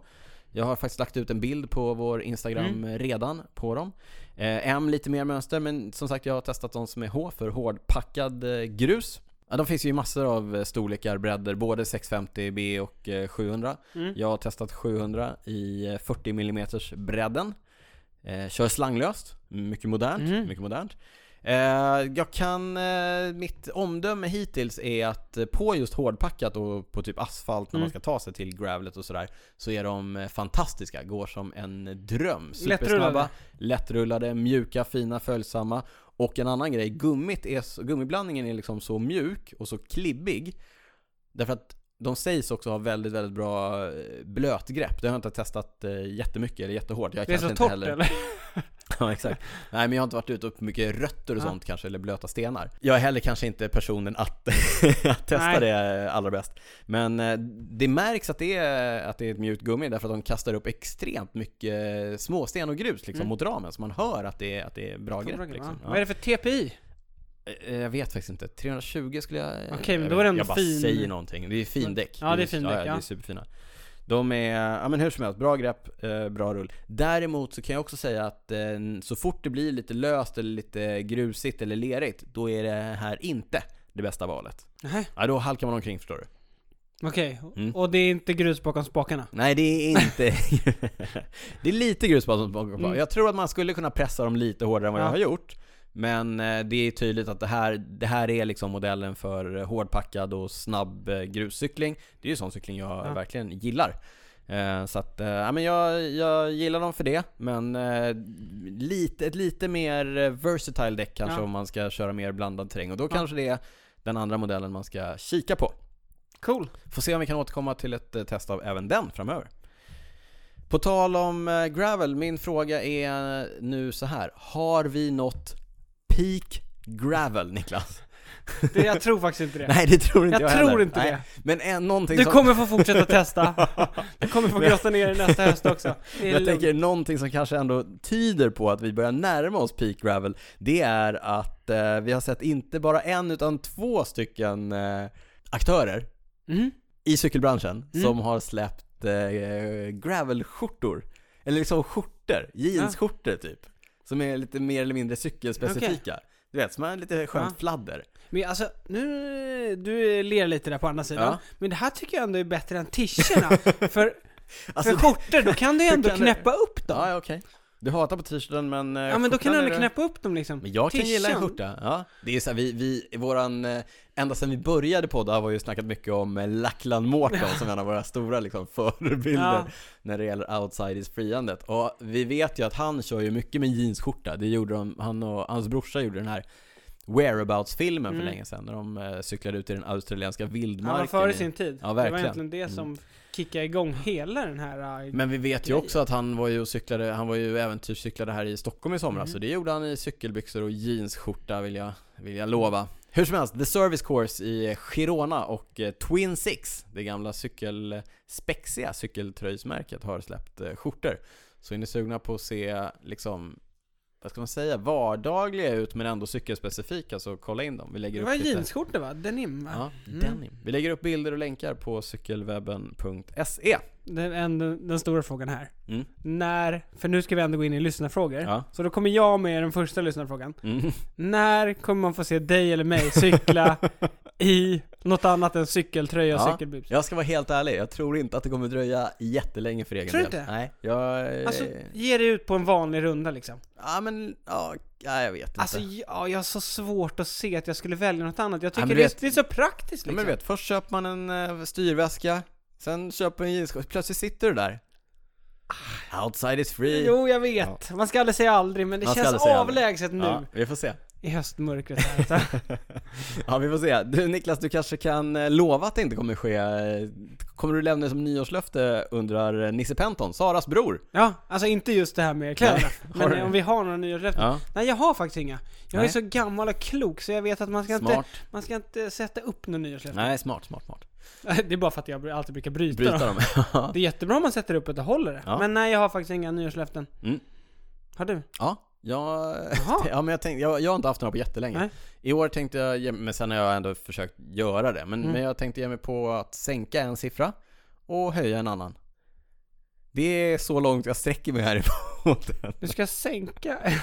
Speaker 1: Jag har faktiskt lagt ut en bild på vår Instagram
Speaker 2: Mm.
Speaker 1: redan på dem. Eh, M lite mer mönster, men som sagt jag har testat de som är H för hårdpackad eh, grus. Ja, de finns ju i massor av eh, storlekar, bredder, både 650B och eh, 700.
Speaker 2: Mm.
Speaker 1: Jag har testat 700 i eh, 40 mm bredden. Eh, kör slanglöst, mycket modernt.
Speaker 2: Mm.
Speaker 1: Mycket modernt. Eh, jag kan, eh, mitt omdöme hittills är att eh, på just hårdpackat och på typ asfalt när man
Speaker 2: Mm.
Speaker 1: ska ta sig till gravlet och sådär så är de eh, fantastiska, går som en dröm. Supersnabba,
Speaker 2: Lättrullade.
Speaker 1: lättrullade, mjuka, fina, följsamma. Och en annan grej, gummit är, så- gummiblandningen är liksom så mjuk och så klibbig därför att de sägs också ha väldigt, väldigt bra eh, blötgrepp. Det har jag inte testat eh, jättemycket eller jättehårt. Jag
Speaker 2: Det är
Speaker 1: kanske
Speaker 2: så
Speaker 1: inte
Speaker 2: torrt
Speaker 1: heller...
Speaker 2: eller?
Speaker 1: Ja exakt. Nej men jag har inte varit ute och mycket rötter och
Speaker 2: Nej.
Speaker 1: sånt kanske, eller blöta stenar. Jag är heller kanske inte personen att, att testa
Speaker 2: Nej.
Speaker 1: det eh, allra bäst. Men eh, det märks att det, är, att det är ett mjukt gummi därför att de kastar upp extremt mycket eh, småsten och grus liksom
Speaker 2: Mm.
Speaker 1: mot ramen. Så man hör att det är, att det är bra grepp liksom.
Speaker 2: Vad är det för TPI?
Speaker 1: Eh, Jag vet faktiskt inte. 320 skulle jag... eh,
Speaker 2: Okej, men
Speaker 1: jag
Speaker 2: då är
Speaker 1: vet-
Speaker 2: den
Speaker 1: Jag bara
Speaker 2: fin.
Speaker 1: säger någonting. Det är findäck.
Speaker 2: Ja, det är findäck,
Speaker 1: Ja,
Speaker 2: ja.
Speaker 1: det är superfina. De är, ja men hur som helst, bra grepp, eh, bra rull. Däremot så kan jag också säga att eh, så fort det blir lite löst eller lite grusigt eller lerigt, då är det här inte det bästa valet.
Speaker 2: Nej.
Speaker 1: Ja, då halkar man omkring förstår du.
Speaker 2: Okej,
Speaker 1: Mm.
Speaker 2: och det är inte grus bakom spakarna?
Speaker 1: Nej, det är inte... det är lite grus bakom bakom.
Speaker 2: Mm.
Speaker 1: Jag tror att man skulle kunna pressa dem lite hårdare än vad
Speaker 2: Ja.
Speaker 1: jag har gjort. Men eh, det är tydligt att det här, det här är liksom modellen för eh, hårdpackad och snabb eh, gruscykling. Det är ju sån cykling jag
Speaker 2: Ja.
Speaker 1: verkligen gillar. Eh, Så att, eh, ja men jag, jag gillar dem för det, men eh, lite, ett lite mer eh, versatile däck kanske
Speaker 2: Ja.
Speaker 1: om man ska köra mer blandad terräng. Och då
Speaker 2: Ja.
Speaker 1: kanske det är den andra modellen man ska kika på.
Speaker 2: Cool.
Speaker 1: Får se om vi kan återkomma till ett eh, test av även den framöver. På tal om eh, gravel, min fråga är eh, nu så här. Har vi nått peak gravel, Niklas?
Speaker 2: Det, jag tror faktiskt inte det.
Speaker 1: Nej, det tror inte
Speaker 2: jag
Speaker 1: jag,
Speaker 2: tror
Speaker 1: heller.
Speaker 2: inte
Speaker 1: Nej,
Speaker 2: det.
Speaker 1: Men eh, någonting
Speaker 2: Du
Speaker 1: som...
Speaker 2: kommer få fortsätta testa. Du kommer få grotta ner dig nästa höst också. Det är
Speaker 1: Jag
Speaker 2: lugnt.
Speaker 1: tänker någonting som kanske ändå tyder på att vi börjar närma oss peak gravel, det är att eh, vi har sett inte bara en utan två stycken eh, aktörer
Speaker 2: Mhm.
Speaker 1: i cykelbranschen
Speaker 2: Mm.
Speaker 1: som har släppt eh, gravelskjortor. Eller liksom skjortor, jeansskjortor typ. Som är lite mer eller mindre cykelspecifika. Du vet, som har lite skönt
Speaker 2: Ja.
Speaker 1: fladder.
Speaker 2: Men alltså, nu... Du ler lite där på andra sidan.
Speaker 1: Ja.
Speaker 2: Men det här tycker jag ändå är bättre än tischerna. för,
Speaker 1: Alltså,
Speaker 2: för skjortor, då kan du ju ändå
Speaker 1: kan du-
Speaker 2: knäppa upp dem.
Speaker 1: ja, ja, okej. Du hatar på t-shirten men... eh,
Speaker 2: Ja men då kan
Speaker 1: skjortan
Speaker 2: du
Speaker 1: är
Speaker 2: ändå knäppa upp dem liksom.
Speaker 1: Men jag kan gilla en
Speaker 2: T-shirt.
Speaker 1: skjorta. Ja. Det är så här, vi, vi, våran, eh, ända sedan vi började podda har vi ju snackat mycket om eh, Lackland Mårten som är en av våra stora liksom, förebilder
Speaker 2: Ja.
Speaker 1: när det gäller outsiders friandet. Och vi vet ju att han kör ju mycket med jeansskjorta. Det gjorde de, han och hans brorsa gjorde den här whereabouts-filmen för
Speaker 2: Mm.
Speaker 1: länge sedan när de eh, cyklade ut i den australienska
Speaker 2: Han
Speaker 1: vildmarken.
Speaker 2: var före
Speaker 1: i-
Speaker 2: sin tid.
Speaker 1: Ja,
Speaker 2: det var
Speaker 1: verkligen. Mm.
Speaker 2: egentligen det som kickade igång hela den här... äh,
Speaker 1: Men vi vet ju
Speaker 2: grejer.
Speaker 1: också att han var ju och cyklade, han var ju äventyrscyklade här i Stockholm i somras
Speaker 2: Mm.
Speaker 1: Så det gjorde han i cykelbyxor och jeansskjorta vill jag, vill jag lova Hur som helst, The Service Course i Girona och eh, Twin Six Det gamla cykel, spexiga cykeltröjsmärket har släppt eh, skjortor Så är ni sugna på att se liksom vad ska man säga? Vardagliga ut men ändå cykelspecifika så kolla in dem. Vi lägger
Speaker 2: Det
Speaker 1: upp
Speaker 2: var
Speaker 1: lite-
Speaker 2: jeansskjortor va? Denim va?
Speaker 1: Ja,
Speaker 2: Mm.
Speaker 1: denim. Vi lägger upp bilder och länkar på cykelwebben.se.
Speaker 2: Den, en, den stora frågan här.
Speaker 1: Mm.
Speaker 2: När, för nu ska vi ändå gå in i lyssnarfrågor.
Speaker 1: Ja.
Speaker 2: Så då kommer jag med den första lyssnarfrågan.
Speaker 1: Mm.
Speaker 2: När kommer man få se dig eller mig cykla i något annat än cykeltröja och
Speaker 1: Ja.
Speaker 2: cykelbibs?
Speaker 1: Jag ska vara helt ärlig, jag tror inte att det kommer dröja jättelänge för egen
Speaker 2: Tror du
Speaker 1: del.
Speaker 2: inte?
Speaker 1: Nej, jag... eh,
Speaker 2: Alltså, ge dig ut på en vanlig runda liksom.
Speaker 1: ja men, ja, ja, jag vet inte.
Speaker 2: Alltså, ja, jag har så svårt att se att jag skulle välja något annat. Jag
Speaker 1: Ja,
Speaker 2: tycker
Speaker 1: men
Speaker 2: det, är,
Speaker 1: vet-
Speaker 2: det är så praktiskt
Speaker 1: ja,
Speaker 2: liksom.
Speaker 1: men du vet, först köper man en eh, styrväska, sen köper man en jeansskjorta, plötsligt sitter du där. Outside is free.
Speaker 2: Jo, jag vet. Man ska aldrig säga aldrig, men det
Speaker 1: Man ska aldrig
Speaker 2: känns
Speaker 1: säga aldrig.
Speaker 2: avlägset nu.
Speaker 1: Ja, vi får se.
Speaker 2: I höstmörkret här. alltså.
Speaker 1: Ja, vi får se. Du Niklas, du kanske kan eh, lova att det inte kommer ske. eh, Kommer du lämna det som nyårslöfte undrar eh, Nisse Penton, Saras bror.
Speaker 2: Ja, alltså inte just det här med kläderna.
Speaker 1: har
Speaker 2: Men
Speaker 1: du?
Speaker 2: om vi har några nya löften.
Speaker 1: Ja,
Speaker 2: Nej, jag har faktiskt inga. Jag
Speaker 1: Nej.
Speaker 2: är så gammal och klok så jag vet att man ska, inte,
Speaker 1: smart.
Speaker 2: man ska inte sätta upp några nyårslöften.
Speaker 1: Nej, smart, smart, smart.
Speaker 2: Det är bara för att jag br- alltid brukar bryta,
Speaker 1: Bryta
Speaker 2: dem.
Speaker 1: dem.
Speaker 2: Det är jättebra om man sätter upp ett och håller det.
Speaker 1: Ja.
Speaker 2: Men nej, jag har faktiskt inga nyårslöften.
Speaker 1: Mm.
Speaker 2: Har du?
Speaker 1: Ja, jag,
Speaker 2: Jaha.
Speaker 1: ja, men jag, tänkte, jag, jag har inte haft några på jättelänge.
Speaker 2: Nej.
Speaker 1: I år tänkte jag, ge- men sen har jag ändå försökt göra det. Men,
Speaker 2: Mm.
Speaker 1: men jag tänkte ge mig på att sänka en siffra och höja en annan. Det är så långt jag sträcker mig härifrån.
Speaker 2: Du ska sänka...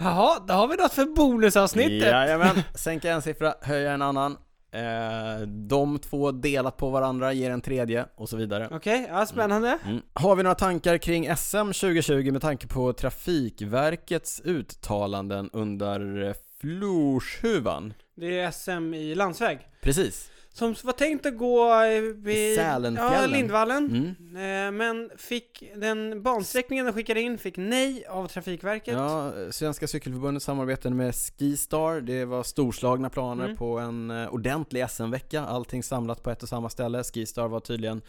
Speaker 2: Jaha, då har vi något för bonusavsnittet.
Speaker 1: Jajamän, sänka en siffra, höja en annan. Eh, de två delat på varandra ger en tredje och så vidare.
Speaker 2: Okej, ja, spännande.
Speaker 1: Mm. Har vi några tankar kring SM 2020 med tanke på Trafikverkets uttalanden under eh, Florshuvan?
Speaker 2: Det är SM i landsväg.
Speaker 1: Precis.
Speaker 2: Som var tänkt att gå eh, vid
Speaker 1: I Sälenfjällen.
Speaker 2: ja, Lindvallen.
Speaker 1: Mm.
Speaker 2: Eh, Men fick den bansträckningen de skickade in fick nej av Trafikverket.
Speaker 1: Ja, Svenska Cykelförbundet samarbetade med Skistar. Det var storslagna planer
Speaker 2: Mm.
Speaker 1: på en eh, ordentlig SM-vecka. Allting samlat på ett och samma ställe. Skistar var tydligen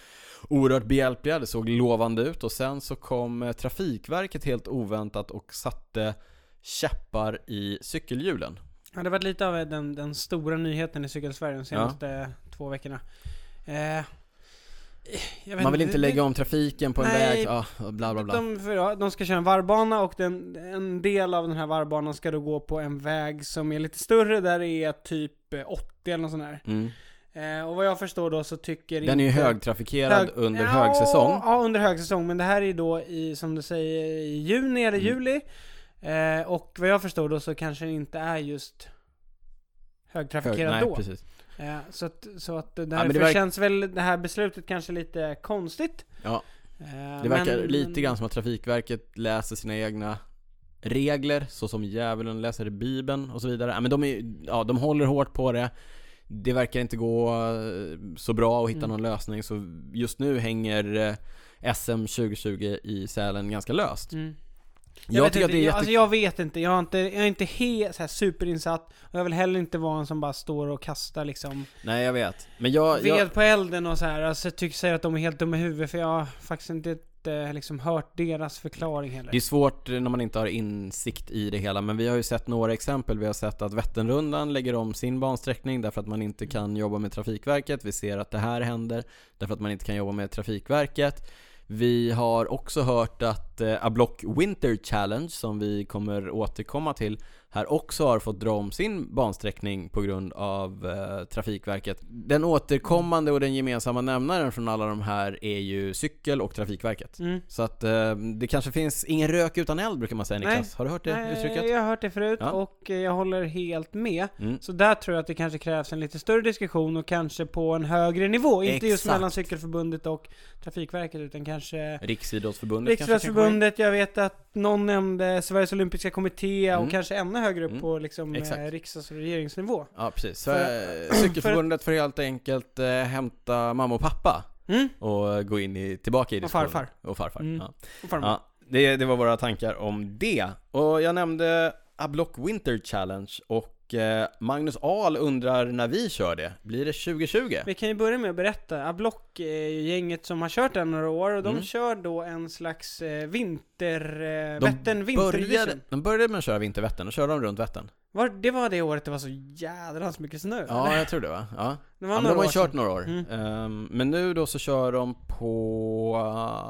Speaker 1: oerhört behjälpliga. Det såg lovande ut och sen så kom eh, Trafikverket helt oväntat och satte käppar i cykelhjulen.
Speaker 2: Ja, det har varit lite av den, den stora nyheten i Cykelsverige de senaste två veckorna. Eh, jag vet
Speaker 1: Man vill inte
Speaker 2: det-
Speaker 1: lägga om trafiken på en
Speaker 2: Nej,
Speaker 1: väg, ah, bla bla bla.
Speaker 2: De, för, ja, de ska köra en varvbana och den, en del av den här varvbanan ska då gå på en väg som är lite större där det är typ eh, 80 eller något sånt där.
Speaker 1: Mm.
Speaker 2: Eh, och vad jag förstår då så tycker
Speaker 1: Den är ju
Speaker 2: inte-
Speaker 1: högtrafikerad
Speaker 2: Hög-
Speaker 1: under
Speaker 2: Ja,
Speaker 1: högsäsong.
Speaker 2: Ja, under högsäsong. Men det här är då i, som du säger, i juni eller
Speaker 1: Mm.
Speaker 2: juli. Eh, och vad jag förstår då så kanske det inte är just
Speaker 1: Hög,
Speaker 2: högtrafikerat
Speaker 1: nej,
Speaker 2: då.
Speaker 1: precis.
Speaker 2: Eh, så att, så att därför
Speaker 1: men det verk-
Speaker 2: känns väl det här beslutet kanske lite konstigt.
Speaker 1: Ja.
Speaker 2: Eh,
Speaker 1: Det verkar
Speaker 2: men-
Speaker 1: lite grann som att Trafikverket läser sina egna regler, så som djävulen läser Bibeln och så vidare. Ja, men de, är, ja, de håller hårt på det. Det verkar inte gå eh, så bra att hitta
Speaker 2: Mm.
Speaker 1: någon lösning, så just nu hänger eh, SM 2020 i Sälen ganska löst.
Speaker 2: Mm. Jag,
Speaker 1: Jag,
Speaker 2: vet
Speaker 1: tycker att
Speaker 2: inte,
Speaker 1: det är
Speaker 2: jag-
Speaker 1: jätte...
Speaker 2: alltså jag vet inte, jag, har inte, jag är inte helt så här superinsatt. Och jag vill heller inte vara en som bara står och kastar liksom
Speaker 1: Nej, jag vet. Men jag...
Speaker 2: ved
Speaker 1: jag...
Speaker 2: på elden och så här. Alltså tycker säger att de är helt dumma i huvudet för jag har faktiskt inte eh, liksom hört deras förklaring heller.
Speaker 1: Det är svårt eh, när man inte har insikt i det hela, men vi har ju sett några exempel. Vi har sett att Vätternrundan lägger om sin bansträckning därför att man inte kan jobba med Trafikverket. Vi ser att det här händer därför att man inte kan jobba med Trafikverket. Vi har också hört att eh, A Block Winter Challenge, som vi kommer återkomma till, här också har fått dra om sin bansträckning på grund av eh, Trafikverket. Den återkommande och den gemensamma nämnaren från alla de här är ju cykel och Trafikverket.
Speaker 2: Mm.
Speaker 1: Så att eh, det kanske finns ingen rök utan eld brukar man säga Niklas.
Speaker 2: Nej.
Speaker 1: Har du hört det
Speaker 2: Nej,
Speaker 1: uttrycket?
Speaker 2: Jag har hört det förut
Speaker 1: Ja.
Speaker 2: och eh, jag håller helt med.
Speaker 1: Mm.
Speaker 2: Så där tror jag att det kanske krävs en lite större diskussion och kanske på en högre nivå. Inte just
Speaker 1: Exakt.
Speaker 2: mellan Cykelförbundet och Trafikverket utan kanske
Speaker 1: Riksidrottsförbundet kanske kan komma in?
Speaker 2: Riksidrottsförbundet. Jag vet att någon nämnde Sveriges Olympiska Kommitté
Speaker 1: Mm.
Speaker 2: och kanske ännu högre upp
Speaker 1: Mm.
Speaker 2: på liksom, eh,
Speaker 1: Exakt.
Speaker 2: riksdags och regeringsnivå.
Speaker 1: Ja precis. Så,
Speaker 2: För-
Speaker 1: eh, cykelförbundet får helt enkelt eh, hämta mamma och pappa
Speaker 2: Mm.
Speaker 1: och eh, gå in i, tillbaka i
Speaker 2: Och farfar.
Speaker 1: diskussionen. Och farfar.
Speaker 2: Mm.
Speaker 1: Ja.
Speaker 2: Och farmor.
Speaker 1: Ja, det, det var våra tankar om det. Och jag nämnde A Block Winter Challenge och eh, Magnus Ahl undrar när vi kör det. Blir det 2020?
Speaker 2: Vi kan ju börja med att berätta. Ablock är ju gänget som har kört den några år och de
Speaker 1: Mm.
Speaker 2: kör då en slags eh, vinter... Eh,
Speaker 1: De
Speaker 2: Vättern
Speaker 1: Började,
Speaker 2: vinteredition.
Speaker 1: de började med att köra Vintervättern, och körde de runt Vättern?
Speaker 2: Var, det var det året det var så jädrans mycket snö.
Speaker 1: Ja, jag tror det va? Ja.
Speaker 2: det
Speaker 1: Ja, men
Speaker 2: var några
Speaker 1: de har
Speaker 2: år
Speaker 1: ju kört
Speaker 2: sedan.
Speaker 1: några år.
Speaker 2: Mm.
Speaker 1: Ehm, men nu då så kör de på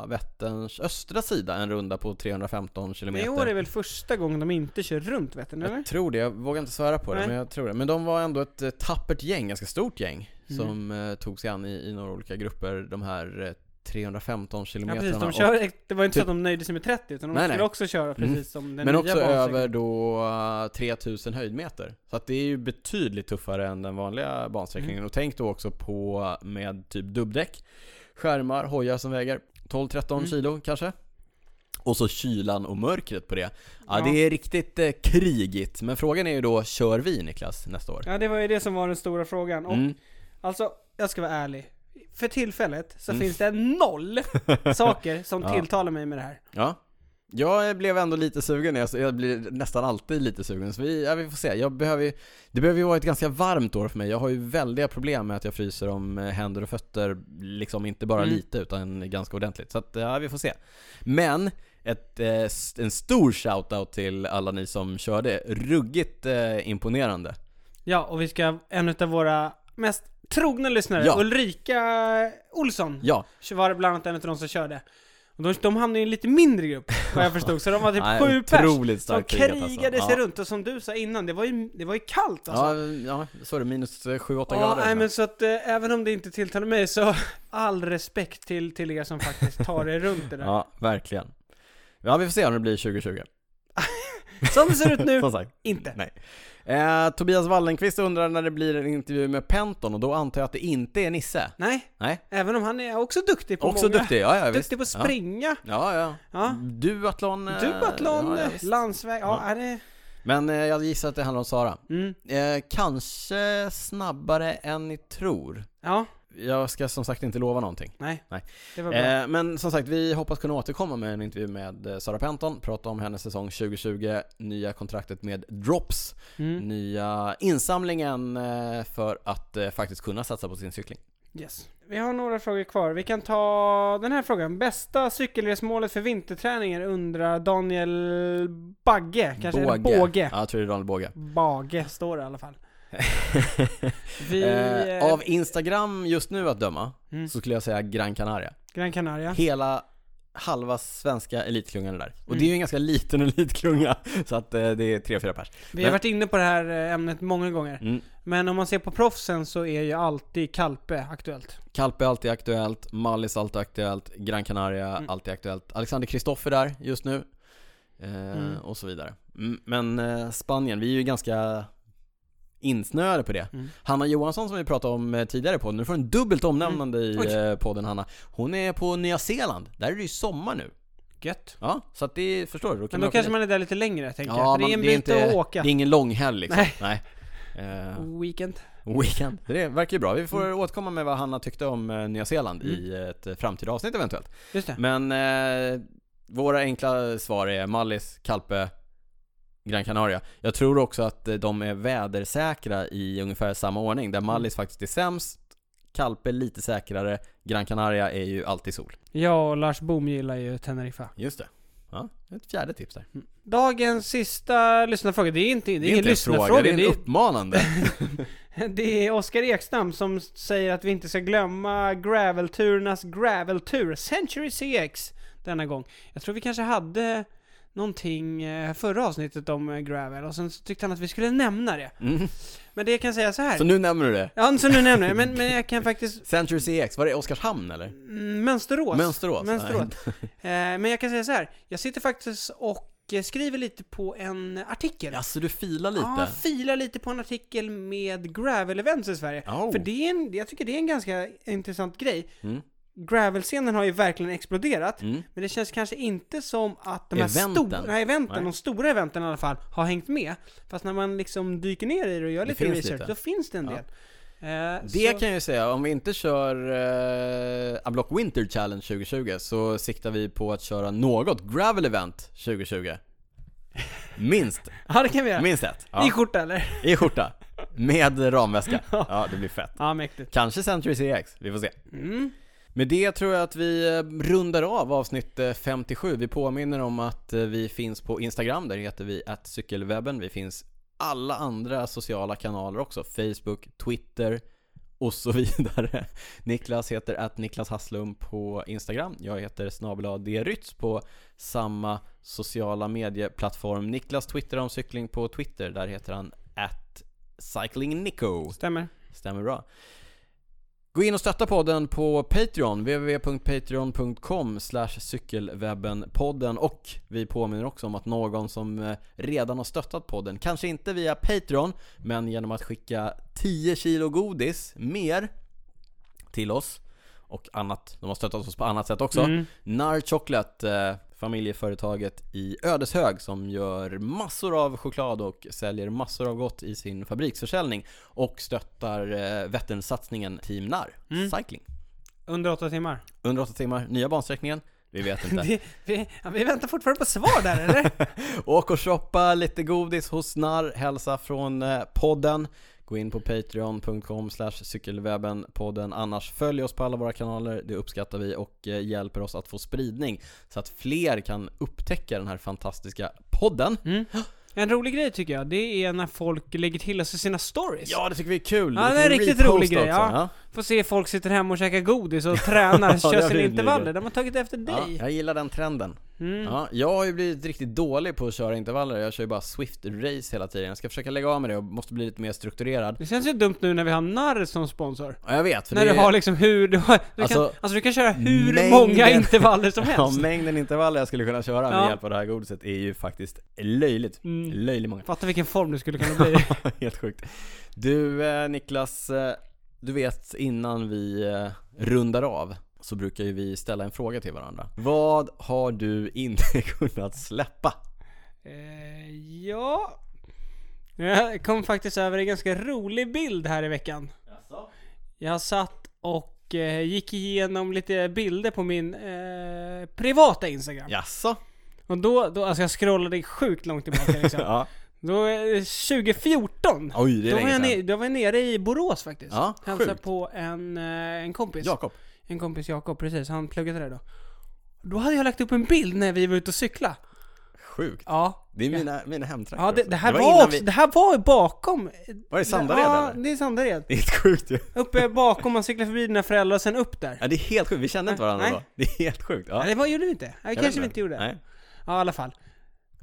Speaker 1: eh, Vätterns östra sida en runda på 315
Speaker 2: Men
Speaker 1: kilometer.
Speaker 2: i år är väl första gången de inte kör runt Vättern eller?
Speaker 1: Jag tror det, jag vågar inte svära på det
Speaker 2: Nej.
Speaker 1: men jag tror det. Men de var ändå ett eh, tappert gäng, ganska stort gäng
Speaker 2: Mm.
Speaker 1: som eh, tog sig an i, i några olika grupper de här eh, 315
Speaker 2: Ja
Speaker 1: kilometerna.
Speaker 2: precis, de
Speaker 1: Och-
Speaker 2: kör, det var ju inte så
Speaker 1: typ-
Speaker 2: att de nöjde sig med 30 utan de
Speaker 1: Nej,
Speaker 2: skulle
Speaker 1: nej. Mm.
Speaker 2: också köra precis som den
Speaker 1: men
Speaker 2: nya
Speaker 1: också
Speaker 2: bansträckan.
Speaker 1: över då eh, 3000 höjdmeter. Så att det är ju betydligt tuffare än den vanliga bansträckningen.
Speaker 2: Mm.
Speaker 1: Och tänk då också på med typ dubbdäck, skärmar, hojar som väger 12-13
Speaker 2: Mm.
Speaker 1: kilo kanske. Och så kylan och mörkret på det. Ja,
Speaker 2: Ja.
Speaker 1: det är riktigt eh, krigigt. Men frågan är ju då, kör vi Niklas nästa år?
Speaker 2: Ja det var ju det som var den stora frågan. Och
Speaker 1: Mm.
Speaker 2: Alltså, jag ska vara ärlig. För tillfället så
Speaker 1: Mm.
Speaker 2: finns det noll saker som
Speaker 1: Ja.
Speaker 2: tilltalar mig med det här.
Speaker 1: Ja. Jag blev ändå lite sugen, jag jag blir nästan alltid lite sugen. Så vi, ja, vi får se. Jag behöver, ju- det behöver ju vara ett ganska varmt år för mig. Jag har ju väldiga problem med att jag fryser om eh, händer och fötter, liksom inte bara
Speaker 2: Mm.
Speaker 1: lite utan ganska ordentligt. Så att, ja, vi får se. Men, ett, eh, s- en stor shoutout till alla ni som körde. Ruggigt eh, imponerande.
Speaker 2: Ja, och vi ska, en av våra mest trogna lyssnare,
Speaker 1: Ja.
Speaker 2: Ulrika Olsson,
Speaker 1: Ja,
Speaker 2: var bland annat en av de som körde. Och de, de hamnade i en lite mindre grupp, vad jag förstod. Så de var typ
Speaker 1: nej,
Speaker 2: sju pers.
Speaker 1: otroligt
Speaker 2: som
Speaker 1: starkt krigat alltså.
Speaker 2: krigade sig
Speaker 1: ja.
Speaker 2: runt, och som du sa innan, det var ju, det var ju kallt alltså.
Speaker 1: Ja, ja, så är det. Minus 7-8
Speaker 2: Ja,
Speaker 1: grader.
Speaker 2: nej, men så att eh, även om det inte tilltalar mig så all respekt till, till er som faktiskt tar er runt det där.
Speaker 1: Ja, verkligen. Ja, vi får se om det blir 2020.
Speaker 2: Som det ser ut nu,
Speaker 1: Som sagt.
Speaker 2: inte.
Speaker 1: Nej. Eh, Tobias Wallenqvist undrar när det blir en intervju med Penton och då antar jag att det inte är Nisse?
Speaker 2: Nej,
Speaker 1: Nej.
Speaker 2: även om han är också duktig på
Speaker 1: Också
Speaker 2: många.
Speaker 1: duktig, ja, ja visst.
Speaker 2: Duktig på att springa.
Speaker 1: Ja, ja.
Speaker 2: Ja.
Speaker 1: Duatlon. eh,
Speaker 2: Duatlon,
Speaker 1: ja, ja, visst.
Speaker 2: landsväg, ja, är det...
Speaker 1: Men eh, jag gissar att det handlar om Sara.
Speaker 2: Mm.
Speaker 1: Eh, kanske snabbare än ni tror.
Speaker 2: Ja,
Speaker 1: Jag ska som sagt inte lova någonting.
Speaker 2: nej.
Speaker 1: Nej.
Speaker 2: Det var bra.
Speaker 1: Eh, men som sagt, vi hoppas kunna återkomma med en intervju med eh, Sara Penton, prata om hennes säsong 2020, nya kontraktet med Drops,
Speaker 2: Mm.
Speaker 1: nya insamlingen eh, för att eh, faktiskt kunna satsa på sin cykling.
Speaker 2: Yes. Vi har några frågor kvar. Vi kan ta den här frågan. Bästa cykelresmålet för vinterträningar undrar Daniel Bagge. Kanske Båge. Eller Båge.
Speaker 1: Ja, jag tror det är Daniel Båge.
Speaker 2: Bage står det i alla fall. Vi...
Speaker 1: Eh,
Speaker 2: eh, Mm.
Speaker 1: av Instagram just nu att döma, så skulle jag säga Gran Canaria.
Speaker 2: Gran Canaria.
Speaker 1: Hela halva svenska elitklungan är där. Och
Speaker 2: Mm.
Speaker 1: det är ju en ganska liten elitklunga, så att eh, det är tre, fyra pers.
Speaker 2: Vi har
Speaker 1: Men-
Speaker 2: varit inne på det här eh, ämnet många gånger.
Speaker 1: Mm.
Speaker 2: Men om man ser på proffsen så är ju alltid Kalpe aktuellt.
Speaker 1: Kalpe är alltid aktuellt, Mallis är alltid aktuellt, Gran Canaria
Speaker 2: Mm.
Speaker 1: alltid aktuellt, Alexander Kristoffer där just nu eh, och så vidare. Mm, Men eh, Spanien, vi är ju ganska insnöade på det. Hanna Johansson som vi pratade om eh, tidigare på nu får en dubbelt omnämnande
Speaker 2: Mm. Oj.
Speaker 1: i eh, podden Hanna. Hon är på Nya Zeeland, där är det ju sommar nu.
Speaker 2: Gött.
Speaker 1: Ja, så att det förstår du. Då kan
Speaker 2: Men då
Speaker 1: åka
Speaker 2: kanske
Speaker 1: dit.
Speaker 2: man är där lite längre tänker
Speaker 1: Ja,
Speaker 2: jag. För det är en
Speaker 1: man-
Speaker 2: bit att åka.
Speaker 1: Det är ingen lång helg liksom.
Speaker 2: Nej.
Speaker 1: Nej. Eh,
Speaker 2: Weekend.
Speaker 1: Weekend. Det verkar ju bra. Vi får
Speaker 2: Mm.
Speaker 1: återkomma med vad Hanna tyckte om eh, Nya Zeeland i ett eh, framtida avsnitt eventuellt.
Speaker 2: Just det.
Speaker 1: Men eh, våra enkla svar är Mallis, Kalpe, Gran Canaria. Jag tror också att eh, de är vädersäkra i ungefär samma ordning.
Speaker 2: Mm.
Speaker 1: Där Mallis faktiskt är sämst, Kalpe lite säkrare, Gran Canaria är ju alltid sol.
Speaker 2: Jag och Lars Boom gillar ju Teneriffa.
Speaker 1: Just det. Ja, ett fjärde tips där.
Speaker 2: Dagens sista lyssnarfråga. Det är inte, det är ingen
Speaker 1: inte en fråga,
Speaker 2: lyssnarfråga.
Speaker 1: det är
Speaker 2: Det
Speaker 1: en
Speaker 2: är,
Speaker 1: uppmanande.
Speaker 2: det är Oskar Ekstam som säger att vi inte ska glömma Gravelturernas Graveltur, Century CX, denna gång. Jag tror vi kanske hade någonting eh, förra avsnittet om eh, Gravel och sen så tyckte han att vi skulle nämna det.
Speaker 1: Mm.
Speaker 2: Men det jag kan säga så här.
Speaker 1: Så nu nämner du det.
Speaker 2: Ja, så nu nämner jag men, men jag kan faktiskt...
Speaker 1: Century CX, var det Oskarshamn eller?
Speaker 2: Mm, Mönsterås.
Speaker 1: Mönsterås?
Speaker 2: Mönsterås. Eh, men jag kan säga så här. jag sitter faktiskt och eh, skriver lite på en artikel.
Speaker 1: Alltså du filar lite?
Speaker 2: Ja, filar lite på en artikel med gravel-events i Sverige.
Speaker 1: Oh.
Speaker 2: För det är en, jag tycker det är en ganska intressant grej.
Speaker 1: Mm.
Speaker 2: Gravel-scenen har ju verkligen exploderat.
Speaker 1: Mm.
Speaker 2: Men det känns kanske inte som att de här
Speaker 1: Eventen.
Speaker 2: stora nej, eventen,
Speaker 1: Nej.
Speaker 2: de stora eventen i alla fall, har hängt med. Fast när man liksom dyker ner i det och gör
Speaker 1: Det
Speaker 2: lite
Speaker 1: finns
Speaker 2: research,
Speaker 1: lite.
Speaker 2: då finns det en
Speaker 1: Ja.
Speaker 2: del. Eh,
Speaker 1: Det
Speaker 2: så-
Speaker 1: kan jag ju säga, om vi inte kör eh, A Block Winter Challenge 2020 så siktar vi på att köra något Gravel Event 2020 Minst,
Speaker 2: Ja, det kan vi göra.
Speaker 1: minst ett!
Speaker 2: I
Speaker 1: Ja.
Speaker 2: skjorta eller?
Speaker 1: I skjorta! Med ramväska. Ja, det blir fett.
Speaker 2: Ja, mäktigt.
Speaker 1: Kanske Century CX, vi får se.
Speaker 2: Mm.
Speaker 1: Med det tror jag att vi eh, rundar av avsnitt eh, 57. Vi påminner om att eh, vi finns på Instagram, där heter vi cykelwebben. Vi finns alla andra sociala kanaler också, Facebook, Twitter och så vidare. Niklas heter att Niklas Hasslum på Instagram. Jag heter snabel Rytz på samma sociala medieplattform. Niklas twittrar om cykling på Twitter. Där heter han att cyclingnico.
Speaker 2: Stämmer.
Speaker 1: Stämmer bra. Gå in och stötta podden på Patreon, www.patreon.com cykelwebbenpodden och vi påminner också om att någon som eh, redan har stöttat podden, kanske inte via Patreon, men genom att skicka 10 kilo godis mer till oss och annat, de har stöttat oss på annat sätt också.
Speaker 2: Mm.
Speaker 1: Nar Chocolate, eh, familjeföretaget i Ödeshög som gör massor av choklad och säljer massor av gott i sin fabriksförsäljning och stöttar eh, Vätternsatsningen Team Nar Cycling.
Speaker 2: Under åtta timmar.
Speaker 1: 108 timmar, nya bansträckningen. Vi vet inte.
Speaker 2: Vi, vi, ja, vi väntar fortfarande på svar där eller?
Speaker 1: Åk och shoppa lite godis hos Nar. Hälsa från eh, podden. Gå in på patreon.com cykelwebbenpodden. Annars följ oss på alla våra kanaler. Det uppskattar vi och eh, hjälper oss att få spridning så att fler kan upptäcka den här fantastiska podden.
Speaker 2: En rolig grej tycker jag, det är när folk lägger till oss i sina stories.
Speaker 1: Ja, det tycker vi är kul!
Speaker 2: Ja,
Speaker 1: Vi
Speaker 2: det är en
Speaker 1: får
Speaker 2: riktigt
Speaker 1: reposta
Speaker 2: rolig grej.
Speaker 1: också,
Speaker 2: Ja. Får se folk sitter hemma och käkar godis och tränar,
Speaker 1: Ja, det
Speaker 2: kör
Speaker 1: var
Speaker 2: sina
Speaker 1: en ny
Speaker 2: intervaller.
Speaker 1: grej.
Speaker 2: De har tagit efter
Speaker 1: Ja,
Speaker 2: dig.
Speaker 1: jag gillar den trenden.
Speaker 2: Mm.
Speaker 1: Ja, jag har ju blivit riktigt dålig på att köra intervaller. Jag kör ju bara Swift-race hela tiden. Jag ska försöka lägga av med det och måste bli lite mer strukturerad.
Speaker 2: Det känns ju dumt nu när vi har narr som sponsor.
Speaker 1: Ja, jag vet. För
Speaker 2: när
Speaker 1: det
Speaker 2: du
Speaker 1: är...
Speaker 2: har liksom hur, du har, du
Speaker 1: Alltså,
Speaker 2: kan, alltså du kan köra hur
Speaker 1: mängden-
Speaker 2: många intervaller som
Speaker 1: Ja,
Speaker 2: helst.
Speaker 1: mängden intervaller jag skulle kunna köra med
Speaker 2: Ja.
Speaker 1: hjälp av det här godiset är ju faktiskt löjligt.
Speaker 2: Mm.
Speaker 1: Löjligt många.
Speaker 2: Fatta vilken form du skulle kunna bli.
Speaker 1: Helt sjukt. Du eh, Niklas, eh, du vet innan vi eh, rundar av så brukar ju vi ställa en fråga till varandra. Vad har du inte kunnat släppa?
Speaker 2: eh, ja. Jag kom faktiskt över en ganska rolig bild här i veckan. Jag satt och eh, gick igenom lite bilder på min eh, privata Instagram.
Speaker 1: Jaså?
Speaker 2: Och då, då, alltså jag scrollade sjukt långt tillbaka liksom.
Speaker 1: Ja.
Speaker 2: Då, eh, 2014.
Speaker 1: Oj, det är
Speaker 2: Då var,
Speaker 1: länge sedan.
Speaker 2: jag nere, då var jag nere i Borås faktiskt.
Speaker 1: Ja,
Speaker 2: Hälsade
Speaker 1: sjukt.
Speaker 2: på en, eh, en kompis.
Speaker 1: Jakob.
Speaker 2: En kompis Jakob, precis. Han pluggade där då. Då hade jag lagt upp en bild när vi var ute och cykla.
Speaker 1: Sjukt.
Speaker 2: Ja.
Speaker 1: Det är mina, mina hemtrakter
Speaker 2: Ja, det,
Speaker 1: också.
Speaker 2: det, här
Speaker 1: var,
Speaker 2: var,
Speaker 1: innan
Speaker 2: också-
Speaker 1: vi...
Speaker 2: det här var bakom...
Speaker 1: Var det Sandared
Speaker 2: Ja,
Speaker 1: eller?
Speaker 2: det är Sandared.
Speaker 1: Det är helt sjukt ju.
Speaker 2: Uppe bakom, man cyklar förbi dina föräldrar och sen upp där.
Speaker 1: Ja, det är helt sjukt. Vi kände inte varandra
Speaker 2: Nej.
Speaker 1: då. Det är helt sjukt. Ja.
Speaker 2: Nej, vad gjorde vi inte? Ja, det
Speaker 1: Jag
Speaker 2: kanske
Speaker 1: vet
Speaker 2: vi inte gjorde.
Speaker 1: Nej.
Speaker 2: Ja, i alla fall.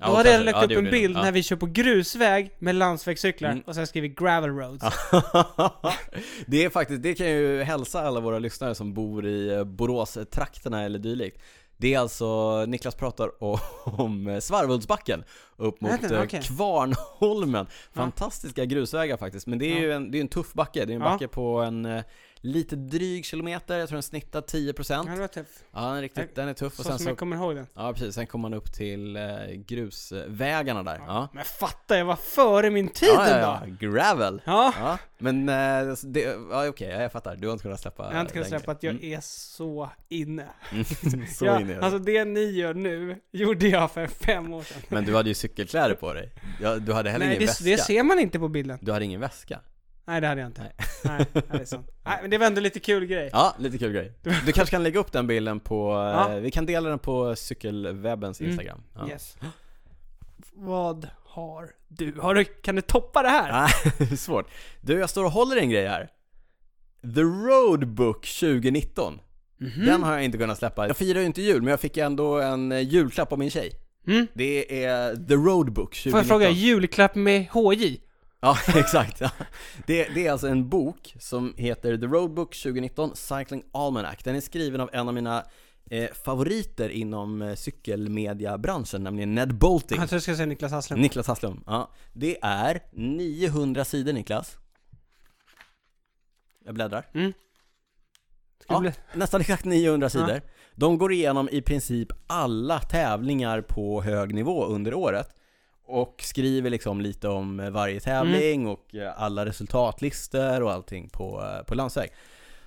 Speaker 1: Ja,
Speaker 2: Då hade
Speaker 1: kanske.
Speaker 2: jag lagt
Speaker 1: Ja,
Speaker 2: upp
Speaker 1: det
Speaker 2: en
Speaker 1: gjorde vi.
Speaker 2: bild
Speaker 1: Ja.
Speaker 2: när vi kör på grusväg med landsvägscyklar
Speaker 1: Mm.
Speaker 2: och sen skriver 'gravel roads'
Speaker 1: det är faktiskt, det kan jag ju hälsa alla våra lyssnare som bor i eh, Borås-trakterna eller dylikt. Det är alltså, Niklas pratar o- om eh, Svarvultsbacken upp mot
Speaker 2: Vänta,
Speaker 1: eh,
Speaker 2: okej.
Speaker 1: Kvarnholmen. Fantastiska grusvägar faktiskt, men det är ju en, det är en tuff backe. Det är en
Speaker 2: Ja.
Speaker 1: backe på en eh, lite dryg kilometer, jag tror den snittar 10%.
Speaker 2: Ja, det var tufft.
Speaker 1: Ja, den är, riktigt, den är tuff.
Speaker 2: Så
Speaker 1: Och sen
Speaker 2: som
Speaker 1: så,
Speaker 2: jag kommer ihåg den.
Speaker 1: ja, precis, sen kommer man upp till eh, grusvägarna där. Ja.
Speaker 2: Men fatta, jag var före min tid
Speaker 1: Ja, ja,
Speaker 2: ändå!
Speaker 1: ja. Gravel!
Speaker 2: Ja,
Speaker 1: Ja, men eh, det, ja, okej, jag fattar. Du har inte kunnat släppa
Speaker 2: jag har inte kunnat
Speaker 1: den
Speaker 2: släppa att jag
Speaker 1: grejen.
Speaker 2: är så inne.
Speaker 1: Mm. Så
Speaker 2: ja,
Speaker 1: inne är du.
Speaker 2: Alltså det ni gör nu, gjorde jag för fem år sedan.
Speaker 1: Men du hade ju cykelkläder på dig. Ja, du hade heller
Speaker 2: alltså- Nej,
Speaker 1: ingen
Speaker 2: det, det
Speaker 1: väska.
Speaker 2: ser man inte på bilden.
Speaker 1: Du hade ingen väska.
Speaker 2: Nej, det hade jag inte.
Speaker 1: Nej.
Speaker 2: Nej, det är sant. Nej, men det var ändå lite kul grej.
Speaker 1: Ja, lite kul grej. Du kanske kan lägga upp den bilden på, eh,
Speaker 2: Ja.
Speaker 1: vi kan dela den på cykelwebbens
Speaker 2: Mm.
Speaker 1: Instagram. Ja.
Speaker 2: Yes. Vad har du? Har du? Kan du toppa det här?
Speaker 1: Ah, det är svårt. Du, jag står och håller i en grej här. The Road Book 2019.
Speaker 2: Mhm. Mm.
Speaker 1: Den har jag inte kunnat släppa. Jag firar ju inte jul, men jag fick ändå en eh, julklapp av min tjej.
Speaker 2: Mm.
Speaker 1: Det är The Road Book 2019.
Speaker 2: Får jag fråga, julklapp med HJ?
Speaker 1: Ja, exakt. Ja. Det, det är alltså en bok som heter The Roadbook 2019 Cycling Almanac. Den är skriven av en av mina eh, favoriter inom eh, cykelmediabranschen, nämligen Ned Bolting.
Speaker 2: Jag tror jag ska säga Niklas Hasslum.
Speaker 1: Niklas Hasslum. Ja. Det är 900 sidor, Niklas. Jag bläddrar.
Speaker 2: Ska
Speaker 1: Ja,
Speaker 2: bli-
Speaker 1: nästan exakt 900 sidor. De går igenom i princip alla tävlingar på hög nivå under året. Och skriver liksom lite om eh, varje tävling
Speaker 2: Mm.
Speaker 1: och eh, alla resultatlistor och allting på, eh, på landsväg.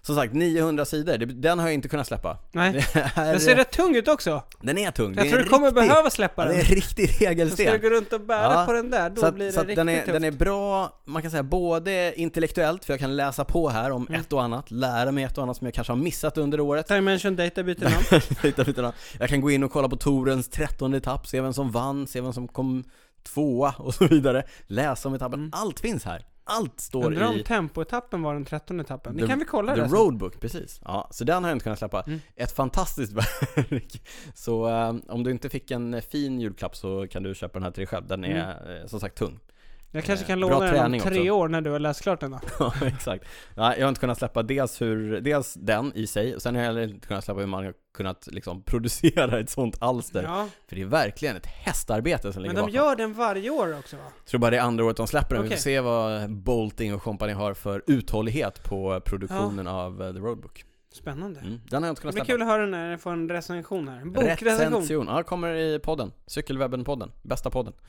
Speaker 1: Som sagt, 900 sidor, det- den har jag inte kunnat släppa.
Speaker 2: Nej.
Speaker 1: Det är-
Speaker 2: Den ser rätt tung ut också.
Speaker 1: den är tung.
Speaker 2: Jag
Speaker 1: det är
Speaker 2: tror
Speaker 1: en
Speaker 2: du kommer
Speaker 1: riktig-
Speaker 2: behöva släppa
Speaker 1: ja, Det är
Speaker 2: den.
Speaker 1: en riktig
Speaker 2: Så ska du
Speaker 1: regelsten.
Speaker 2: gå runt och bära
Speaker 1: Ja,
Speaker 2: på den där, då
Speaker 1: Så, att,
Speaker 2: blir det
Speaker 1: så att
Speaker 2: riktigt
Speaker 1: den, är,
Speaker 2: tufft.
Speaker 1: den är bra, man kan säga både intellektuellt, för jag kan läsa på här om
Speaker 2: Mm.
Speaker 1: ett och annat, lära mig ett och annat som jag kanske har missat under året.
Speaker 2: Dimension Data byter namn.
Speaker 1: Titta, titta, titta. jag kan gå in och kolla på Torens trettonde etapp, se vem som vann, se vem som kom tvåa och så vidare. Läsa om etappen.
Speaker 2: Mm.
Speaker 1: Allt finns här. Allt står
Speaker 2: Undrar om
Speaker 1: i
Speaker 2: tempoetappen var den trettonde etappen. Det
Speaker 1: The-
Speaker 2: kan vi kolla
Speaker 1: The
Speaker 2: det.
Speaker 1: Roadbook, precis. Ja, så den har jag inte kunnat släppa.
Speaker 2: Mm.
Speaker 1: Ett fantastiskt verk. Så eh, om du inte fick en eh, fin julklapp så kan du köpa den här till dig själv. Den är
Speaker 2: Mm.
Speaker 1: eh, som sagt tung.
Speaker 2: Jag kanske kan
Speaker 1: Eh, bra
Speaker 2: låna den om
Speaker 1: träning
Speaker 2: tre
Speaker 1: också.
Speaker 2: år när du har läst klart den då.
Speaker 1: Ja, exakt. Nej, jag har inte kunnat släppa dels, hur, dels den i sig, och sen har jag heller inte kunnat släppa hur man har kunnat liksom, producera ett sånt alster.
Speaker 2: Ja.
Speaker 1: För det är verkligen ett hästarbete som ligger
Speaker 2: Men de
Speaker 1: bakom.
Speaker 2: gör den varje år också va?
Speaker 1: tror bara det är andra året de släpper den. Vi får
Speaker 2: Okej.
Speaker 1: se vad Bolting och kompani har för uthållighet på produktionen av eh, The Roadbook.
Speaker 2: Spännande.
Speaker 1: Mm. Den har jag inte kunnat
Speaker 2: Det blir
Speaker 1: släppa.
Speaker 2: kul att höra när jag får en recension här. En bokrecension.
Speaker 1: Recension. Ja, kommer i podden. Cykelwebben-podden. Bästa podden.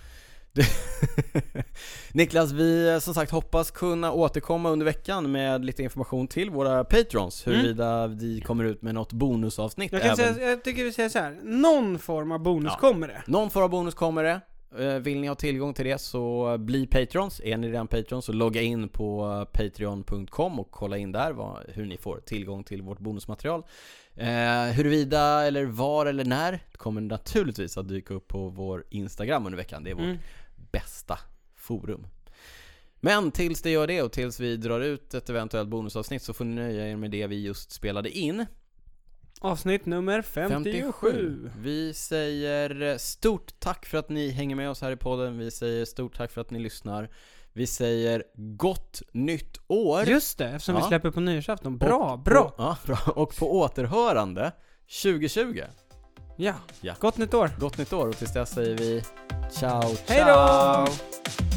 Speaker 1: Du- Niklas, vi eh, som sagt hoppas kunna återkomma under veckan med lite information till våra patrons. Huruvida vi kommer ut med något bonusavsnitt.
Speaker 2: Mm. Jag, kan
Speaker 1: även-
Speaker 2: säga, jag tycker vi säger så här. någon form av bonus
Speaker 1: Ja.
Speaker 2: kommer det.
Speaker 1: Någon form av bonus kommer det. Eh, Vill ni ha tillgång till det så bli patrons. Är ni redan patrons så logga in på eh, patreon.com och kolla in där vad, hur ni får tillgång till vårt bonusmaterial. Eh, huruvida eller var eller när kommer naturligtvis att dyka upp på vår Instagram under veckan. Det är vårt
Speaker 2: Mm.
Speaker 1: bästa forum. Men tills det gör det och tills vi drar ut ett eventuellt bonusavsnitt så får ni nöja er med det vi just spelade in.
Speaker 2: Avsnitt nummer 57.
Speaker 1: Vi säger eh, stort tack för att ni hänger med oss här i podden. Vi säger stort tack för att ni lyssnar. Vi säger gott nytt år.
Speaker 2: Just det, eftersom
Speaker 1: Ja.
Speaker 2: vi släpper på nyårsafton. Bra,
Speaker 1: Och på-
Speaker 2: bra!
Speaker 1: Ja, bra. Och på återhörande 2020.
Speaker 2: Ja.
Speaker 1: Ja.
Speaker 2: Gott nytt år!
Speaker 1: Gott nytt år och tills dess säger vi ciao, ciao.
Speaker 2: Hej då!